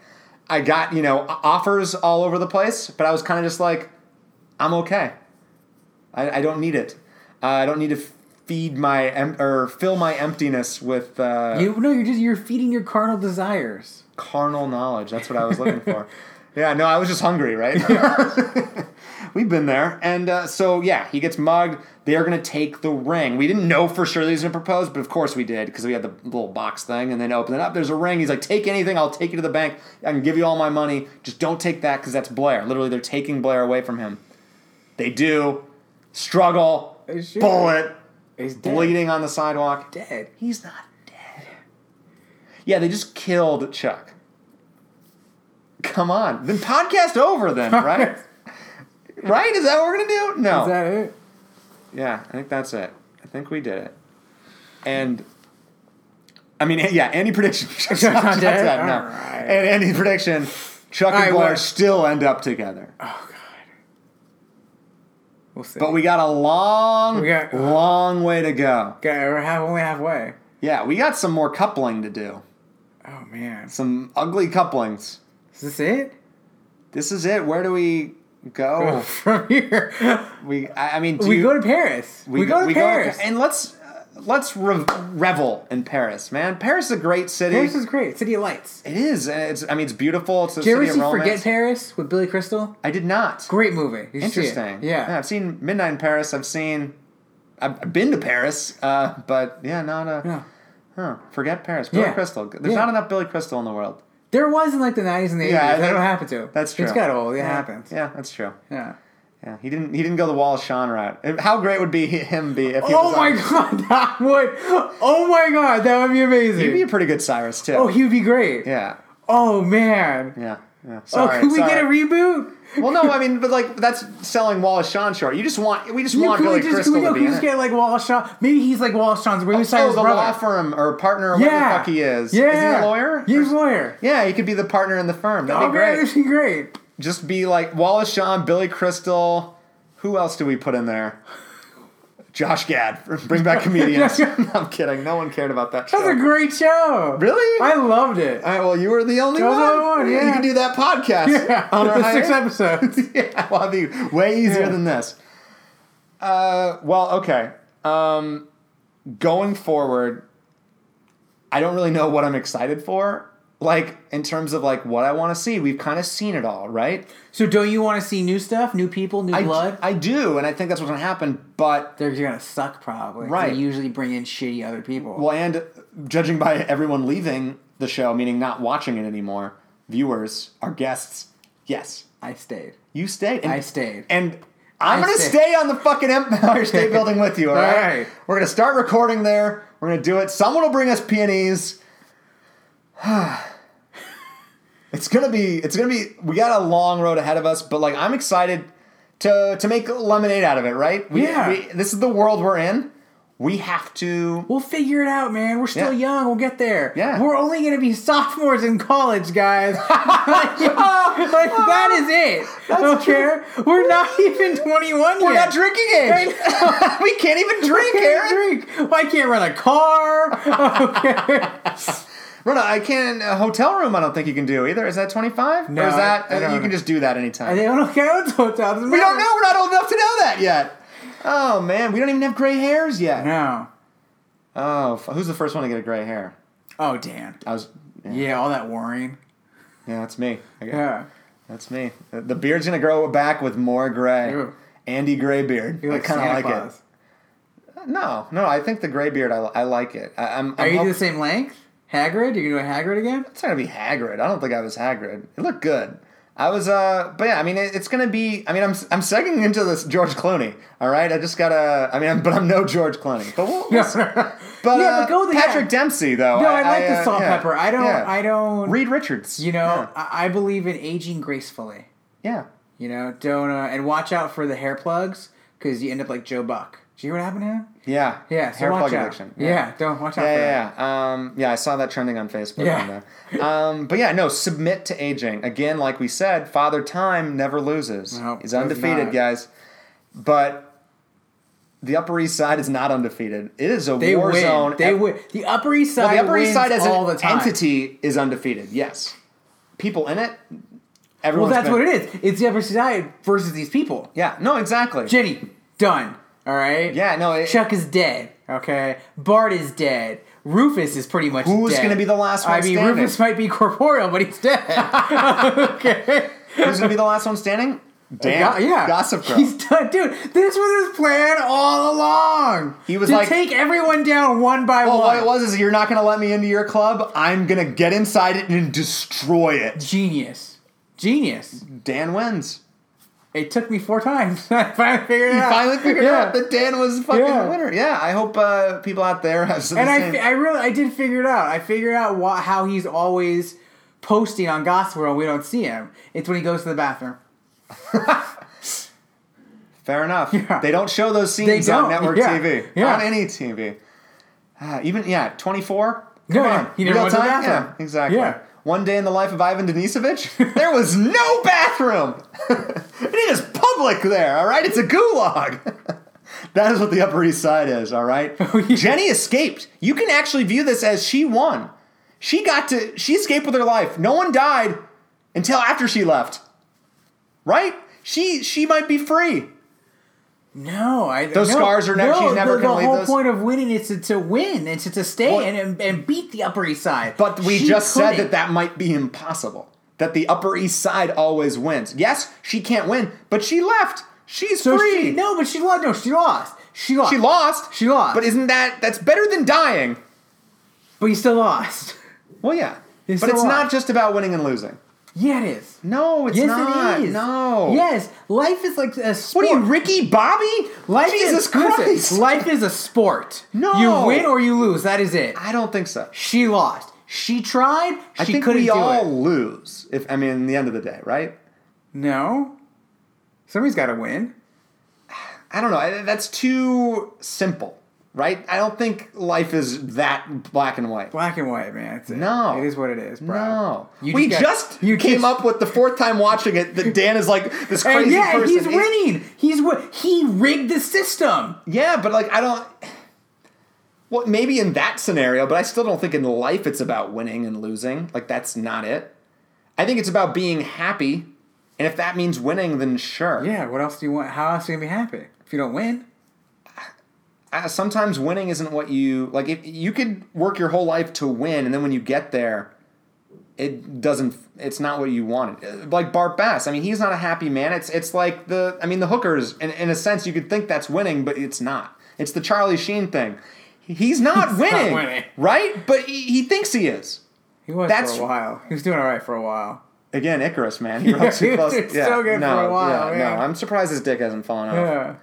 A: I got you know offers all over the place, but I was kind of just like, I'm okay. I, I don't need it. Uh, I don't need to f- feed my em- or fill my emptiness with uh,
B: You no, you're just you're feeding your carnal desires.
A: carnal knowledge. That's what I was looking for. Yeah, no, I was just hungry, right? We've been there. And uh, so, yeah, he gets mugged. They are going to take the ring. We didn't know for sure that he was going to propose, but of course we did because we had the little box thing and then open it up. There's a ring. He's like, take anything. I'll take you to the bank. I can give you all my money. Just don't take that because that's Blair. Literally, they're taking Blair away from him. They do. Struggle.
B: They shoot.
A: Bullet.
B: He's dead.
A: Bleeding on the sidewalk.
B: Dead.
A: He's not dead. Yeah, they just killed Chuck. Come on. Then podcast over then, right? right? Is that what we're gonna do? No.
B: Is that it?
A: yeah, I think that's it. I think we did it. And I mean, yeah, any prediction. Chuck's not
B: not
A: dead?
B: dead?
A: no.
B: Alright.
A: And any prediction, Chuck
B: Alright,
A: and Blair
B: well-
A: still end up together.
B: We'll see.
A: But we got a long,
B: We got-
A: long way to go.
B: Okay, we're half, only halfway.
A: Yeah, we got some more coupling to do.
B: Oh man, is
A: Some ugly couplings.
B: this it?
A: This is it. Where do we go?
B: From here,
A: we, I I mean, do
B: we
A: you-
B: go to Paris. We, go, to Paris.
A: and let's uh, let's re- revel in Paris, man. Paris is a great city.
B: Paris is great. City of Lights.
A: it is. and It's. I mean, it's beautiful. It's a
B: Did you ever
A: city
B: see
A: of romance.
B: Forget Paris with Billy Crystal?
A: I did not.
B: Great movie. You should see it.
A: Interesting.
B: Yeah.
A: I've seen Midnight in Paris. I've seen. I've I've been to Paris, uh, but yeah, not a.
B: Yeah.
A: Huh. Forget Paris. Billy
B: Yeah.
A: Crystal. There's
B: Yeah.
A: not enough Billy Crystal in the world.
B: There was in like the 90s and the 80s.
A: Yeah, I
B: that
A: think-
B: don't happen to.
A: That's true.
B: It's got old. It
A: Yeah.
B: happens.
A: Yeah, that's true.
B: Yeah.
A: Yeah, he didn't. He didn't go the Wall of Sean route. How great would be him be if he
B: Oh
A: was
B: my
A: on-
B: god, that would. Oh my god, that would be amazing.
A: He'd be a pretty good Cyrus too.
B: oh, he would be great.
A: yeah,
B: Oh man.
A: yeah, yeah.
B: Oh,
A: Sorry,
B: could we
A: sorry.
B: get a reboot?
A: well, no, I mean, but like that's selling Wallace Shawn short. You just want we just
B: You
A: want
B: could
A: Billy
B: we just, could
A: Crystal
B: we,
A: to
B: no,
A: be
B: could we
A: in
B: just
A: it.
B: get like Wallace Shawn? Maybe he's like Wallace Shawn's. Maybe he's
A: Oh,
B: Simon's
A: the law
B: brother.
A: firm or partner, or whatever the
B: Yeah.
A: fuck he is.
B: Yeah.
A: Isn't he a lawyer?
B: He's a lawyer.
A: Yeah, he could be the partner in the firm. That'd
B: Oh
A: be
B: man,
A: great.
B: that'd be great.
A: Just be like Wallace Shawn, Billy Crystal. Who else do we put in there? Josh Gad. Bring back comedians. No, I'm kidding. No one cared about that show.
B: That was a great show.
A: really?
B: I loved it.
A: All right, well, you were the only
B: I was
A: one.
B: the only one,
A: You
B: yeah.
A: can do that podcast on our
B: the six
A: hiatus.
B: episodes.
A: yeah, well, that'd be way easier
B: Yeah.
A: than this. Uh, well, okay. Um, going forward, I don't really know what I'm excited for. Like in terms of like what I want to see, we've kind of seen it all, right?
B: So don't you want to see new stuff, new people, new
A: I,
B: blood?
A: I do, and I think that's what's gonna happen. But
B: They're gonna suck probably.
A: Right.
B: They usually bring in shitty other people.
A: well, and judging by everyone leaving the show, meaning not watching it anymore, viewers, our guests, yes,
B: I stayed.
A: You stayed. And,
B: I stayed.
A: And I'm
B: I
A: going to
B: stayed.
A: stay on the fucking Empire State Building with you, all right?
B: All right.
A: We're going to start recording there. We're going to do it. Someone will bring us peonies. it's going to be it's going to be we got a long road ahead of us, but like I'm excited to to make lemonade out of it, right? We,
B: Yeah.
A: we- this is the world we're in. We have to
B: We'll figure it out, man. We're still
A: Yeah.
B: young. We'll get there.
A: Yeah.
B: We're only gonna be sophomores in college, guys. like, that is it. I don't care. We're not even twenty-one
A: We're
B: yet.
A: not drinking age. we can't even drink, Aaron.
B: Can't drink. Well, I can't run a car. Okay.
A: Run a, I can't a hotel room. I don't think you can do either. Is that twenty five?
B: No,
A: or is that uh,
B: I- I don't
A: you can
B: know.
A: just do that anytime?
B: I don't care what's hotels.
A: we don't know. We're not old enough to know that yet. Oh man, we don't even have gray hairs yet.
B: No.
A: Oh, f- who's the first one to get a gray hair?
B: Oh, Dan.
A: I was. Yeah,
B: Yeah, all that worrying.
A: yeah, that's me. I got-
B: Yeah.
A: that's me. The the beard's gonna grow back with more gray.
B: Ew.
A: Andy Graybeard.
B: You're
A: I
B: like
A: kind of
B: Santa
A: like
B: Claus.
A: it. No, no, I think the Graybeard. I, li- I like it. I, I'm.
B: Are
A: I'm
B: you
A: hop-
B: the same length? Hagrid? You're gonna do a Hagrid again?
A: It's not gonna be Hagrid. I don't think I was Hagrid. It looked good. I was, uh, but yeah, I mean, it, it's gonna be. I mean, I'm I'm segging into this George Clooney. All right, I just gotta. I mean, I'm, but I'm no George Clooney. But we'll, we'll see. but,
B: Yeah,
A: uh,
B: but go with the-
A: Patrick Dempsey though.
B: No, I, like the
A: uh,
B: salt
A: yeah,
B: pepper. I don't.
A: yeah.
B: I don't.
A: Reed Richards.
B: you know, I, I believe in aging gracefully.
A: Yeah.
B: You know, don't uh, and watch out for the hair plugs because you end up like Joe Buck. Do you hear what happened to him?
A: Yeah.
B: Yeah, so
A: Hair
B: watch
A: plug
B: out.
A: addiction.
B: Yeah. don't watch out.
A: Yeah,
B: for that.
A: yeah, yeah. Um, yeah, I saw that trending on Facebook.
B: Yeah.
A: on there. Um, but yeah, no, submit to aging. Again, like we said, Father Time never loses.
B: No,
A: He's
B: does
A: undefeated,
B: not.
A: guys. But the Upper East Side is not undefeated. It is a
B: They
A: war
B: win.
A: zone.
B: They win. The Upper East Side.
A: Well, the Upper East
B: wins
A: Side as
B: all
A: an
B: the time.
A: entity is undefeated. Yes, people in it.
B: Well,
A: Everyone's
B: that's
A: been-
B: what it is. It's the Upper East Side versus these people.
A: Yeah. No, exactly.
B: Jenny, Done. All right.
A: Yeah, no, it-
B: Chuck is dead. Okay. Bart is dead. Rufus is pretty much
A: Who's
B: dead.
A: gonna be the last one
B: I mean,
A: standing?
B: Rufus might be corporeal, but he's dead. okay.
A: Who's gonna be the last one standing? Damn,
B: Go- yeah.
A: Gossip Girl.
B: He's done, dude. This was his plan all along.
A: He was
B: to
A: like-
B: take everyone down one by
A: well,
B: one.
A: what it was is you're not gonna let me into your club. I'm gonna get inside it and destroy it.
B: genius. Genius.
A: Dan wins.
B: It took me four times. I finally figured it
A: You
B: out.
A: finally figured
B: Yeah.
A: out that Dan was fucking
B: Yeah.
A: the winner. Yeah, I hope uh, people out there have some.
B: and I,
A: same-
B: fi- I really I did figure it out. I figured out why, how he's always posting on Gospel World. We don't see him. It's when he goes to the bathroom.
A: Fair enough.
B: Yeah.
A: They don't show those scenes
B: They
A: on
B: don't.
A: network
B: Yeah.
A: TV.
B: Yeah.
A: On any TV. Ah, even yeah, twenty four.
B: Yeah, yeah. He never went to the
A: Yeah,
B: bathroom.
A: exactly.
B: Yeah.
A: One day in the life of Ivan Denisovich, there was no bathroom. it is public there. All right, it's a gulag. that is what the Upper East Side is. All right.
B: Oh, yeah.
A: Jenny escaped. You can actually view this as she won. She got to. She escaped with her life. No one died until after she left. Right? She she might be free.
B: No, I
A: Those
B: no,
A: scars are never-
B: No,
A: she's never
B: the,
A: gonna
B: the
A: leave
B: whole
A: those.
B: point of winning is to, to win and to, to stay
A: Well-
B: and, and and beat the Upper East Side.
A: But we
B: She
A: just said that
B: couldn't.
A: that might be impossible. That the Upper East Side always wins. Yes, she can't win, but she left. She's
B: So
A: free.
B: she, no, but she lost. No, she lost. She lost.
A: She lost.
B: She lost.
A: But isn't that that's better than dying?
B: But you still lost.
A: Well, yeah.
B: It's
A: but
B: a
A: it's
B: lot.
A: not just about winning and losing.
B: Yeah, it is.
A: No, it's
B: yes,
A: not.
B: it is.
A: No.
B: Yes, life is like a
A: What
B: sport.
A: are you, Ricky Bobby?
B: Life
A: Jesus
B: is,
A: Christ.
B: listen, life is a sport.
A: No.
B: you win or you lose. That is it.
A: I don't think so.
B: She lost. She tried. She
A: I think
B: couldn't
A: we
B: do
A: all
B: it.
A: lose. If I mean, the end of the day, right?
B: No, somebody's got to win.
A: I don't know. I- That's too simple, right? I don't think life is that black and white.
B: Black and white, man. That's it.
A: No.
B: it is what it is, bro.
A: No,
B: You
A: we
B: got-
A: just
B: you
A: came
B: just-
A: up with the fourth time watching it that Dan is like this
B: And
A: crazy
B: yeah,
A: person.
B: he's winning. He's wi- he rigged the system.
A: Yeah, but like I don't. Well, maybe in that scenario, but I still don't think in life it's about winning and losing. Like that's not it. I think it's about being happy, and if that means winning, then sure.
B: Yeah. What else do you want? How else are you gonna be happy if you don't win?
A: Uh, sometimes winning isn't what you like. If you could work your whole life to win, and then when you get there, it doesn't. It's not what you wanted. Uh, Like Bart Bass. I mean, he's not a happy man. It's it's like the. I mean, the hookers. In, in a sense, you could think that's winning, but it's not. It's the Charlie Sheen thing. He's not, winning,
B: winning.
A: right? But he, he thinks he is.
B: He was
A: That's-
B: for a while. He was doing all right for a while.
A: Again, Icarus, man. He rubbed
B: he
A: too
B: was
A: close.
B: so good for
A: no,
B: a while,
A: yeah,
B: man.
A: No, I'm surprised his dick hasn't fallen off.
B: Yeah,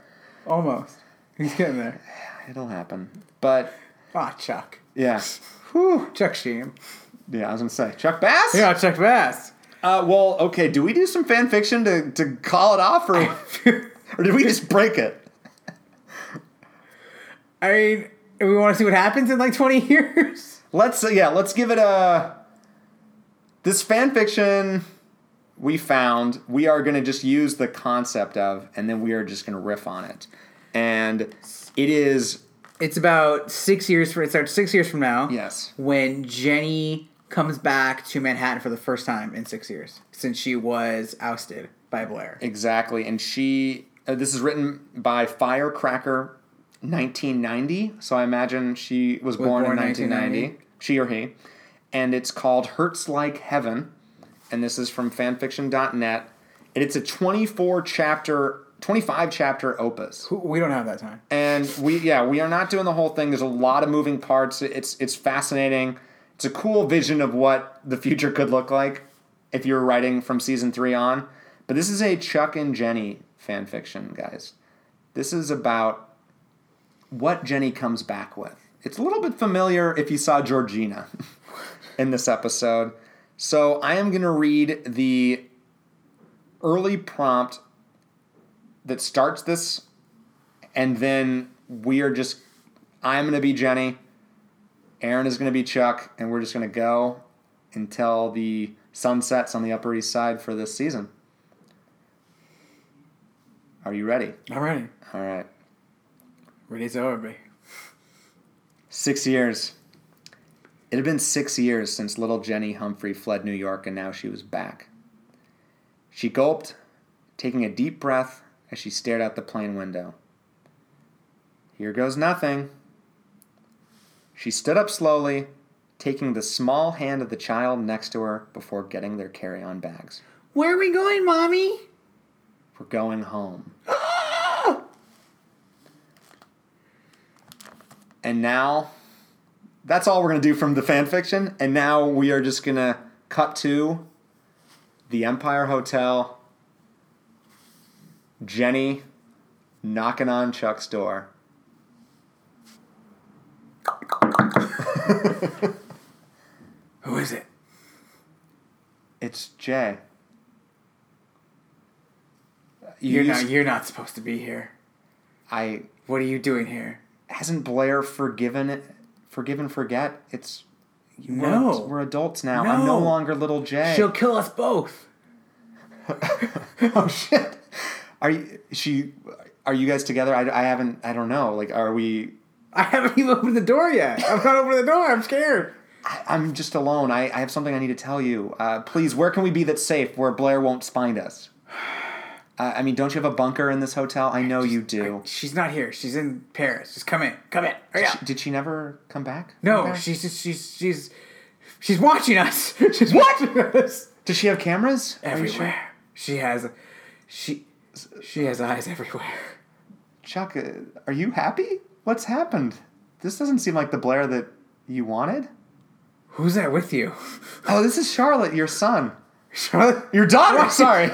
B: almost. He's getting there.
A: It'll happen. But
B: Ah, Chuck.
A: yeah,
B: Chuck Sheen.
A: yeah. I was gonna say Chuck Bass.
B: Yeah, Chuck Bass.
A: Uh, well, okay. Do we do some fan fiction to, to call it off, or, or did we just break it?
B: I mean, we want to see what happens in like 20 years.
A: Let's uh, yeah. Let's give it a. This fan fiction we found, we are going to just use the concept of, and then we are just going to riff on it, and it is
B: It's about six years from. It starts six years from now.
A: Yes.
B: When Jenny comes back to Manhattan for the first time in six years since she was ousted by Blair.
A: exactly. And she, uh, this is written by Firecracker, 1990. So I imagine she was born,
B: born
A: in 1990.
B: 1990.
A: She or he, and it's called Hurts Like Heaven, and this is from fanfiction.net, and it's a 24 chapter, 25 chapter opus.
B: We don't have that time.
A: And we, yeah, we are not doing the whole thing. There's a lot of moving parts. It's it's fascinating. It's a cool vision of what the future could look like if you're writing from season three on. But this is a Chuck and Jenny fan fiction, guys. This is about what Jenny comes back with. It's a little bit familiar if you saw Georgina in this episode. So I am going to read the early prompt that starts this and then we are just I'm gonna be Jenny, Aaron is gonna be Chuck, and we're just gonna go until the sun sets on the Upper East Side for this season. Are you ready?
B: All right.
A: All right.
B: Ready to over, baby.
A: Six years. It had been six years since little Jenny Humphrey fled New York, and now she was back. She gulped, taking a deep breath as she stared out the plane window. Here goes nothing. She stood up slowly, taking the small hand of the child next to her before getting their carry on bags.
B: Where are we going, mommy?
A: We're going home. and now, that's all we're going to do from the fan fiction. And now we are just going to cut to the Empire Hotel. Jenny knocking on Chuck's door.
B: Who is it?
A: It's Jay. You
B: You're
A: used-
B: not. You're not supposed to be here.
A: I
B: What are you doing here?
A: hasn't Blair forgiven it? Forgive and forget. It's we're,
B: No.
A: we're adults now. I'm no
B: No.
A: longer little Jay.
B: She'll kill us both.
A: oh shit. Are you she? Are you guys together? I, I haven't. I don't know. Like, are we?
B: I haven't even opened the door yet. I've not opened the door. I'm scared.
A: I- I'm just alone. I, I have something I need to tell you. Uh, please, where can we be that's safe where Blair won't find us? Uh, I mean, don't you have a bunker in this hotel? I know you do.
B: She's not here. She's in Paris. Just come in. Come in. Hurry up.
A: She- did she never come back?
B: No,
A: Okay.
B: she's just, she's she's she's watching us. She's watching us
A: Does she have cameras? Are you sure?
B: everywhere. She has she she has eyes everywhere.
A: Chuck, uh, are you happy? What's happened? This doesn't seem like the Blair that you wanted.
B: Who's that with you?
A: Oh, this is Charlotte, your son.
B: Charlotte?
A: Your daughter,
B: What?
A: sorry.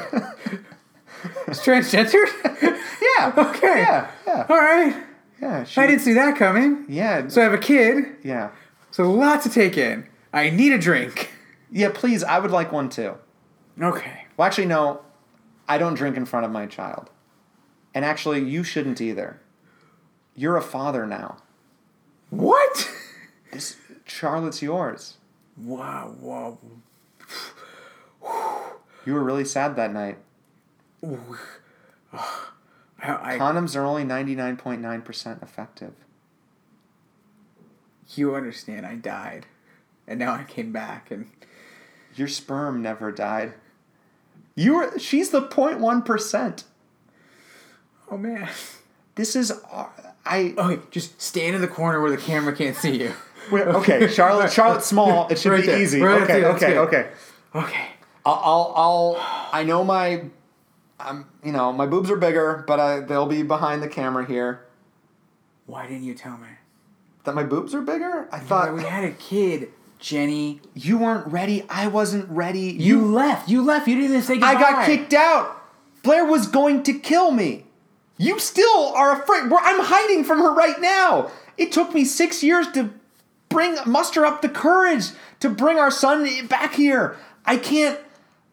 B: It's transgendered?
A: yeah.
B: Okay.
A: Yeah. Yeah.
B: All right.
A: Yeah. She,
B: I didn't see that coming.
A: Yeah.
B: So I have a kid.
A: yeah.
B: So a lot to take in. I need a drink.
A: Yeah, please, I would like one too.
B: Okay.
A: Well, actually, no, I don't drink in front of my child. And actually, you shouldn't either. You're a father now.
B: What?
A: This Charlotte's yours.
B: Wow, wow.
A: You were really sad that night.
B: I, I,
A: Condoms are only 99.9% effective.
B: you understand, I died. And now I came back and
A: Your sperm never died. You were she's the 0.1%.
B: oh man.
A: This is our- I
B: Okay, just stand in the corner where the camera can't see you.
A: okay, Charlotte Charlotte small. It should
B: Right
A: be
B: there.
A: easy.
B: Right
A: okay,
B: there, that's
A: okay,
B: good.
A: okay.
B: Okay.
A: I'll, I'll I'll I know my I'm you know, my boobs are bigger, but I they'll be behind the camera here.
B: Why didn't you tell me?
A: That my boobs are bigger? I
B: we
A: thought
B: had a kid, Jenny.
A: you weren't ready. I wasn't ready.
B: You, left. You left. You didn't even say goodbye.
A: I got kicked out. Blair was going to kill me. You still are afraid. We're- I'm hiding from her right now. It took me six years to bring muster up the courage to bring our son back here. I can't.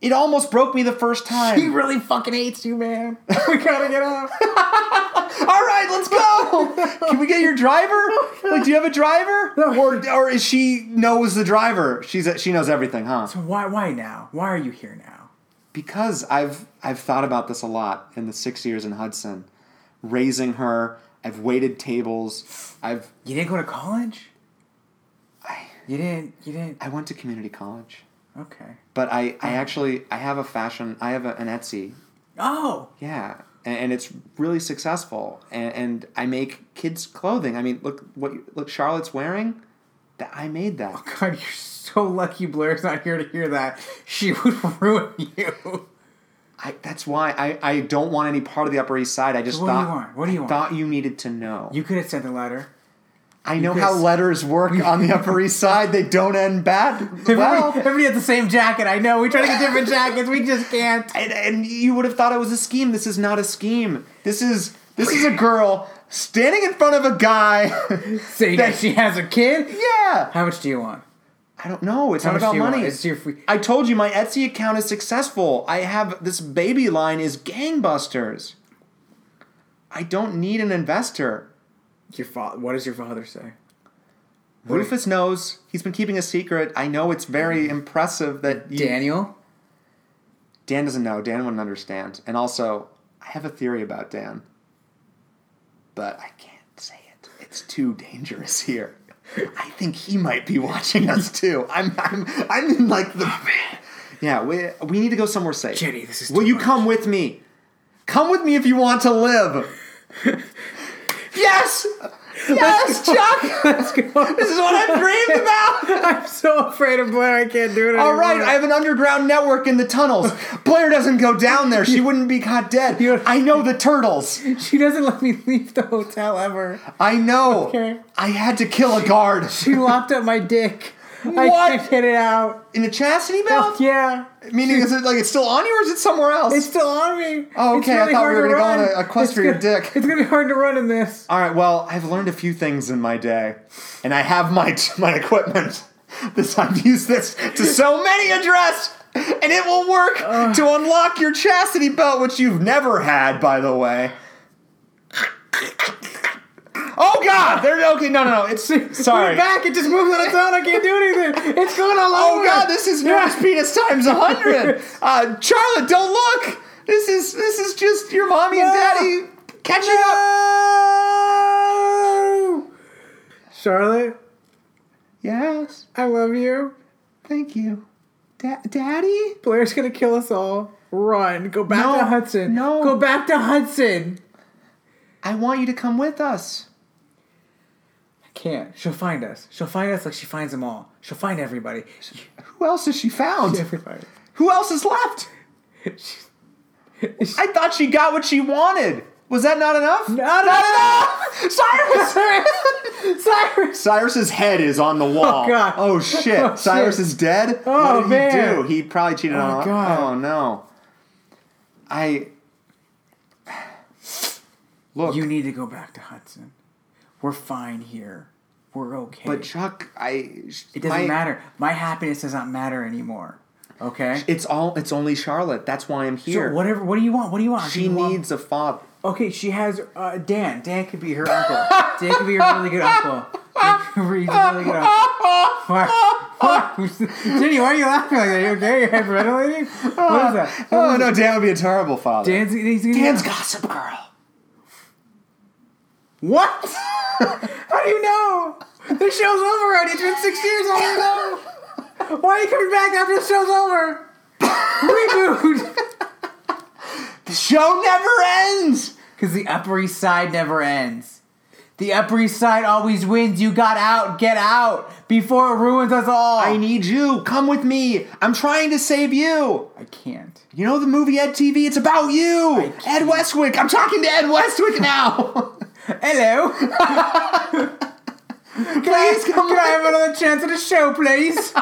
A: It almost broke me the first
B: He
A: time.
B: really fucking hates you, man. we gotta get out.
A: All right, let's go. Can we get your driver? Like, do you have a driver? Or, or is she knows the driver? She's a, she knows everything, huh?
B: Why? Why now? Why are you here now?
A: because I've I've thought about this a lot in the six years in Hudson, raising her. I've waited tables. I've
B: You didn't go to college.
A: I,
B: You didn't. You didn't.
A: I went to community college,
B: Okay.
A: but I, I actually I have a fashion I have a, an Etsy
B: Oh,
A: yeah and, and it's really successful and, and I make kids clothing. I mean look what you- look Charlotte's wearing, that I made that.
B: God, you're so lucky. Blair's not here to hear that. She would ruin you.
A: I, that's why I, I don't want any part of the Upper East Side. I just
B: What do you
A: thought
B: want? What do
A: I
B: you want?
A: thought you needed to know.
B: You could have sent a letter.
A: I know
B: could
A: how
B: have-
A: letters work on the Upper East Side. They don't end bad.
B: Everybody,
A: Well,
B: everybody had the same jacket. I know. We try to get different jackets. We just can't.
A: and, and you would have thought it was a scheme. This is not a scheme. This is this is a girl standing in front of a guy.
B: Saying that she has a kid.
A: yeah,
B: How much do you want?
A: I don't know. It's
B: How
A: not
B: much
A: about
B: do you
A: money.
B: want? It's your free.
A: I told you my Etsy account is successful. I have this baby line is gangbusters. I don't need an investor.
B: Your father. What does your father say?
A: Rufus knows. He's been keeping a secret. I know it's very impressive that you,
B: Daniel.
A: Dan doesn't know. Dan wouldn't understand. And also, I have a theory about Dan. But I can't say it. It's too dangerous here. I think he might be watching us too. I'm I'm I'm in like the Yeah, we we need to go somewhere safe.
B: Oh, Jenny, this is
A: Will
B: too
A: you
B: much.
A: come with me? Come with me if you want to live.
B: Yes! Yes, Chuck! Let's go.
A: This is what I dreamed about.
B: I'm so afraid of Blair, I can't do it
A: All right, I have an underground network in the tunnels. Blair doesn't go down there. She wouldn't be caught dead.
B: You-
A: I know the turtles.
B: she doesn't let me leave the hotel ever.
A: I know.
B: Okay.
A: I had to kill a guard
B: She lopped up my dick. I
A: What?
B: can't get it out.
A: in a chastity
B: Oh,
A: belt.
B: yeah.
A: Meaning, is it like it's still on you or is it somewhere else?
B: It's still on me.
A: Oh,
B: It's
A: okay, I thought we
B: hard
A: were gonna go
B: run.
A: on a- a quest
B: It's
A: for your
B: gonna-
A: dick.
B: It's gonna be hard to run in this.
A: All right. Well, I've learned a few things in my day, and I have my my equipment. This I've used this to so many address, and it will work to unlock your chastity belt, which you've never had, by the way. Oh God! There. Okay. No. No. No. It's
B: Put
A: sorry.
B: it back. It just moves on its own. I can't do anything. It's going all
A: Oh
B: over.
A: God! This is nervous penis times a hundred. Uh, Charlotte, don't look. This is this is just your mommy and daddy catching up.
B: Oh. Charlotte,
A: Yes.
B: I love you.
A: Thank you. Da- Daddy?
B: Blair's gonna kill us all. Run. Go back
A: No.
B: to Hudson.
A: No.
B: Go back to Hudson.
A: I want you to come with us.
B: I can't. She'll find us. She'll find us like she finds them all. She'll find everybody.
A: Who else has she found?
B: Everybody.
A: Who else is left? I thought she got what she wanted. Was that not enough?
B: Not enough.
A: Cyrus!
B: Cyrus.
A: Cyrus's head is on the wall.
B: Oh, God.
A: shit.
B: Oh, shit.
A: Cyrus is dead?
B: Oh,
A: what did
B: man.
A: he do? He probably cheated on
B: God.
A: Oh no. I Look.
B: You need to go back to Hudson. We're fine here. We're okay.
A: but Chuck, I
B: It doesn't
A: my-
B: matter. My happiness does not matter anymore. Okay.
A: It's all it's only Charlotte. That's why I'm
B: So
A: here.
B: whatever. What do you want? What do you want? Do
A: She
B: you want-
A: needs a father.
B: Okay, she has uh, Dan. Dan could be her uncle. Dan could be a really good uncle. He's a really good uncle. Why- why- Jenny, why are you laughing like that? You okay? You're hyperventilating? What is that?
A: Oh no, Dan would be a terrible father.
B: Dan's, he's, he's,
A: Dan's Gossip Girl.
B: What? How do you know? The show's over already. It's been six years. I don't know. Why are you coming back after the show's over? Reboot.
A: The show never ends.
B: Because the Upper East Side never ends. The Upper East Side always wins. You got out. Get out before it ruins us all.
A: I need you. Come with me. I'm trying to save you.
B: I can't.
A: You know the movie Ed TV? It's about you. Ed Westwick. I'm talking to Ed Westwick now.
B: Hello. can
A: Please
B: I,
A: come
B: can I have another chance at a show, please?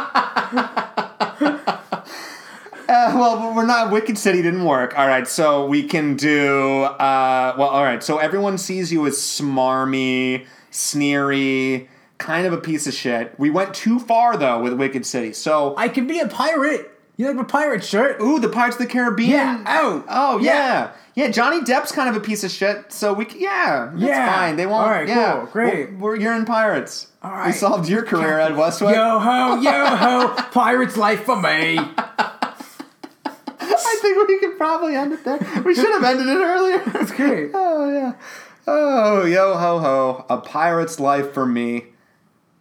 A: Uh, well, we're not. Wicked City didn't work. All right, so we can do. Uh, well, all right, so everyone sees you as smarmy, sneery, kind of a piece of shit. We went too far though with Wicked City. So,
B: I can be a pirate. You like my pirate shirt?
A: ooh, the Pirates of the Caribbean.
B: Yeah. Oh.
A: Oh yeah. yeah, Johnny Depp's kind of a piece of shit. So we, c- yeah, that's
B: Yeah.
A: fine. They won't.
B: All right,
A: yeah,
B: cool, great.
A: We're, we're- you're in Pirates. All
B: right.
A: we solved your career, Ed Westwick.
B: Yo ho, yo ho, pirate's life for me.
A: I think we could probably end it there. We should have ended it earlier.
B: That's great.
A: Oh yeah. Oh yo ho ho. A pirate's life for me.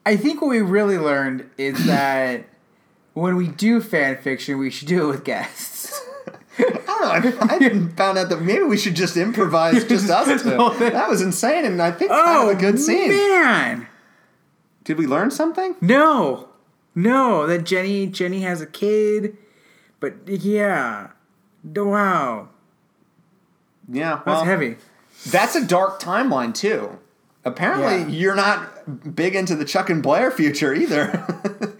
B: I think what we really learned is that when we do fan fiction, we should do it with guests.
A: I don't know. I, I even found out that maybe we should just improvise just us two. That was insane, and I think kind of a good scene.
B: Oh, man!
A: Did we learn something?
B: No, no, that Jenny Jenny has a kid, but yeah, wow,
A: Yeah.
B: that's
A: well,
B: heavy.
A: That's a dark timeline too. Apparently,
B: Yeah.
A: you're not big into the Chuck and Blair future either.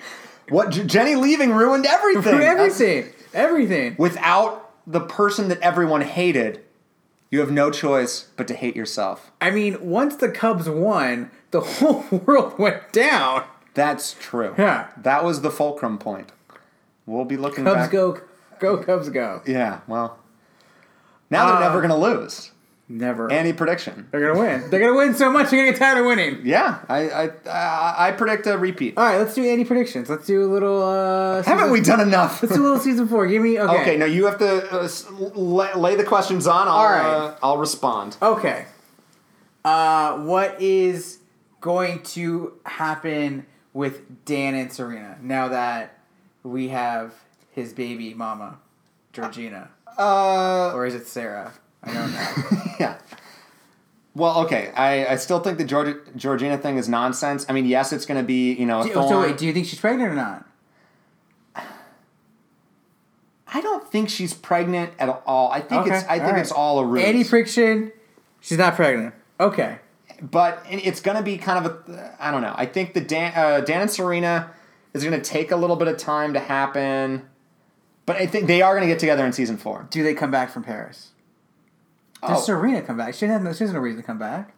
A: what J- Jenny leaving ruined everything. That's-
B: Everything, everything.
A: without the person that everyone hated, you have no choice but to hate yourself.
B: I mean, once the Cubs won, the whole world went down.
A: That's true.
B: Yeah.
A: That was the fulcrum point. We'll be looking
B: Cubs
A: back.
B: go, go Cubs go.
A: Yeah, well. Now they're
B: Uh.
A: never going to lose.
B: Never.
A: Any prediction?
B: They're gonna win. They're gonna win so much. You're gonna get tired of winning.
A: Yeah, I I, I, I predict a repeat.
B: All right, let's do any predictions. Let's do a little. uh
A: Haven't
B: season-
A: we done enough?
B: Let's do a little season four. Give me okay.
A: Okay, now you have to uh, s- lay, lay the questions on. I'll,
B: All right.
A: uh, I'll respond.
B: Okay. Uh, what is going to happen with Dan and Serena now that we have his baby mama, Georgina,
A: Uh,
B: or is it Sarah? I don't know.
A: yeah. Well, okay. I, I still think the Georg Georgina thing is nonsense. I mean, yes, it's going to be you know a
B: Do-
A: thorn.
B: so wait, do you think she's pregnant or not?
A: I don't think she's pregnant at all. I think
B: Okay,
A: it's I think
B: alright.
A: it's all a ruse.
B: Any friction? She's not pregnant. Okay.
A: but it- it's going to be kind of a I don't know. I think the Dan, uh, Dan and Serena is going to take a little bit of time to happen, but I think they are going to get together in season four. Oh,
B: Do they come back from Paris? Does Serena come back? She doesn't have no, she has no reason to come back.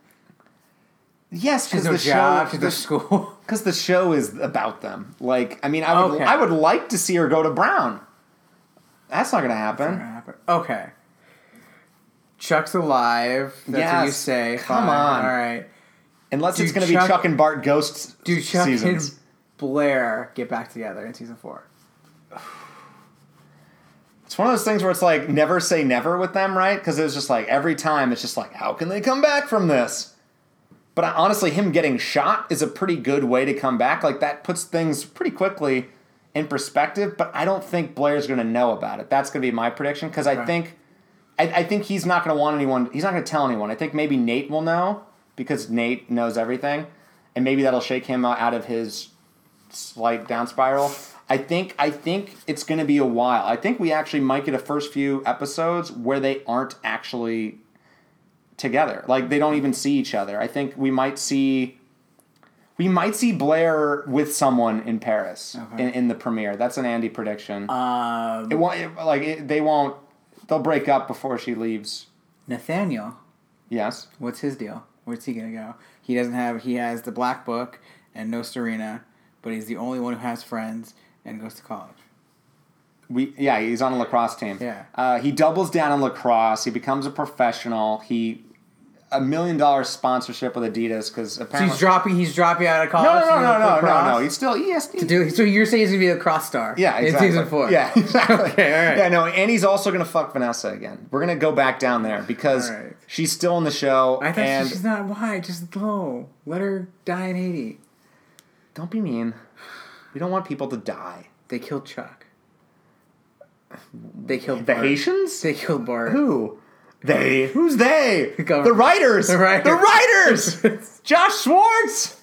A: yes,
B: She
A: because
B: has no
A: the
B: job.
A: show
B: She's no school.
A: because the show is about them. Like I mean, I would
B: Okay.
A: I would like to see her go to Brown. That's not going to happen.
B: okay. Chuck's alive. That's what you
A: Yes.
B: say.
A: Come
B: Fine.
A: on.
B: All right.
A: Unless
B: Do
A: it's going to be
B: Chuck-
A: Chuck and Bart ghosts
B: Do Chuck
A: seasons.
B: and Blair get back together in season four?
A: It's one of those things where it's like never say never with them, right? Because it was just like every time it's just like, how can they come back from this? But I, honestly, him getting shot is a pretty good way to come back. Like that puts things pretty quickly in perspective. But I don't think Blair's going to know about it. That's going to be my prediction because I think, I, I think he's not going to want anyone. He's not going to tell anyone. I think maybe Nate will know because Nate knows everything, and maybe that'll shake him out of his slight down spiral. I think I think it's going to be a while. I think we actually might get a first few episodes where they aren't actually together. Like they don't even see each other. I think we might see we might see Blair with someone in Paris in, in the premiere. That's an Andy prediction.
B: Um,
A: it won't it- like it, they won't they'll break up before she leaves.
B: Nathaniel,
A: Yes.
B: what's his deal? Where's he gonna go? He doesn't have. He has the black book and no Serena, but he's the only one who has friends and goes to college.
A: We yeah, he's on a lacrosse team.
B: Yeah.
A: Uh, he doubles down on lacrosse. He becomes a professional. He a million dollar sponsorship with Adidas because
B: So
A: apparently
B: he's dropping. He's dropping out
A: no
B: of college.
A: no no no
B: to
A: no
B: go
A: no,
B: across?
A: no. He's still he has to
B: Dude, so you're saying he's gonna be a cross star?
A: yeah exactly
B: In season four.
A: yeah exactly
B: Okay, all right.
A: yeah no and he's also gonna fuck Vanessa again. We're gonna go back down there because
B: All right.
A: she's still in the show
B: I thought
A: and
B: she's not. Why? Just low. Let her die in Haiti.
A: don't be mean. We don't want people to die.
B: They killed Chuck. They killed
A: The
B: Bart.
A: Haitians?
B: They killed Bart.
A: Who? They? Who's they? The,
B: government.
A: writers.
B: The writers.
A: writers! Josh Schwartz.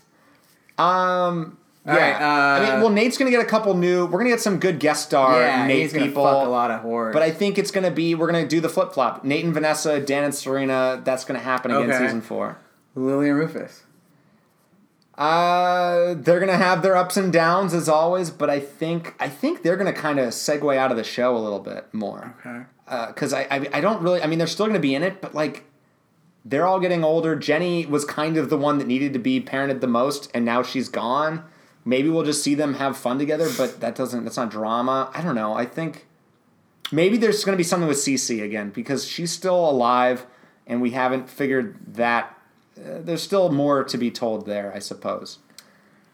A: Um. Yeah.
B: right, uh,
A: I mean, well, Nate's gonna get a couple new. We're gonna get some good guest star
B: yeah,
A: Nate
B: he's gonna
A: people.
B: fuck a lot of whores.
A: But I think it's gonna be we're gonna do the flip flop. Nate and Vanessa, Dan and Serena. That's gonna happen again
B: Okay.
A: season four.
B: Lily and Rufus.
A: Uh, they're gonna have their ups and downs as always, but I think I think they're gonna kind of segue out of the show a little bit more.
B: Okay.
A: because Uh, I, I I don't really I mean they're still going to be in it, but like they're all getting older. Jenny was kind of the one that needed to be parented the most, and now she's gone. Maybe we'll just see them have fun together, but that doesn't that's not drama. I don't know. I think maybe there's going to be something with Cece again because she's still alive, and we haven't figured that. Uh, there's still more to be told there, I suppose.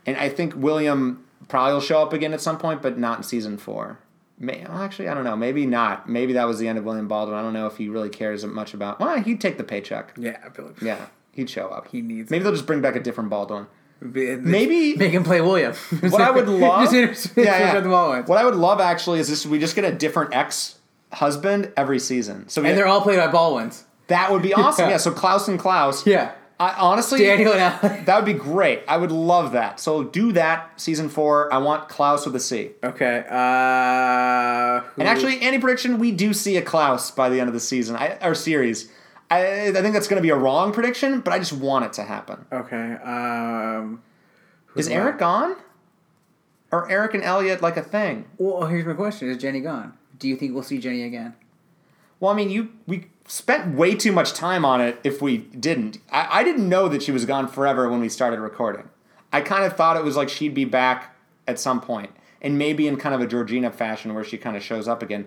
A: And I think William probably will show up again at some point, but not in season four. May, well, actually, I don't know. Maybe not. Maybe that was the end of William Baldwin. I don't know if he really cares much about. Well, he'd take the paycheck.
B: Yeah, I feel like
A: Yeah, he'd show up.
B: He needs
A: Maybe
B: it.
A: they'll just bring back a different Baldwin.
B: Be-
A: Maybe-
B: make him play William.
A: What I would love.
B: just interswitch
A: Yeah, yeah.
B: with the ball ones.
A: What I would love actually is this: we just get a different ex husband every season. So we,
B: and they're all played by ball ones.
A: that would be awesome.
B: Yeah.
A: Yeah. So Klaus and Klaus.
B: Yeah,
A: I honestly.
B: Daniel and Alex.
A: That would be great. I would love that. So do that season four. I want Klaus with a C.
B: Okay. Uh, who-
A: And actually, any prediction, we do see a Klaus by the end of the season, I, our series. I, I think that's going to be a wrong prediction, but I just want it to happen.
B: okay. Um,
A: Is Eric gone? Are Eric and Elliot like a thing?
B: well, here's my question: Is Jenny gone? Do you think we'll see Jenny again?
A: Well, I mean, you we spent way too much time on it. If we didn't, I, I didn't know that she was gone forever when we started recording. I kind of thought it was like she'd be back at some point, and maybe in kind of a Georgina fashion where she kind of shows up again.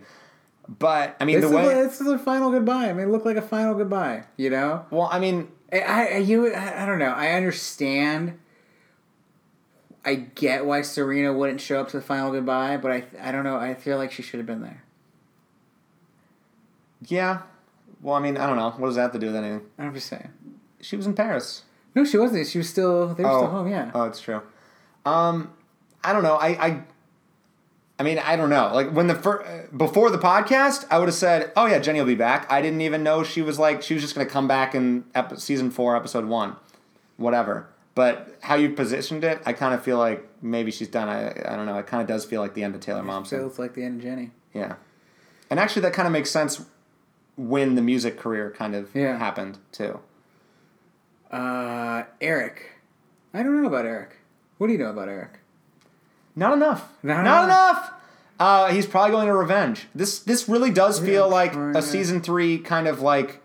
A: But I mean,
B: This is,
A: the way.
B: a, this is a final goodbye. I mean, it looked like a final goodbye. You know.
A: well, I mean,
B: I, I you I, I don't know. I understand. I get why Serena wouldn't show up to the final goodbye, but I I don't know. I feel like she should have been there.
A: yeah. Well, I mean, I don't know. What does that have to do with anything?
B: I'm just saying.
A: She was in Paris.
B: No, she wasn't. She was Oh. still. They were still home. Yeah.
A: Oh, it's true. Um, I don't know. I, I I mean, I don't know. Like when the fir- before the podcast, I would have said, "Oh yeah, Jenny will be back." I didn't even know she was like she was just going to come back in ep- season four, episode one, whatever. But how you positioned it, I kind of feel like maybe she's done. I I don't know. It kind of does feel like the end of Taylor Momsen.
B: Feels like the end of Jenny.
A: Yeah, and actually that kind of makes sense when the music career kind of
B: Yeah.
A: happened too.
B: Uh, Eric. I don't know about Eric. What do you know about Eric?
A: Not enough.
B: Not
A: Not,
B: enough.
A: enough. Uh, he's probably going to revenge. This this really does
B: Oh,
A: feel like
B: probably.
A: a season three kind of like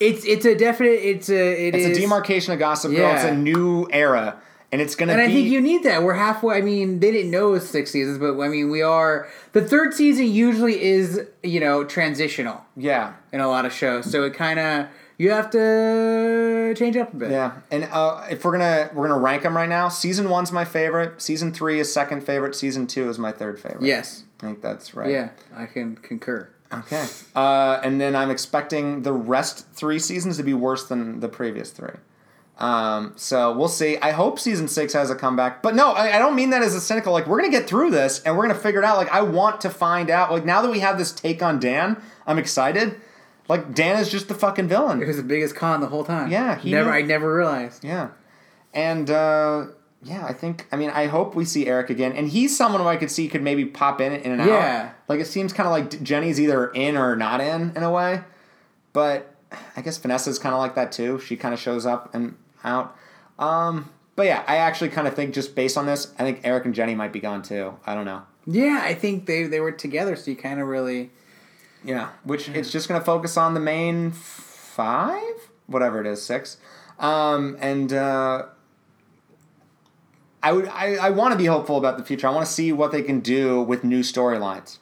B: It's it's a definite. It's a it
A: it's
B: is-
A: a demarcation of Gossip Girl. It's
B: Yeah.
A: a new era, and it's gonna
B: And
A: be.
B: I think you need that. We're halfway. I mean, they didn't know it was six seasons, but I mean, we are. The third season usually is you know transitional
A: yeah,
B: in a lot of shows, so it kind of you have to change up a bit.
A: yeah. And uh, if we're gonna we're gonna rank them right now, season one's my favorite. Season three is second favorite. Season two is my third favorite.
B: Yes.
A: I think that's right.
B: Yeah, I can concur.
A: Okay. Uh, and then I'm expecting the rest three seasons to be worse than the previous three. Um, so we'll see. I hope season six has a comeback, but no, I, I don't mean that as a cynical. Like we're gonna get through this and we're gonna figure it out. Like I want to find out. Like now that we have this take on Dan, I'm excited. Like Dan is just the fucking
B: It
A: villain.
B: was the biggest con the whole time.
A: Yeah, he
B: never.
A: knew-
B: I never realized.
A: Yeah. And uh, yeah, I think. I mean, I hope we see Eric again. And he's someone who I could see could maybe pop in in and out.
B: Yeah.
A: Like it seems kind of like Jenny's either in or not in in a way. But I guess Vanessa's kind of like that too. She kind of shows up and out. Um, but yeah, I actually kind of think just based on this, I think Eric and Jenny might be gone too. I don't know.
B: Yeah, I think they they were together, so you kind of really.
A: Yeah, which it's just going to focus on the main five, whatever it is, six, um, and uh, I would I, I want to be hopeful about the future. I want to see what they can do with new storylines.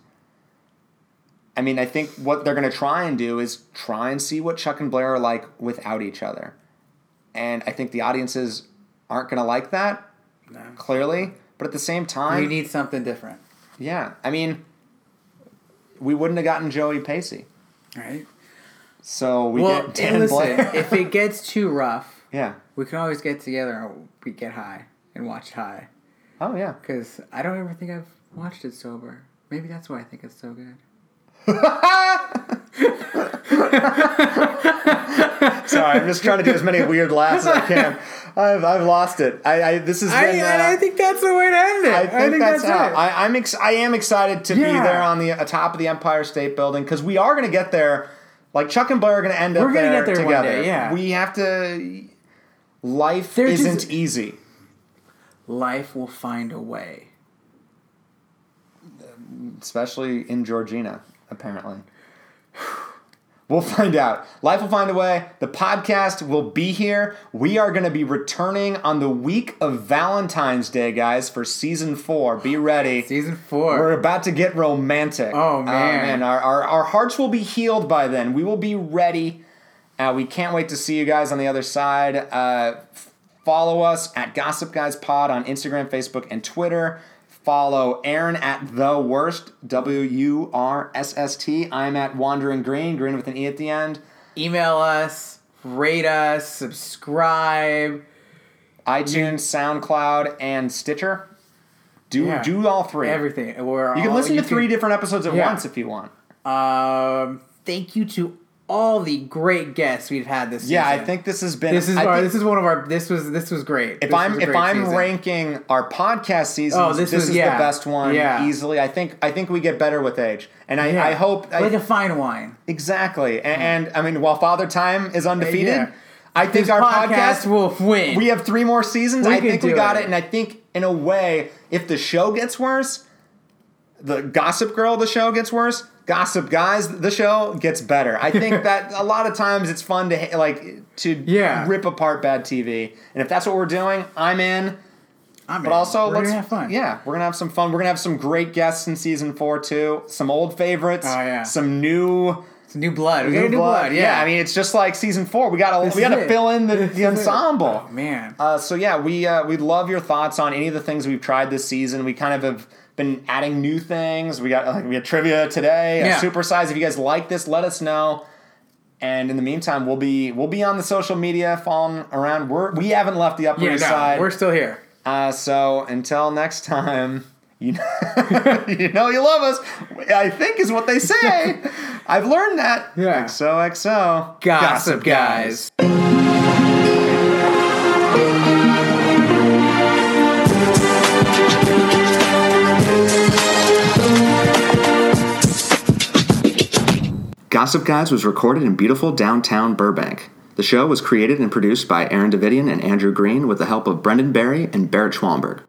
A: I mean, I think what they're going to try and do is try and see what Chuck and Blair are like without each other, and I think the audiences aren't going to like that clearly. But at the same time,
B: You need something different,
A: yeah, I mean, we wouldn't have gotten Joey Pacey.
B: right?
A: So we
B: well,
A: get
B: and
A: Dan
B: listen,
A: Blair.
B: if it gets too rough,
A: yeah.
B: we can always get together and we get high and watch high.
A: Oh yeah.
B: Because I don't ever think I've watched it sober. Maybe that's why I think it's so good.
A: Sorry, I'm just trying to do as many weird laughs as I can. I've, I've lost it. I, I this has been. uh,
B: I, I think that's the way to end it.
A: I think, that's, how.
B: it.
A: I, I'm ex- I am excited to be
B: Yeah.
A: there on the atop of the Empire State Building because we are going to get there. Like Chuck and Blair are going to end
B: We're
A: up
B: gonna
A: there
B: get there one
A: together.
B: day, yeah.
A: We have to. Life
B: They're just-
A: isn't easy.
B: Life will find a way.
A: especially in Georgina, apparently. We'll find out. Life will find a way. The podcast will be here. We are going to be returning on the week of Valentine's Day, guys, for season four. Be ready.
B: Season 4
A: We're about to get romantic. Uh,
B: Oh, man.
A: Our, our, our hearts will be healed by then. We will be ready. Uh, we can't wait to see you guys on the other side. Uh, f- follow us at Gossip Guys Pod on Instagram, Facebook, and Twitter. Follow Aaron at The Worst, W U R S S T. I'm at Wandering Green, green with an E at the end.
B: Email us, rate us, subscribe.
A: iTunes, SoundCloud, and Stitcher. Do,
B: Yeah.
A: do all three.
B: Everything. We're
A: You can
B: all-
A: listen to three
B: can-
A: different episodes at
B: Yeah.
A: once if you want.
B: Um, thank you to all the great guests we've had this
A: Yeah,
B: season.
A: I think this has been.
B: this is
A: I
B: our,
A: think-
B: this is one of our this was this was great.
A: If
B: This
A: I'm
B: was a
A: if
B: great
A: I'm
B: season.
A: ranking our podcast seasons,
B: Oh, this
A: this,
B: was-
A: is
B: yeah.
A: the best one
B: Yeah.
A: easily. I think I think we get better with age, and I,
B: Yeah.
A: I hope I-
B: like a fine wine.
A: exactly. A- And, I mean, while Father Time is undefeated,
B: Yeah.
A: I think our podcast.
B: will win.
A: we have three more seasons.
B: We
A: I
B: could
A: think we
B: do
A: got
B: it.
A: it. and I think in a way, if the show gets worse, the Gossip Girl, the show gets worse. Gossip Guys, the show gets better. I think that a lot of times it's fun to ha- like to
B: Yeah.
A: rip apart bad TV, and if that's what we're doing, I'm in.
B: I'm
A: But also,
B: we're
A: let's
B: gonna have fun.
A: Yeah, we're gonna have some fun. We're gonna have some great guests in season four too. Some old favorites.
B: Oh, yeah.
A: Some new.
B: it's new blood. We got new blood. Yeah.
A: I mean, it's just like season four. We got to we
B: is
A: got to
B: it.
A: fill in the, the
B: is it. Oh,
A: ensemble.
B: man.
A: Uh, so yeah, we uh, we love your thoughts on any of the things we've tried this season. We kind of have been adding new things. We got like we had trivia today,
B: Yeah.
A: a super size. If you guys like this, let us know. And in the meantime, we'll be we'll be on the social media, following around. We're we haven't left the Upper
B: yeah,
A: East
B: no,
A: Side.
B: we're still here.
A: Uh, so until Uh, next time, You know, you know you love us. I think is what they say. I've learned that.
B: Yeah.
A: XOXO.
B: Gossip Guys.
A: Gossip Guys was recorded in beautiful downtown Burbank. The show was created and produced by Aaron Davidian and Andrew Green with the help of Brendan Barry and Barrett Schwalmberg.